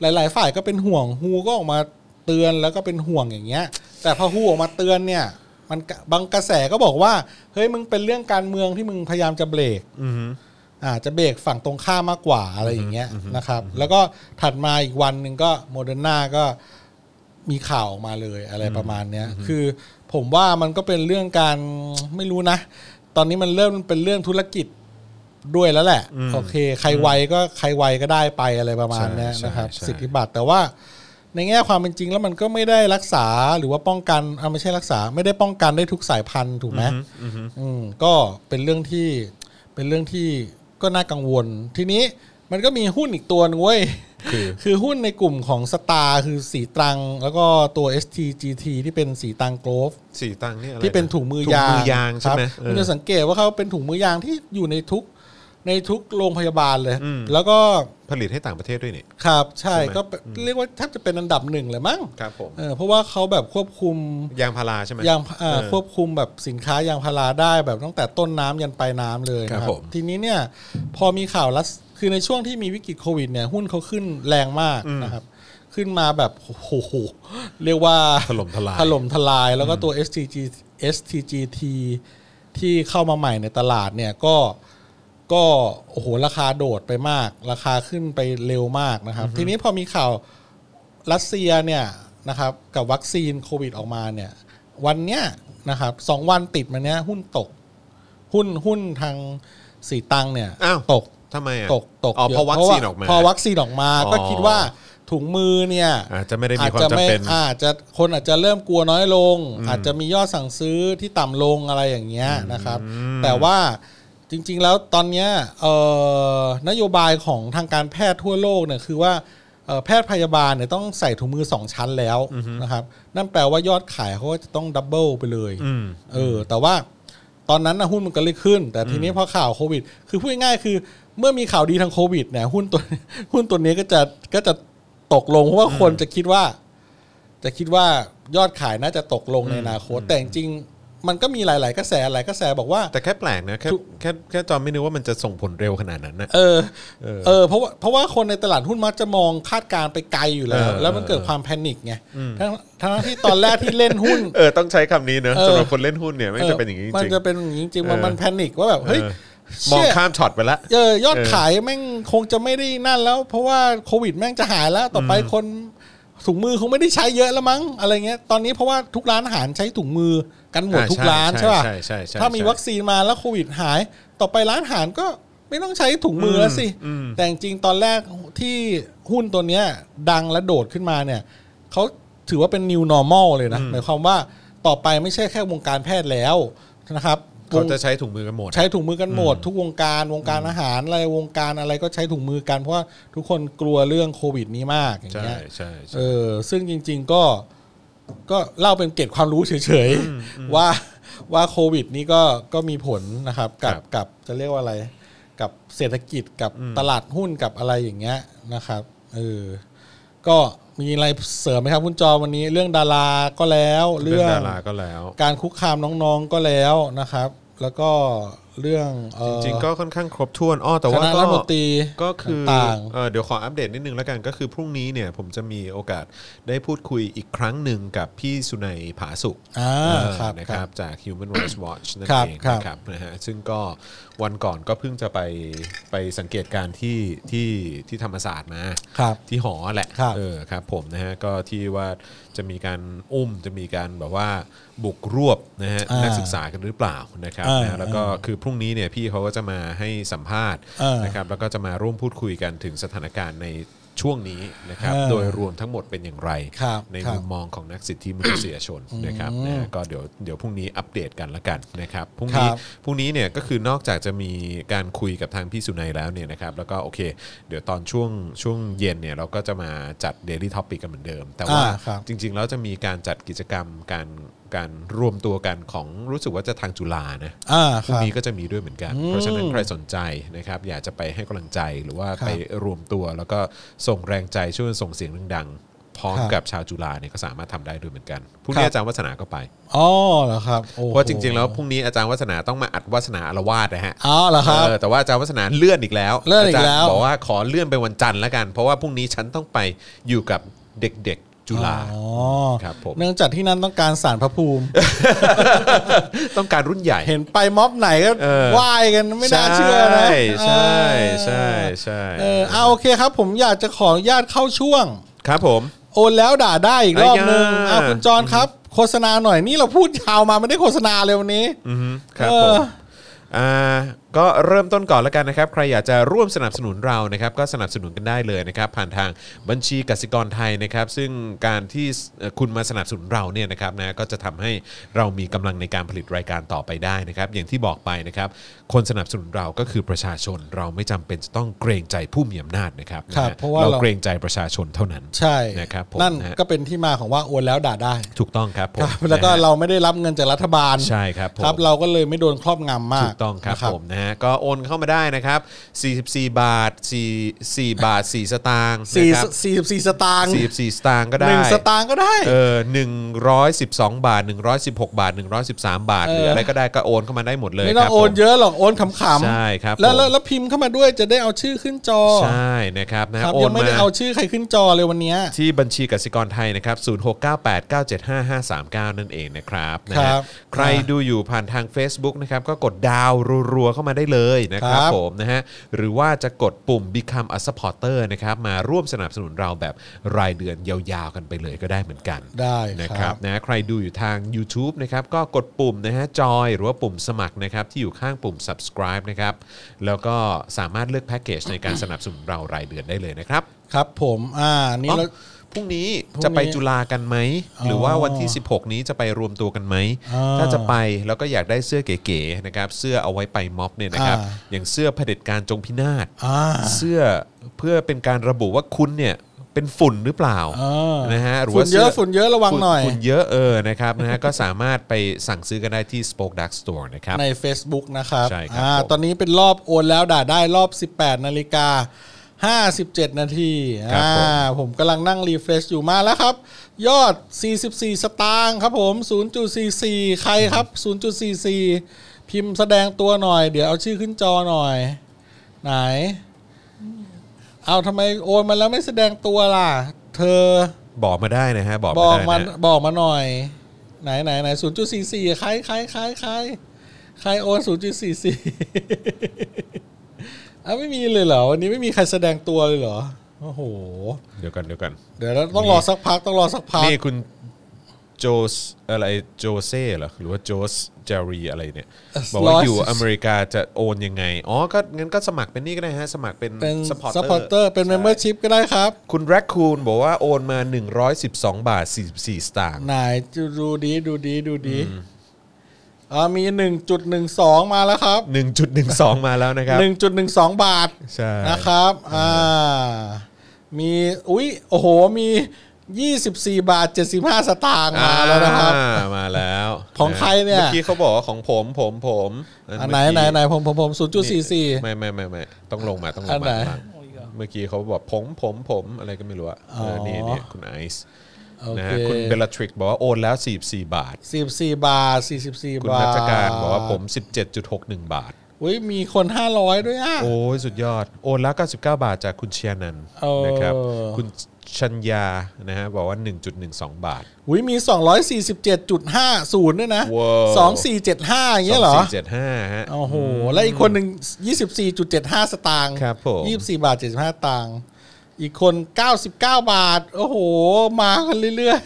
หลาย ๆ ฝ่ายก็เป็นห่วงฮูก็ออกมาเตือนแล้วก็เป็นห่วงอย่างเงี้ย แต่พอฮูออกมาเตือนเนี่ยมันก็บางกระแสก็บอกว่าเฮ้ยมึงเป็นเรื่องการเมืองที่มึงพยายามจะเบรก
อือฮึ
อาจจะเบรกฝั่งตรงข้ามมากกว่าอะไรอย่างเงี้ยนะครับ แล้วก็ถัดมาอีกวันหนึ่งก็โมเดอร์นาก็มีข่าวออกมาเลยอะไรประมาณเนี้ยคือผมว่ามันก็เป็นเรื่องการไม่รู้นะ ตอนนี้มันเริ่มเป็นเรื่องธุรกิจด้วยแล้วแหละ
อืม
โอเค ใครไวก็ใครไวก็ได้ไปอะไรประมาณเนี้ย
ใช่
นะครับ
ใช่
สิทธิบัตรแต่ว่าในแง่ความเป็นจริงแล้วมันก็ไม่ได้รักษาหรือว่าป้องกันอ่ะไม่ใช่รักษา ไม่ได้ป้องกันได้ทุกสายพันธุ์ถูกไหม
อือฮึ
อืมก็เป็นเรื่องที่เป็นเรื่องที่ก็น่ากังวล ทีนี้มันก็มีหุ้นอีกตัวหนึงเว้ย
คือ
[LAUGHS] คือหุ้นในกลุ่มของสตาร์คือสีตรัง แล้วก็ตัว STGT ที่เป็นสีตรังโกลฟ
สีตังค์เนี่ยอะไระ
ที่เป็นถุงมือยาง
ถุงมือยางใช่ไหม
ครับ
เอ
คุณ
อ
จะสังเกตว่าเขาเป็นถุงมือยางที่อยู่ในทุกในทุกโรงพยาบาลเลย
อืม
แล้วก็
ผลิตให้ต่างประเทศด้วยนี่
ครับ
ใช่
ใช่
ไหม
ก็เป็นเรียกว่าแทบจะเป็นอันดับหนึ่งเลยมั้ง
ครับผม
เออเพราะว่าเขาแบบควบคุม
ยางพาราใช่ไหม
ยางเอ่อ
เออ
ควบคุมแบบสินค้ายางพาราได้แบบตั้งแต่ต้นน้ำยันปลายน้ำเลยนะค
ครับ
รั
บ ผม
ทีนี้เนี่ยพอมีข่าวรัสคือในช่วงที่มีวิกฤตโควิดเนี่ยหุ้นเขาขึ้นแรงมากนะครับ ขึ้นมาแบบโอ้โหเรียกว่า
ถล่มทลาย
ถล่มทลาย แล้วก็ตัว STG STGT ที่เข้ามาใหม่ในตลาดเนี่ยก็ก็โอ้โหราคาโดดไปมาก ราคาขึ้นไปเร็วมากนะครับ ทีนี้พอมีข่าว รัสเซียเนี่ยนะครับกับวัคซีนโควิดออกมาเนี่ยวันเนี้ยนะครับสองวันติดมาเนี้ยหุ้นตก หุ้นหุ้นทางสีตังเนี่ย
อ้าว
ตก
ทำไมอ่ะ
ตกตก
อ๋อเพราะ
ย
วัคซีนออกมา
พอวัคซีนออกมา
อ๋อ
ก็คิดว่าถุงมือเนี่ย
อาจจะไม่ได้
อา
มี
จ
ความ
จะ
จำ
ไม่
เป็น
อาจจะคนอาจจะเริ่มกลัวน้อยลง อาจจะมียอดสั่งซื้อที่ต่ำลงอะไรอย่างเงี้ยนะครับ
อืม
แต่ว่าจริงๆแล้วตอนเนี้ยเอ่อนโยบายของทางการแพทย์ทั่วโลกเนี่ยคือว่าเอ่อแพทย์พยาบาลเนี่ยต้องใส่ถุงมือสองชั้นแล้วนะครับนั่นแปลว่ายอดขายเขาก็จะต้องดับเบิลไปเลย
อืม
เออแต่ว่าตอนนั้นนะหุ้นมันก็เลยขึ้น แต่ทีนี้พอข่าวโควิด คือพูดง่ายๆคือ เมื่อมีข่าวดีทางโควิดเนี่ยหุ้นตัว [LAUGHS] หุ้นตัวนี้ก็จะก็จะตกลงเพราะว่าคนจะคิดว่า จะคิดว่ายอดขายน่าจะตกลงในอนาคตแต่จริงๆมันก็มีหลายๆกระแสหลายกระแสบอกว่า
แต่แค่แปลกนะ แค่
ถูก
แค่แค่จอมไม่นึกว่ามันจะส่งผลเร็วขนาดนั้นนะ
เออ
เออ
เออเพราะว่าเพราะว่าคนในตลาดหุ้นมักจะมองคาดการณ์ไปไกลอยู่แล้ว
เออ
แล้วมันเกิดความแพนิคไงทั้งทั้งที่ตอนแรกที่เล่นหุ้น
เออ ต้องใช้คำนี้เนอะ
เออ
สำหรับคนเล่นหุ้นเนี่ย [LAUGHS] ไม่งจะเป็นอย่างนี้
นี้
จ
มัน
ริง
จะเป็นอย่างนี้จริงๆมัน
เออ
มันแพนิคว่าแบบเฮ้ย
เออ มอง
เชี่ย
ข้ามช็อตไปละ
เออยอด
เออ
ขายแม่งคงจะไม่ได้นั่นแล้ว เพราะว่าโควิดแม่งจะหายแล้ว ต่อไปคนถุงมือคงไม่ได้ใช้เยอะแล้วมั้งอะไรเงี้ยตอนนี้เพราะว่าทุกร้านอาหารใช้ถุงมือกันหมดทุกร้านใช่ป่ะ
ใช่ใช่ใช่
ถ้ามีวัคซีนมาแล้วโควิดหาย ต่อไปร้านอาหารก็ไม่ต้องใช้ถุงมือแล้วสิ
อืม
แต่จริงๆตอนแรกที่หุ้นตัวเนี้ยดังและโดดขึ้นมาเนี่ยเขาถือว่าเป็น new normal เลยนะ หมายความว่าต่อไปไม่ใช่แค่วงการแพทย์แล้วนะครับ
เขา
วง
จะใช้ถุงมือกันหมด
ใช้ถุงมือกันหมด ทุกวงการวงการอาหารอะไรวงการอะไรก็ใช้ถุงมือกันเพราะว่าทุกคนกลัวเรื่องโควิดนี้มากอย่าง
ใช่
เงี้ย
ใช่ใช่
เออซึ่งจริง ๆก็ก็เล่าเป็นเกร็ดความรู้เฉยๆว่าว่าโควิดนี้ก็ก็มีผลนะครับกับ
ครับ
กับจะเรียกว่าอะไร กับเศรษฐกิจกับตลาดหุ้นกับอะไรอย่างเงี้ยนะครับเออก็มีอะไรเสริมไหมครับคุณจอวันนี้ เรื่องดาราก็แล้ว
เรื่
เรื่
อ
องง
ดาราก็แล้ว
การคุกคามน้องๆก็แล้วนะครับ แล้วก็เรื่องเอ่อ
จริงๆก็ค่อนข้างครบถ้วนอ้อแต่ว่า
คณะ
ก็
รัฐมนตรี
ก็คือ
ต่าง
เอ่อเดี๋ยวขออัปเดตนิดนึงแล้วกันก็คือพรุ่งนี้เนี่ยผมจะมีโอกาสได้พูดคุยอีกครั้งหนึ่งกับพี่สุนัยผาสุก
ๆอ่า
เออ
ครับ
นะค
ครั
รับ บจาก Human Rights Watch นั่น
ครับ
เอง
ครับ
นะครับนะฮะซึ่งก็วันก่อนก็เพิ่งจะไปไปสังเกตการณ์ที่ที่ที่ธรรมศาสตร์มา
ครับ
ที่หอแหละ
ครับ
เออครับผมนะฮะก็ที่ว่าจะมีการอุ้มจะมีการแบบว่าบุกรวบนะฮะ
อ่านั
นักศึกษากันหรือเปล่านะครับ
อ่าน
นะฮะแล้วก็คือพรุ่งนี้เนี่ยพี่เขาก็จะมาให้สัมภาษณ์
อ่าน
นะครับแล้วก็จะมาร่วมพูดคุยกันถึงสถานการณ์ใน ช่วงนี้นะครับ
เออ
โดยรวมทั้งหมดเป็นอย่างไร
ครับ
ใน
ครับ
มุมมองของนักสิทธิมนุษยชนนะครับนะฮะก็เดี๋ยวเดี๋ยวพรุ่งนี้อัปเดตกันละกันนะครับพรุ่งนี้
ครับ
พรุ่งนี้เนี่ยก็คือนอกจากจะมีการคุยกับทางพี่สุนัยแล้วเนี่ยนะครับแล้วก็โอเค เดี๋ยวตอนช่วงช่วงเย็นเนี่ยเราก็จะมาจัด Daily t o p i c กันเหมือนเดิม แต่ว่า
อ่าครับ
จริงๆแล้วจะมีการจัดกิจกรรมการการรวมตัวกันของรู้สึกว่าจะทางจุฬานะ
อ่า
พ
ค
รุ่ง
รับ
นี้ก็จะมีด้วยเหมือนกัน เพราะฉะนั้นใครสนใจนะครับ อยากจะไปให้กำลังใจหรือว่า
ครับ
ไปรวมตัว แล้วก็ส่งแรงใจช่วยส่งเสียงดังๆพร้อม
ครับ
กับชาวจุฬาเนี่ยก็สามารถทำได้ด้วยเหมือนกันพรุ่ง
ค
นี้
รับ
อาจารย์วัฒนาก็ไป
อ๋อเหรอครับโอ้โห
เพราะจริงๆแล้วพรุ่งนี้อาจารย์วัฒนาต้องมาอัดวัฒนาอารวาสนะฮะ
อ๋อเหรอครับ
เออแต่ว่าอาจารย์วัฒนาเลื่อนอีกแล้ว
เลื่อนอีกแล้
า
ว
จารย์บอกว่าขอเลื่อนไปวันจันทร์แล้วกัน เพราะว่าพรุ่งนี้ฉันต้องไปอยู่กับเด็กๆจุฬา
อ๋อ
ครับผม
เนื่องจากที่นั่นต้องการสารพระภูมิ
ต้องการรุ่นใหญ่
เห็นไปม็อบไหนก็
เออ
ไหว้กันไม่น่าเชื่อนะ
ใช่ใช่ใช่
เออ
ใช่
เออเอาโอเคครับ ผมอยากจะขออนุญาตเข้าช่วง
ครับผม
โอนแล้วด่าได้อีกรอบนึง
อ่ะ
อ่ะคุณจรครับ โฆษณาหน่อยนี่เราพูดยาวมาไม่ได้โฆษณาเลยวันนี้
อือฮึครับ
เอ
ผ
อ
มอ่าก็เริ่มต้นก่อนแล้วกันนะครับ ใครอยากจะร่วมสนับสนุนเรานะครับก็สนับสนุนกันได้เลยนะครับ ผ่านทางบัญชีกสิกรไทยนะครับ ซึ่งการที่เอ่อคุณมาสนับสนุนเราเนี่ยนะครับนะก็จะทำให้เรามีกำลังในการผลิตรายการต่อไปได้นะครับ อย่างที่บอกไปนะครับ คนสนับสนุนเราก็คือประชาชนเราไม่จำเป็นจะต้องเกรงใจผู้มีอำนาจนะครับ
ครับ
นฮ
เพราะว่า
เรา
เรา
เกรงใจประชาชนเท่านั้น
ใช่
นะครับผม
นั่น
นะฮะ
ก็เป็นที่มาของว่าโอนแล้วด่าได้
ถูกต้องครับผม
ครับแล้วก็
นะฮะ
เราไม่ได้รับเงินจากรัฐบาล
ใช่ครับผม
ครับ เราก็เลยไม่โดนครอบงำมาก
ถูกต้องครับ
นะ
ผมนะฮะก็โอนเข้ามาได้นะครับ 44 บาท4 4บาท 4 สตางค์
สี่
นะครับ
สี่สิบสี่สตางค์
44 สตางค์ก็ได้
หนึ่งสตางค์ก็ได้
เออ112 บาท 116 บาท 113 บาท หรืออะไรก็ได้ก็โอนเข้ามาได้หมดเลย
ไม่
ค
ต้อ
รั
ง
บ
โอ
ผม
นเยอะหรอกโอนขำๆ
ใช่ครับ
แล้ว
ผ
แล้ว
ม
แล้วพิมพ์เข้ามาด้วยจะได้เอาชื่อขึ้นจอ
ใช่นะครับนะฮะ
ครับ
โอ
ยั
น
งไม่
มา
ได้เอาชื่อใครขึ้นจอเลยวันเนี้ย
ที่บัญชีกสิกรไทยนะครับ 0698975539 นั่นเองนะครับนะฮะ
ครับ
ใครดูอยู่ผ่านทาง Facebook นะครับ ก็กดดาวรัวๆเข้ามาได้เลยนะครับ
ครับ
ผมนะฮะ หรือว่าจะกดปุ่ม Become a supporter นะครับ มาร่วมสนับสนุนเราแบบรายเดือนยาวๆกันไปเลยก็ได้เหมือนกัน
ได้
นะค
ครั
รับบ นะใครดูอยู่ทาง YouTube นะครับ ก็กดปุ่มนะฮะจอยหรือว่าปุ่มสมัครนะครับ ที่อยู่ข้างปุ่ม subscribe นะครับแล้วก็สามารถเลือกแพ็กเกจในการสนับสนุนเรารายเดือนได้เลยนะครับ
ครับ ผมอ่านี่
อ๋อ
เรา
พรุ่งนี้
พรุ่งนี้
จะไปจุฬากันไหม
อ๋อ
หรือว่าวันที่ 16 นี้จะไปรวมตัวกันไหม
อ่า
ถ้าจะไปแล้วก็อยากได้เสื้อเก๋ๆนะครับ เสื้อเอาไว้ไปม็อบเนี่ยนะครับ
อ่า
อย่างเสื้อเผด็จการจงพินาศ
อ่า
เสื้อเพื่อเป็นการระบุว่าคุณเนี่ยเป็นฝุ่นหรือเปล่า
อ่าน
นะฮะหรื
ฝุ่นเยอะ
สื้
ฝุ่นเยอะระวังหน่อย
ฝุ่นเยอะเออนะครับนะฮะก็สามารถไปสั่งซื้อกันได้ที่ Spoke Dark Store นะครับ
ใน Facebook นะครับ
ใช่ครับ
อ่า
ผม
ตอนนี้เป็นรอบโอนแล้วด่าได้รอบ 18 นาฬิกา 57 นาทีอ่าผมกำลังนั่งรีเฟรชอยู่มาแล้วครับ ยอด 44 สตางค์ครับผม 0.44 ใครครับ 0.44 พิมพ์แสดงตัวหน่อย เดี๋ยวเอาชื่อขึ้นจอหน่อย ไหน เอาทำไมโอนมาแล้วไม่แสดงตัวล่ะ เธอ
บอกมาได้นะฮะบอก
บอกมา
มาได้นะ
บอกมาหน่อย ไหนไหนไหนศูนย์จุดสี่สี่ใครใครใครใครใครโอนศูนย์จุดสี่ [LAUGHS] สี่อ่ะไม่มีเลยเหรอวันนี้ไม่มีใครแสดงตัวเลยเหรอโอ้โห
เดี๋ยวกันเดี๋ยวกัน
เดี๋ยวเราต้องรอสักพักต้องรอสักพัก
นี่คุณโจสอะไรโจเซ่เหรอหรือว่าโจสเจอรีอะไรเนี่ย
เอ่อ
บอกว่า
ร้อย
อยู่อเมริกาจะโอนยังไง อ๋อ ก็งั้นก็สมัครเป็นนี่ก็ได้ฮะ สมัครเป็น
เป็น
สปอร์
ซัพพอร์
เต
เต
อ
อ
ร์
ร์เป็นเมมเบอร์ชิพก็ได้ครับ
คุณแรคคูนบอกว่าโอนมา 112 บาท 44 สตางค์
ไหนดูดีดูดีดูดีอ่ามีหนึ่งจุดหนึ่งสองมาแล้วครับ
1.12 มาแล้วนะครับ
หนึ่งจุดหนึ่งสองบาท
ใช่
นะครับอ่ามีอุ๊ยโอ้โหมี 24 บาท 75 สตางค์มาแล้วนะครับ
อ่ามาแล้ว
ของใครเนี่ย
เมื่อกี้เขาบอกว่าของผมผมผม
อันไหนไหนไหนผมผมผม0.44
ไม่ไม่ไม่ไม่ต้องลงมาต้องล
อั
ง
น
มา
ไหน
ข้างล่าง
โอ้ยอีกเหรอ
เมื่อกี้เขาบอกผมผมผมอะไรก็ไม่รู้อะเออนี่นี่คุณไอซ์
โอ
นะ
เค
ฮะคุณเบลทริกบอกว่าโอนแล้ว 44 บาท
44 บาท 44
คุณ
บาท
นัชการบอกว่าผม 17.61 บาท
อุ๊ยมีคน 500 ด้วยอ่ะ
โอ้ยสุดยอด โอนแล้ว 99 บาทจากคุณเชียร์นันท์
โอ้
นะครับ คุณชัญญานะฮะบอกว่า 1.12 บาท
อุ๊ยมี 247.50 ด้วยนะ
ว้าว
2475 อย่างเงี้ยเหรอ
2475ฮะ
โอ้โห และอีกคนหนึ่ง24.75 สตางค์
ครับผม
24 บาท 75 สตางค์อีกคน 99 บาท โอ้โห มากันเรื่อย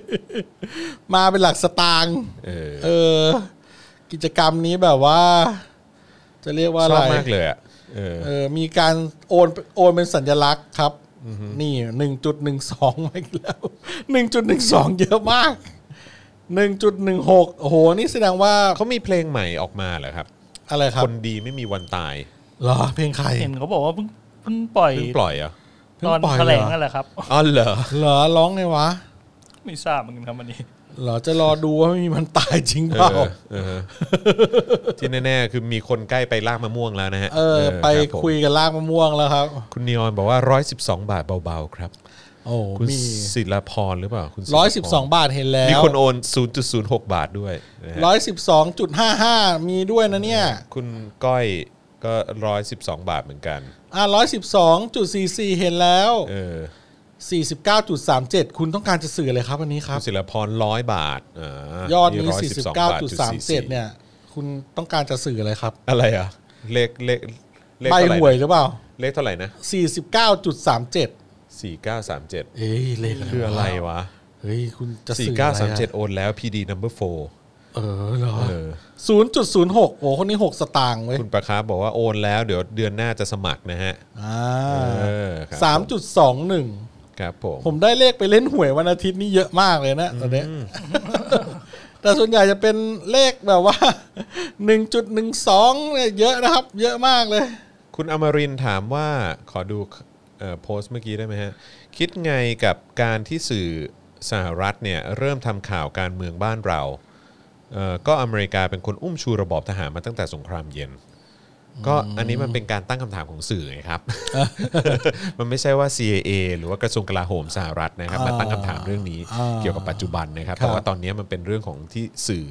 ๆ [LAUGHS] มาเป็นหลักสตางค์
เออ
เออ กิจกรรมนี้แบบว่า จะเรียกว่าอะ
ช
ไร
อบมากเลยอะเออ
เออมีการโอนโอนเป็นสัญลักษณ์ครับ นี่หนึ่งจุดหนึ่งสองมาอีกแล้วหนึ่งจุดหนึ่งสองเยอะมากหนึ่งจุดหนึ่งหกโอ้โห นี่แสดงว่า
เขามีเพลงใหม่ออกมาเหรอครับ
อะไรครับ
คนดีไม่มีวันตาย
เหรอเพลงใคร
เห็นเขาบอกว่าเพิ่งเพิ่งปล่อย
เพิ่งปล่อยเหรอ
เพิ่
ตอน
ปย
แถลง
เหร
นั่นแหละครับ [LAUGHS]
อ๋อเหรอ
เหรอร้องไงวะ
ไม่ทราบเหมือนกันครับวันนี้
เหรอจะรอดูว่าไม่มีมันตายจริงเป
เอ
ล่า
อเออที่แน่ๆคือมีคนใกล้ไปลากมะม่วงแล้วนะฮะ
เออ ไป
รับผม
คุยกันลากมะม่วงแล้วครับ
คุณนีออนบอกว่า 112 บาทเบาๆครับ
โอ้
คุณ
มี
ศิลาพรหรือเปล่าคุณศิลาพ
ร้อยสิบสองบาทเห็นแล้ว
มีคนโอน 0.06 บาทด้วยนะฮะ
ร้อยสิบสองจุดห้าห้ามีด้วยนะเนี่ย
คุณก้อยก็ 112 บาทเหมือนกัน
อ่ะร้อยสิบสองจุดสี่สี่เห็นแล้ว
เออ
สี่สิบเก้าจุดสามเจ็ดคุณต้องการจะสื่ออะไรครับวันนี้ค
คุ
รับ
ณศิลาพร 100 บาทอ่าย
อดนี้
112
สี่สิบ
ท
เก้าจุดสามเจ็ด
44
เนี่ย คุณต้องการจะสื่ออะไรครับ
อะไรอ่ะ เลขเลขเลข
ใบ
เท่าไหร่
หวย
นะ
หรือเปล่า
เลขเท่าไหร่นะ
สี่สิบเก้าจุดสามเจ็ด
4937
เอ้ยเลข
คืออะไรวะ
เฮ้ยคุณจะสื่ออะไรอะ
4937 โอนแล้ว PD number 4
เออเหรอ
เออ
ศูนย์จุดศูนย์หกโอ้คนนี้หกสตางค์เว้ย
คุณประคาบอกว่าโอนแล้วเดี๋ยวเดือนหน้าจะสมัครนะฮะ
อ่า
เออครับ
สามจุดสองหนึ่ง
ครับผม
ผมได้เลขไปเล่นหวยวันอาทิตย์นี่เยอะมากเลยนะตอนเนี้ย [LAUGHS] แต่ส่วนใหญ่จะเป็นเลขแบบว่า [LAUGHS] หนึ่งจุดหนึ่งสองเนี่ยเยอะนะครับ เยอะมากเลย
คุณอมรินทร์ถามว่าขอดูโพสต์เมื่อกี้ได้ไหมฮะ คิดไงกับการที่สื่อสหรัฐเนี่ย เริ่มทำข่าวการเมืองบ้านเราเอ่อก็อเมริกาเป็นคนอุ้มชูระบอบทหารมาตั้งแต่สงครามเย็น ก็อันนี้มันเป็นการตั้งคำถามของสื่อไงครับ [LAUGHS] มันไม่ใช่ว่า CIA หรือว่ากระทรวงกลาโหมสหรัฐนะครับมาตั้งคำถามเรื่องนี้
อ่า
เกี่ยวกับปัจจุบันนะครับ
ครับ
แต่ว่าตอนนี้มันเป็นเรื่องของที่สื่อ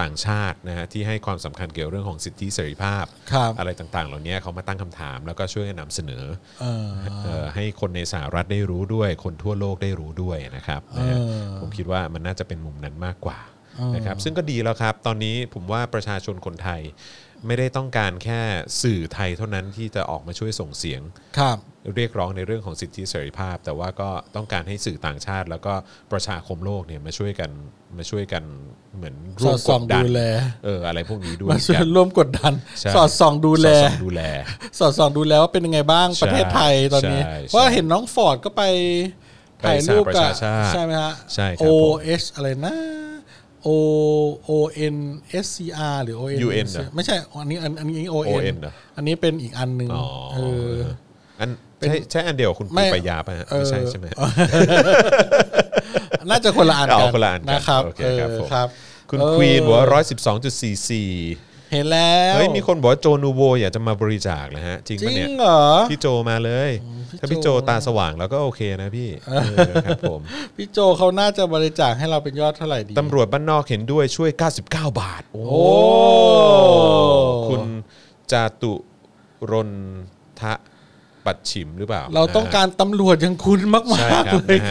ต่างชาตินะฮะที่ให้ความสำคัญเกี่ยวกับเรื่องของสิทธิเสรีภาพ
ครับ
อะไรต่างๆ เหล่านี้เขามาตั้งคำถามแล้วก็ช่วยกันนำเสนอ
เออ
เอ่อให้คนในสหรัฐได้รู้ด้วย คนทั่วโลกได้รู้ด้วยนะครับนะฮะ
เออ
ผมคิดว่ามันน่าจะเป็นมุมนั้นมากกว่านะครับซึ่งก็ดีแล้วครับ ตอนนี้ผมว่าประชาชนคนไทย ไม่ได้ต้องการแค่สื่อไทยเท่านั้นที่จะออกมาช่วยส่งเสียง
ครับ
เรียกร้องในเรื่องของสิทธิเสรีภาพ แต่ว่าก็ต้องการให้สื่อต่างชาติ แล้วก็ประชาคมโลกเนี่ยมาช่วยกันมาช่วยกันเหมือนร่วม
สอด
ก
ส่อ
ด
ง
ดัน
ดูแล
เอออะไรพวกนี้ด้วย
มาช่วย
กัน
ร่วมกดดัน
ใช่
สอดส่องดูแล
สอดส่องดูแล
สอดส่องดูแลว่าเป็นยังไงบ้าง
ใช่
ประเทศไทยตอนนี้
ใช่
เพราะเห็นน้องฟอร์ดก็ไป
ไป
ถ่ายรูป
สหประ
กั
ชาชาติ
ใช่ไหมฮะ
ใช่ครับ
O
ผม
H อะไรนะ O O N S C R หรือ O N
UN เหรอ
ไม่ใช่อันนี้อันอันนี้ O
ON
N
เหรอ
อันนี้เป็นอีกอันหนึ่ง
อ๋อ
เออ
อันใช่ใช่อันเดียวกับคุณ
ไม่
ปูปายาป่ะฮะ
เออ
ไม่ใช่ใช่ไหม
น่าจะคนละอันกั
เอา
น
คนละอันกัน
นะครับ
โอเค
เอ
ค
อ
รับผม
ครับ
คุณ
เออ
ควีนบอกว่าร้อยสิบสองจุดสี่สี่
เห็นแล้ว
เฮ้ยมีคนบอกว่าโจนูโวอยากจะมาบริจาคนะฮะ จริง
จริ
ปะเนี่ย
งเหรอ
พี่โจมาเลย
พี่
ถ้าพี่
โจ
โจตาสว่างแล้วก็โอเคนะพี่เออครับผม
พี่โจเขาน่าจะบริจาคให้เราเป็นยอดเท่าไหร่ดี
ตำรวจบ้านนอกเห็นด้วยช่วย 99 บาท โอ้
โอ้
คุณจาตุรนทะปัดฉิมหรือเปล่า
เราต้องการตำรวจอย่างคุณม
ใช่
าก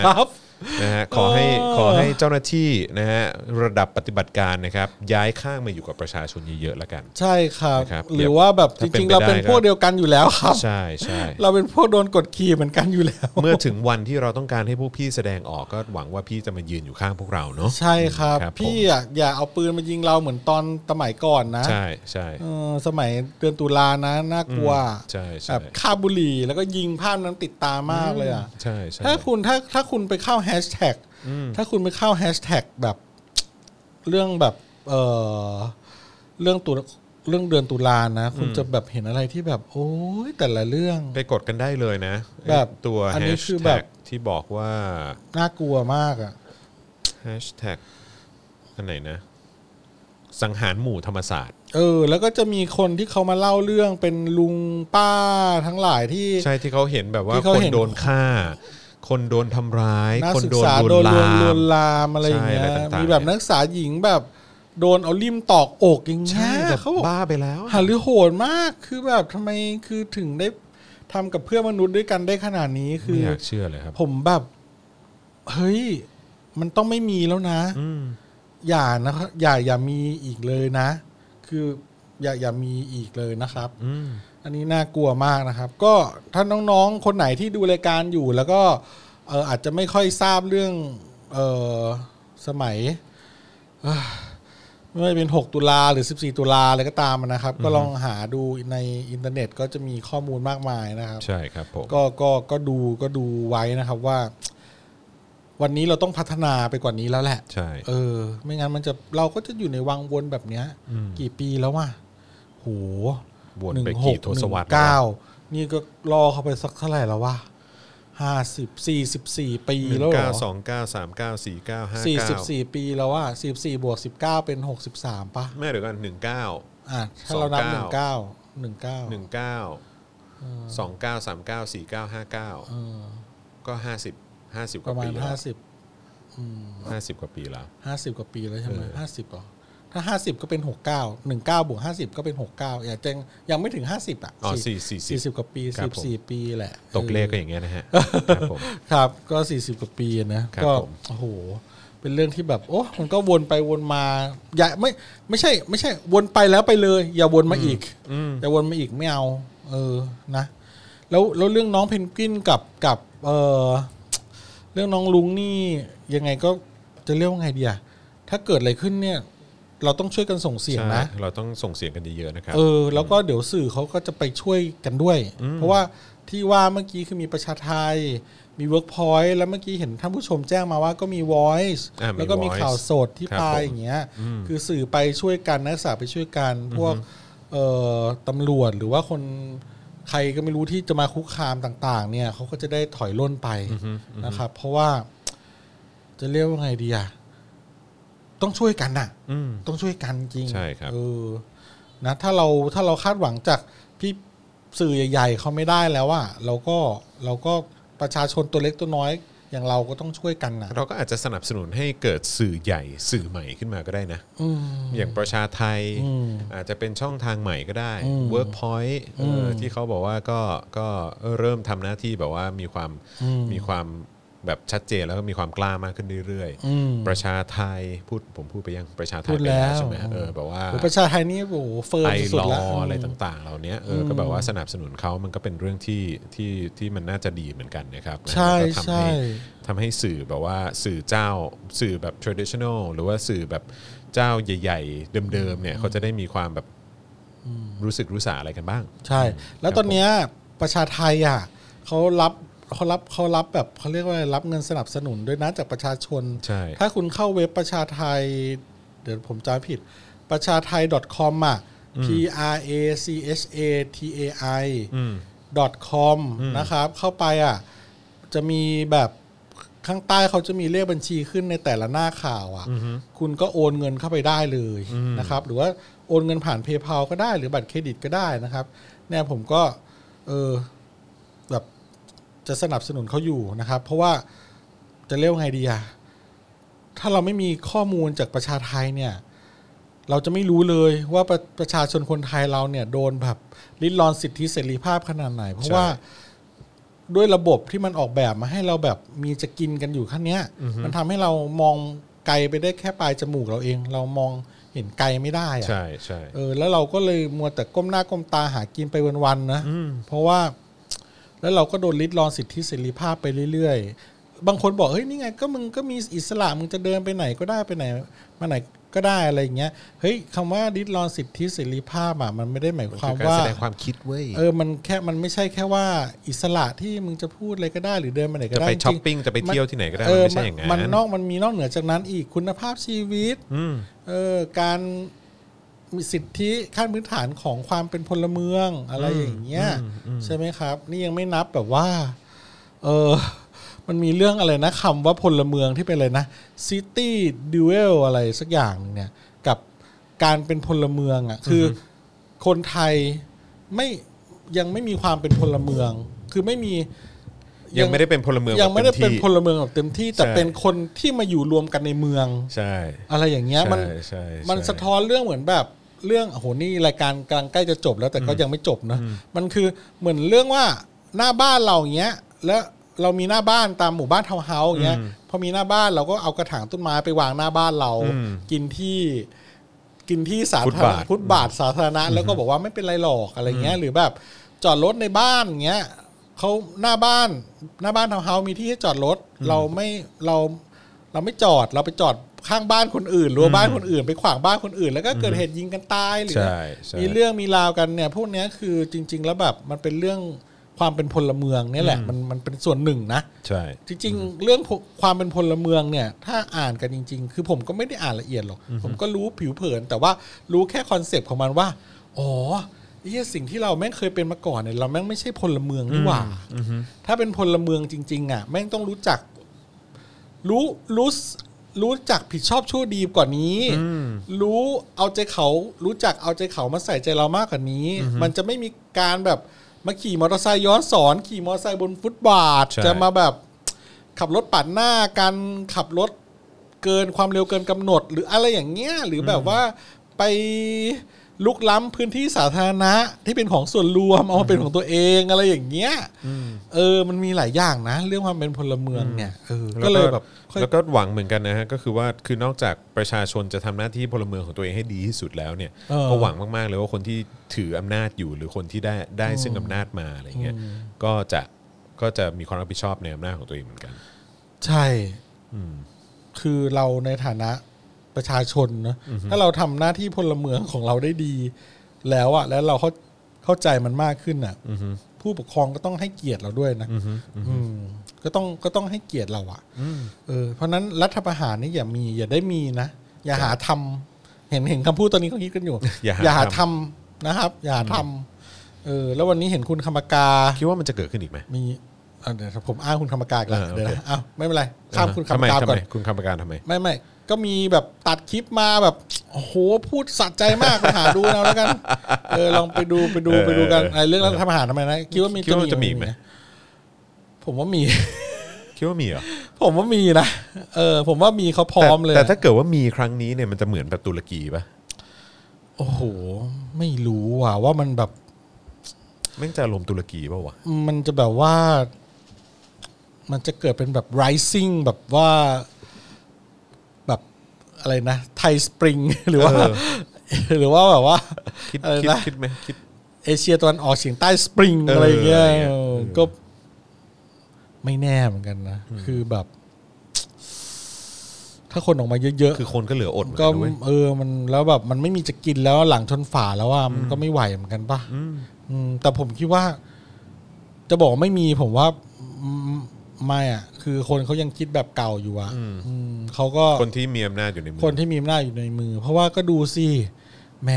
ครับ
ๆเลย
นะฮะนะ
ครับ
ฮะขอให้
เออ
ขอให้เจ้าหน้าที่นะฮะระดับปฏิบัติการนะครับย้ายข้างมาอยู่กับประชาชนเยอะๆแล้วกัน
ใช่ครับ
นะครับ
หรือว่าแบบจ
ถ้าเป็น
ริงๆ
ไป
เรา
ได้
เป็น
ก็
พวกเดียวกันอยู่แล้วครับ
ใช่ใช่
[LAUGHS] เราเป็นพวกโดนกดขี่เหมือนกันอยู่แล้ว
เมื่อถึงวันที่เราต้องการให้พวกพี่แสดงออกก็หวังว่าพี่จะมายืนอยู่ข้างพวกเราเนาะ
ใช่ครับ
ครับผม
พี่อะอย่าเอาปืนมายิงเราเหมือนตอนสมัยก่อนนะ
ใช่ใช่
เออสมัยเดือนตุลานะน่ากลัว
อืมใช่ใช่
แบบฆ่าบุหรี่แล้วก็ยิงภาพนั้นติดตามากเลยอ่ะ
ใช่ใช่
ถ้าคุณถ้าถ้าคุณไปเข้าแฮชแท็กถ้าคุณไปเข้าแฮชแท็กแบบเรื่องแบบเออเรื่องตุเรื่องเดือนตุลานะ คุณจะแบบเห็นอะไรที่แบบ โอ้ยแต่ละเรื่อง
ไปกดกันได้เลยนะ
แบบ
ตัว
อัน
แฮ
นี้
ช
คือแบ
แท็
บ
กที่บอกว่า
น่ากลัวมากอ่ะ
แฮชแท็กอันไหนนะ สังหารหมู่ธรรมศาสตร์
เออ แล้วก็จะมีคนที่เขามาเล่าเรื่องเป็นลุงป้าทั้งหลายที่
ใช่ที่เขาเห็นแบบว่า
ที่เขา
คน
เห็น
โดนฆ่า คนโดนทำร้าย
นัก
คน
ศึก
โดน
ษา
ล
โด
วน
ล
ลา
วนลว
ม
นลามอะไรอย่างเงี้ย
ใช่อะไรต่างๆ
มีแบบนักศึกษาหญิงแบบโดนเอาลิ่มตอกอกอย่างเงี้
ใช่
ย
แบบ
เขาบอก
บ้าไปแล้วอะ
หารือโหดมากคือแบบทำไมคือถึงได้ทำกับเพื่อนมนุษย์ด้วยกันได้ขนาดนี้คื
ไม่
อ
อยากเชื่อเลยครับ
ผมแบบ เฮ้ย มันต้องไม่มีแล้วนะ
อืม
อย่านะครับอย่าอย่ามีอีกเลยนะ คืออย่าอย่ามีอีกเลยนะครับ
อืม
อันนี้น่ากลัวมากนะครับ ก็ถ้าน้องๆ คนไหนที่ดูรายการอยู่ แล้วก็เอออาจจะไม่ค่อยทราบเรื่องเออสมัยเอ้อ ไม่ว่าจะเป็น 6 ตุลาหรือ 14 ตุลาอะไรก็ตามนะครับ ก็ลองหาดูในอินเทอร์เน็ตก็จะมีข้อมูลมากมายนะครับ
ใช่ครับผม
ก็ก็ก็ดูก็ดูไว้นะครับว่า วันนี้เราต้องพัฒนาไปกว่านี้แล้วแหละ
ใช่
เออ ไม่งั้นมันจะเราก็จะอยู่ในวังวนแบบเนี้ย กี่ปีแล้ววะโห
วน
หนึ่
ไป
งห
กี่
ก
ทศวรรษ
หนึ่งเก้านี่ก็รอเข้าไปสักเท่าไหร่แล้ววะห้าสิบสี่สิบสี่ปี
หนึ่ง
แล้วเหร
เก้าส
อ
องเก้าสามเก้าสี่เก้าห้า
สี่
เก้า
สิบสี่ปีแล้วว่าสี่สี่บวกสิบเก้าเป็นหกสิบสามปะ
ไม่เดี๋ยวกันหนึ่งเก้า
อ่ะถ้าเรานับห
ส
นึ่
อง ง
เก้า
เก้า
หนึ่งเก้า
หนึ่งเก้าสองเก้าสามเก้าสี่เก้าห้าเก้า
เออ
ก็ห้าสิบห้าสิบก
ประ
ว่า
มา
ปี
ณ
แล้
ห้าว สิบ
ห้าสิบกว่าปีแล้ว
ห้าสิบกว่าปีแล้วใช่ไหม
เออ
ห้าสิบอ่อถ้าห้าสิบก็เป็นหกเก้าหนึ่งเก้าบวกห้าสิบก็เป็นหกเก้าอย่าเจงยังไม่ถึงห้าสิบอ่ะ
อ๋อสี่สี่สิ
สี่สิ
บบ
กว่าปี
ครั
สิ
บบ ผม
สี่ปีแหละ
ตกเลขก็อย่างเงี้ยนะฮะครับผม
ครับก็สี่สิบกว่าปีนะครับ ก็
ผม
โอ้โหเป็นเรื่องที่แบบโอ้มันก็วนไปวนมาอย่าไม่ไม่ใช่ไม่ใช่วนไปแล้วไปเลย อย่าวนมาอีกอย่าวนมาอีกไม่เอา เออนะ แล้วแล้วเรื่องน้องเพนกวินกับกับเออเรื่องน้องลุงนี่ยังไงก็จะเรียกว่าไงดีอะถ้าเกิดอะไรขึ้นเนี่ย เราต้องช่วยกันส่งเสียง
ใช่
นะ
เราต้องส่งเสียงกันเยอะๆนะครับ
เออแล้วก็เดี๋ยวสื่อเขาก็จะไปช่วยกันด้วย เพราะว่าที่ว่าเมื่อกี้คือมีประชาไทย มีเวิร์กพอยต์แล้วเมื่อกี้เห็นท่านผู้ชมแจ้งมาว่าก็มี Voice
อ่ามี
แล้วก็มี
Voice
ข่าวสดที่
ครับ
ปลาย
ผม
อย่างเงี้ย คือสื่อไปช่วยกันนักศึกษาไปช่วยกัน พวกเอ่อตำรวจหรือว่าคนใครก็ไม่รู้ที่จะมาคุกคามต่าง ๆ เนี่ยเขาก็จะได้ถอยล่นไปนะครับ เพราะว่าจะเรียกว่าไงดีอะต้องช่วยกันน่ะ
อืม
ต้องช่วยกันจริง
ใช่ครับ
เออนะถ้าเราถ้าเราคาดหวังจากพี่สื่อใหญ่ ๆเขาไม่ได้แล้วอะเราก็เราก็ประชาชนตัวเล็กตัวน้อย อย่างเราก็ต้องช่วยกันนะ
เราก็อาจจะสนับสนุนให้เกิดสื่อใหญ่สื่อใหม่ขึ้นมาก็ได้นะ
อืม
อย่างประชาไทย
อืม
อาจจะเป็นช่องทางใหม่ก็ได้
อืม
Workpoint เอ่ออที่เขาบอกว่าก็ก็เริ่มทำหน้าที่แบบว่ามีความมีความแบบชัดเจนแล้วก็มีความกล้ามากขึ้นเรื่อย
อืม
ๆ ประชาไทยพูดผมพูดไปยังประชาไทย
พูด
ไปแล้ว
แล้ว
ใช่ไหมเออแบบว่า
โอ้ประชาไทยนี่โอ้โหเฟิร์ม
ไอ
สุด
ลอ
ๆแล้ว
อะไรต่างๆ เหล่านี้เออก็แบบว่าสนับสนุนเขามันก็เป็นเรื่องที่ที่ที่มันน่าจะดีเหมือนกันนะครับ
ใช่
แล้วก็ทำ
ใช่
ห้ ทำให้สื่อแบบว่าสื่อเจ้าสื่อแบบ traditional หรือว่าสื่อแบบเจ้าใหญ่ ๆ เดิมๆเนี่ยเขาจะได้มีความแบบรู้สึกรู้สาอะไรกันบ้าง
ใช่ แล้วตอนเนี้ยประชาไทยอะเขารับเขารับเขารับแบบเขาเรียกว่าอะไรรับเงินสนับสนุนด้วยนะจากประชาชน
ใช่
ถ้าคุณเข้าเว็บประชาไทย เดี๋ยวผมจำผิด ประชาไทย .com อ่ะ p r a c h a t a i .com นะครับ เข้าไปอ่ะ จะมีแบบข้างใต้เขาจะมีเลขบัญชีขึ้นในแต่ละหน้าข่าวอ่ะ คุณก็โอนเงินเข้าไปได้เลยนะครับ หรือว่าโอนเงินผ่านเพย์พาก็ได้หรือบัตรเครดิตก็ได้นะครับ เนี่ยผมก็ เออแบบจะสนับสนุนเขาอยู่นะครับ เพราะว่าจะเรียกว่าไงดีอ่ะ ถ้าเราไม่มีข้อมูลจากประชาไทยเนี่ย เราจะไม่รู้เลยว่าประประชาชนคนไทยเราเนี่ย โดนแบบลิดรอนสิทธิเสรีภาพขนาดไหน เพราะ
ใช่
ว่าด้วยระบบที่มันออกแบบมาให้เราแบบมีจะกินกันอยู่ขั้นเนี้ย มันทำให้เรามองไกลไปได้แค่ปลายจมูกเราเอง เรามองเห็นไกลไม่ได้อะ
ใช่ใช่
เออแล้วเราก็เลยมัวแต่ก้มหน้าก้มตาหากินไปวันๆนะเพราะว่า แล้วเราก็โดนลิดรอนสิทธิเสรีภาพไปเรื่อยๆ บางคนบอกเฮ้ยนี่ไงก็มึงก็มีอิสระมึงจะเดินไปไหนก็ได้ไปไหนมาไหนก็ได้อะไรอย่างเงี้ยเฮ้ยคำว่าลิดรอนสิทธิเสรีภาพอะมันไม่ได้หมาย
มัน
ค
คื
วาม
อการ
ว่า
แสดงความคิดเว้ย
เออมันแค่มันไม่ใช่แค่ว่าอิสระที่มึงจะพูดอะไรก็ได้หรือเดินไปไหนก็
จะ
ได้
ไป
จริงๆ
ช้อปปิ้งจะไปเที่ยวที่ไหนก็ได้
เอ
มัน
อ
ไม่ใช่อย่างนั้น
มันนอกมันมีนอกเหนือจากนั้นอีกคุณภาพชีวิต
อืม
เออการมีสิทธิขั้นพื้นฐานของความเป็นพลเมืองอะไรอย่างเงี้ยใช่ไหมครับ นี่ยังไม่นับแบบว่า เออมันมีเรื่องอะไรนะคำว่าพลเมืองที่เป็นอะไรนะซิตี้ดิวเอลอะไรสักอย่างหนึ่งเนี่ย กับการเป็นพลเมืองอ่ะคืออคนไทยไม่ยังไม่มีความเป็นพลเมือง คือไม่มี
ยังไม่ได้เป็นพลเมือง
ยังไม่ได้เป็น
แบบ
พ
ต็ที่
ลเมืองแบบเต็มที่ แต่
ใช่
เป็นคนที่มาอยู่รวมกันในเมือง
ใช่
อะไรอย่างเงี้ย
ใช่
มัน
ใช่ใช่
มันสะท้อนเรื่องเหมือนแบบเรื่องโอ้โหนี่รายการกำลังใกล้จะจบแล้วแต่ก็ยังไม่จบนะมันคือเหมือนเรื่องว่าหน้าบ้านเราอย่างเงี้ย แล้วเรามีหน้าบ้านตามหมู่บ้านทาวน์เฮาส์อย่างเงี้ยพอมีหน้าบ้านเราก็เอากระถางต้นไม้ไปวางหน้าบ้านเรา กินที่ กินที่สาธารณะพุทธบาทสาธารณะแล้วก็บอกว่าไม่เป็นไรหรอกอะไรเงี้ย หรือแบบจอดรถในบ้านเงี้ยเขาหน้าบ้านหน้าบ้านทาวน์เฮาส์มีที่ให้จอดรถ เราไม่เรา เราไม่จอดเราไปจอด ข้างบ้านคนอื่นรั้วบ้านคนอื่น ไปขวางบ้านคนอื่น แล้วก็เกิดเหตุยิงกันตายหรือ
ใช่ใช่
มีเรื่องมีราวกันเนี่ยพวกเนี้ยคือจริง ๆ แล้วแบบมันเป็นเรื่องความเป็นพลเมืองเนี่ยแหละมันมันเป็นส่วนหนึ่งนะ
ใช่
จริงๆ เรื่องพวกความเป็นพลเมืองเนี่ย ถ้าอ่านกันจริง ๆ คือผมก็ไม่ได้อ่านละเอียดหรอก ผมก็รู้ผิวเผิน แต่ว่ารู้แค่คอนเซปต์ของมันว่า อ๋อไอ้เหี้ยสิ่งที่เราแม่งเคยเป็นมาก่อนเนี่ยเราแม่งไม่ใช่พลเมืองนี่หว่า ถ้าเป็นพลเมืองจริง ๆ อ่ะ แม่งต้องรู้จัก รู้รู้รู้จักผิดชอบชั่วดีกว่านี้ รู้เอาใจเขารู้จักเอาใจเขามาใส่ใจเรามากกว่านี้ มันจะไม่มีการแบบมาขี่มอเตอร์ไซค์ย้อนสอน ขี่มอเตอร์ไซค์บนฟุตบาท จะมาแบบ ขับรถปาดหน้ากันขับรถเกินความเร็วเกินกำหนด หรืออะไรอย่างเงี้ยหรือแบบว่าไปลุกล้ำพื้นที่สาธารณะที่เป็นของส่วนรวมเอามาเป็นของตัวเองอะไรอย่างเงี้ยเออ มันมีหลายอย่างนะ เรื่องความเป็นพลเมืองเนี่ยเออก็เลยแบบค่อย
แล้วก็หวังเหมือนกันนะฮะก็คือว่าคือนอกจากประชาชนจะทำหน้าที่พลเมืองของตัวเองให้ดีที่สุดแล้วเนี่ย
เออ
ก็หวังมากๆเลยว่าคนที่ถืออำนาจอยู่หรือคนที่ได้ได้ซึ่งอำนาจมาอะไรเงี้ยก็จะก็จะมีความรับผิดชอบในอำนาจของตัวเองเหมือนกัน
ใช่ คือเราในฐานะประชาชนนะถ้าเราทำหน้าที่พลเมืองของเราได้ดี แล้วอะแล้วเราเข้าเข้าใจมันมากขึ้นอะผู้ปกครองก็ต้องให้เกียรติเราด้วยนะอืมก็ต้องก็ต้องให้เกียรติเราอะเออเพราะฉะนั้นรัฐประหารนี่อย่ามี อย่าได้มีนะอย่าหาทำเห็นเห็นคำพูดตอนนี้เขาคิดกันอยู่
อย่าหา
อย่าหา
ท
ทำนะครับ อย่าหาทำเออ แล้ววันนี้เห็นคุณคำปากา
คิดว่ามันจะเกิดขึ้นอีกไหม
มีอ่ะเดี๋ยวผมอ้างคุณคำปากาอีกแล้ว
เออโอเค
เดี๋ยวนะอ้าวไม่เป็นไรข้ามคุณคำปากา
ทำไมทำ
ก่อน
ไมคุณคำประการทำไม
ไม่ไม่ก็มีแบบตัดคลิปมาแบบ โอ้โหพูดสะใจมาก ไปหาดูเอาแล้วกันเออลองไปดูไปดูไปดูกัน
เออ
ไอ้เรื่องรัฐประหารทำไมนะคิดว่ามี
คิดว่าจะมีไหม
ผมว่ามี
คิดว่ามีเหรอ
ผมว่ามีนะเออ ผมว่ามีเขาพร้อมเลย
แต่แต่ถ้าเกิดว่ามีครั้งนี้เนี่ยมันจะเหมือนแบบตุรกีปะ
โอ้โห ไม่รู้ว่ะว่ามันแบบ
แม่งจะลมณ์ตุรกีปะวะ
มันจะแบบว่า มันจะเกิดเป็นแบบ rising แบบว่าแบบอะไรนะ ไทยสปริง [LAUGHS] หรือว่า
เออ
หรือว่าแบบว่า
คิด
อะไร
คิด
นะ
คิดไหมคิด
เอเชียตะวันออกเฉียงใต้สปริง
เอออ
อะไรเงี้ย
อะไรเงี้ย
เออก็ ไม่แน่เหมือนกันนะ คือแบบ ถ้าคนออกมาเยอะ
คือคนก็เหลืออดเหมือน
ๆก็
กันด้วย
เออมันแล้วแบบ มันไม่มีจะกินแล้วหลังชนฝาแล้วอ่ะมันก็ไม่ไหวเหมือนกันป่ะ
อืม
อืมแต่ผมคิดว่า จะบอกว่าไม่มีผมว่าอืมไม่อ่ะ คือคนเขายังคิดแบบเก่าอยู่อ่ะอืมเขาก็
คนที่มีอำนาจอยู่ในมือ
คนที่มีอำนาจอยู่ในมือ เพราะว่าก็ดูสิแหม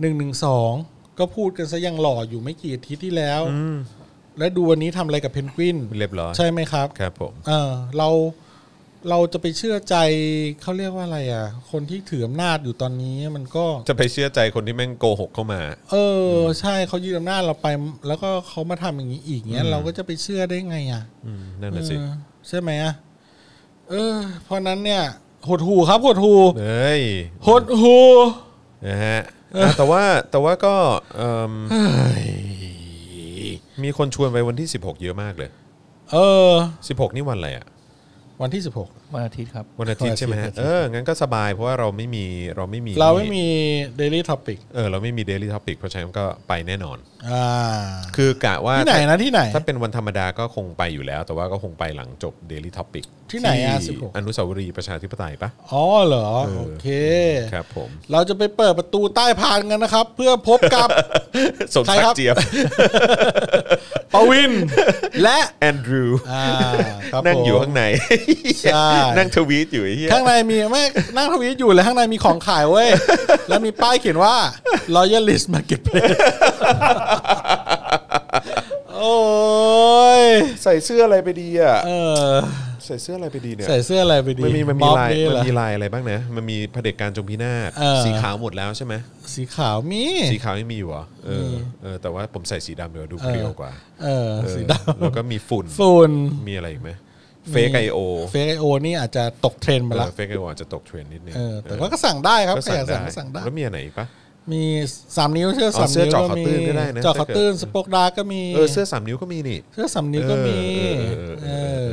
หนึ่งหนึ่งสองก็พูดกันซะยังหล่ออยู่ไม่กี่อาทิตย์ที่แล้ว
อืม
และดูวันนี้ทำอะไรกับเพนกวิน
เรียบร้อย
ใช่ไหมครับ
ครับผม
เออเราเราจะไปเชื่อใจเขาเรียกว่าอะไรอ่ะ คนที่ถืออำนาจอยู่ตอนนี้มันก็
จะไปเชื่อใจคนที่แม่งโกหกเข้ามา
เอออใช่เขายึดอำนาจเราไปแล้วก็เขามาทำอย่างนี้อีกเนี้ยเราก็จะไปเชื่อได้ไงอ่ะ
อืมนั่นน่ะสิ
เออใช่ไหมอ่ะเออ เพราะนั้นเนี่ยหดหูครับหดหู
เฮ้ย
หดหู
นะฮะอ่ะแต่ว่าแต่ว่าก็เอิ่มมีคนชวนไปวันที่ 16 เยอะมากเลย
เออ
16 นี่วันอะไรอ่ะ
วันที่สิบหก
วันอาทิตย์ครับ
วันอาทิตย์ใช่ไหม
วัน
ฮะ
อาทิตย์
เอองั้นก็สบายเพราะว่าเราไม่มีเราไม่มี
เราไม่มี daily topic
เออเราไม่มี daily topic เพราะฉะนั้นก็ไปแน่นอน
อ่า
คือกะว่า
ที่ไหนนะที่ไหน
ถ้าเป็นวันธรรมดาก็คงไปอยู่แล้ว แต่ว่าก็คงไปหลังจบ daily topic
ที่ไหนอ่ะ16
อนุสาวรีย์ประชาธิปไตยปะ
อ๋อเหรอโอเค
ครับผม
เราจะไปเปิดประตูใต้พานกันนะครับ เพื่อพบกับ
[LAUGHS] สมศัก
ใครครับ
ดิ์เจียบ [LAUGHS]
ปวิน [LAUGHS] และ
แอนดรูว์
อ่าครับ
นั่งอยู่
ผม
ข้างใน
ใช่
นั่งทวีตอยู่ไอ้เหี้ย
ข้างในมีแม่นั่งทวีตอยู่เลยข้างในมีของขายเว้
[LAUGHS]
ย แล้วมีป้ายเขียนว่า Royalist Marketplace
[LAUGHS]
โอ้ย
ใส่เสื้ออะไรไปดีอ่ะ
เออ
ใส่เสื้ออะไรไปดีเนี่ย
ใส่เสื้ออะไรไปดี
มันมีมันมี
อบ
ลาย
นี่
มัน
เหรอ
มีลายอะไรบ้างนะมันมีเผด็จการจงพินาศ
เออ
สีขาวหมดแล้วใช่ไหม
สีขาวมี
สีขาวยังมีอยู่เหรอเออเออแต่ว่าผมใส่สีดำเดี๋ยวดูเปรี้ยวกว่า
เออ
เออ
สีด
แล้วก็มีฝุ่น
ำฝุ่น
มีอะไรอีกไหมเฟกไอโอ
เฟกไอโอนี่อาจจะตกเทรนด์ไปละ
เฟกไอโออาจจะตกเทรนด์นิดนึง
เออ แต่ว่าก็สั่งได้ครับ
ก็
ใคร
สั่
อง ยาก
ได้
สั่งก็สั่งได้
แล้วมีอันไหนอีกปะ
มีสามนิ้วเสื้อ
เอา
สาม
เสื้อ
นิ้ว
เจาะ
ก็
ขาว
มี
ตื้นก็ได้นะ
เจาะขาว
ถ้าเกิด
ตื้นสปอกดาร์กก็มี
เออเสื้อสามนิ้วก็มีนี่
เสื้อสำนีก็มี
เออเออเออเออ
เออ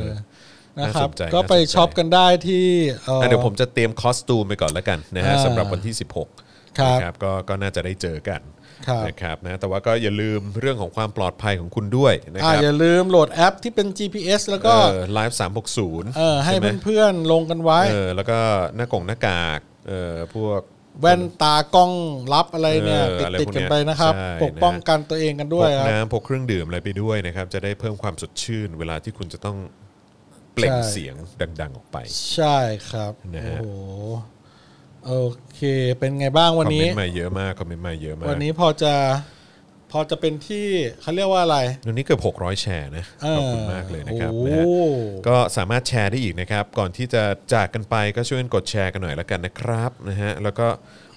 น่า
นะ
สนใจ
ครั
น่าสนใจ
บก็ไปช็อปกันได้ที่เอ่ออ
อ่ะเดี๋ยวผมจะเตรียมคอสตูมไปก่อนแล้วกันนะฮะ
อ่า
สำหรับวันที่ 16
ครับ
นะก็ก็น่าจะได้เจอกัน
ครับ
นะครับนะแต่ว่าก็อย่าลืมเรื่องของความปลอดภัยของคุณด้วยนะค
อ่า
รับ
อย่าลืมโหลดแอปที่เป็น GPS แล้วก็
ไลฟ์สามหกศูนย์
เออให้เพื่อนๆลงกันไว้
เออแล้วก็หน้ากงหน้ากากเออพวก
แว่นตากล้องรับอะไรเนี่ย
เออ
ติด
อะไร
ติด
พวก
กัน
เนี้ย
ไปนะครับ
ใช่
ปกป้อง
นะ
กันตัวเองกันด้วย
พ
ค
ก
รับ
น้ำพกเครื่องดื่มอะไรไปด้วยนะครับ จะได้เพิ่มความสดชื่น เวลาที่คุณจะต้องเปล่ง
ใช่
เสียงดัง ๆ ออกไป
ใช่ครับ
นะ
โอ้
ฮะ
โหโอเค เป็นไงบ้าง
คอ
วั
ม
น
เม
นี้
นต์มาเยอะมากคอมเมนต์มาเยอะมาก
วันนี้พอจะพอจะเป็นที่เขาเรียกว่าอะไร
วันนี้เกือบ600 แชร์นะ
เ
ขอบคุณมากเลยนะครับ
โอ้
นะฮะก็สามารถแชร์ได้อีกนะครับ ก่อนที่จะจากกันไปก็ช่วยกดแชร์กันหน่อยละกันนะครับนะฮะแล้วก็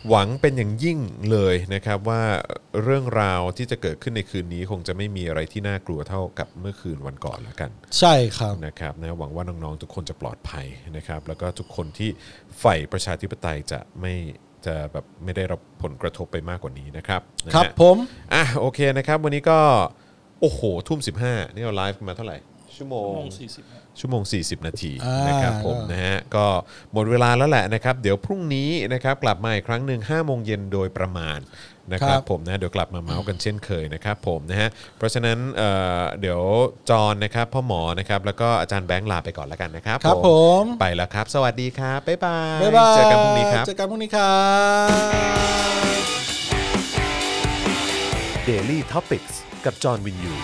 หวังเป็นอย่างยิ่งเลยนะครับว่าเรื่องราวที่จะเกิดขึ้นในคืนนี้คงจะไม่มีอะไรที่น่ากลัวเท่ากับเมื่อคืนวันก่อนละกัน
ใช่ครับ
นะครับนะหวังว่าน้องๆทุกคนจะปลอดภัยนะครับ แล้วก็ทุกคนที่ใฝ่ประชาธิปไตยจะไม่จะแบบไม่ได้รับผลกระทบไปมากกว่านี้นะครับนะฮะ
ครับผม
อ่ะโอเคนะครับ วันนี้ก็โอ้โหทุ่ม 15 นี่เราไลฟ์มาเท่าไหร่ ชั่วโม
ชั่วโม
ง
งสี่สิบ
ชั่วโมง 40 นาที
อ่าน
นะครับผมนะฮะก็หมดเวลาแล้วแหละนะครับ เดี๋ยวพรุ่งนี้นะครับกลับมาอีกครั้งหนึ่ง5โมงเย็นโดยประมาณนะค
ครั
รับบ ผมนะเดี๋ยวกลับมาเมาส์กันเช่นเคยนะครับผมนะฮะเพราะฉะนั้นเอ่อเดี๋ยวจอห์นนะครับพ่อหมอนะครับแล้วก็อาจารย์แบงค์ลาไปก่อนแล้วกันนะครับ
ครับผม
ไปแล้วครับ สวัสดีครับ บ๊ายบาย
บ๊ายบาย
เจอกันพรุ่งนี้ครับ
เจอกันพรุ่งนี้ครับ
Daily t o p i c กกับจอห์นวินยู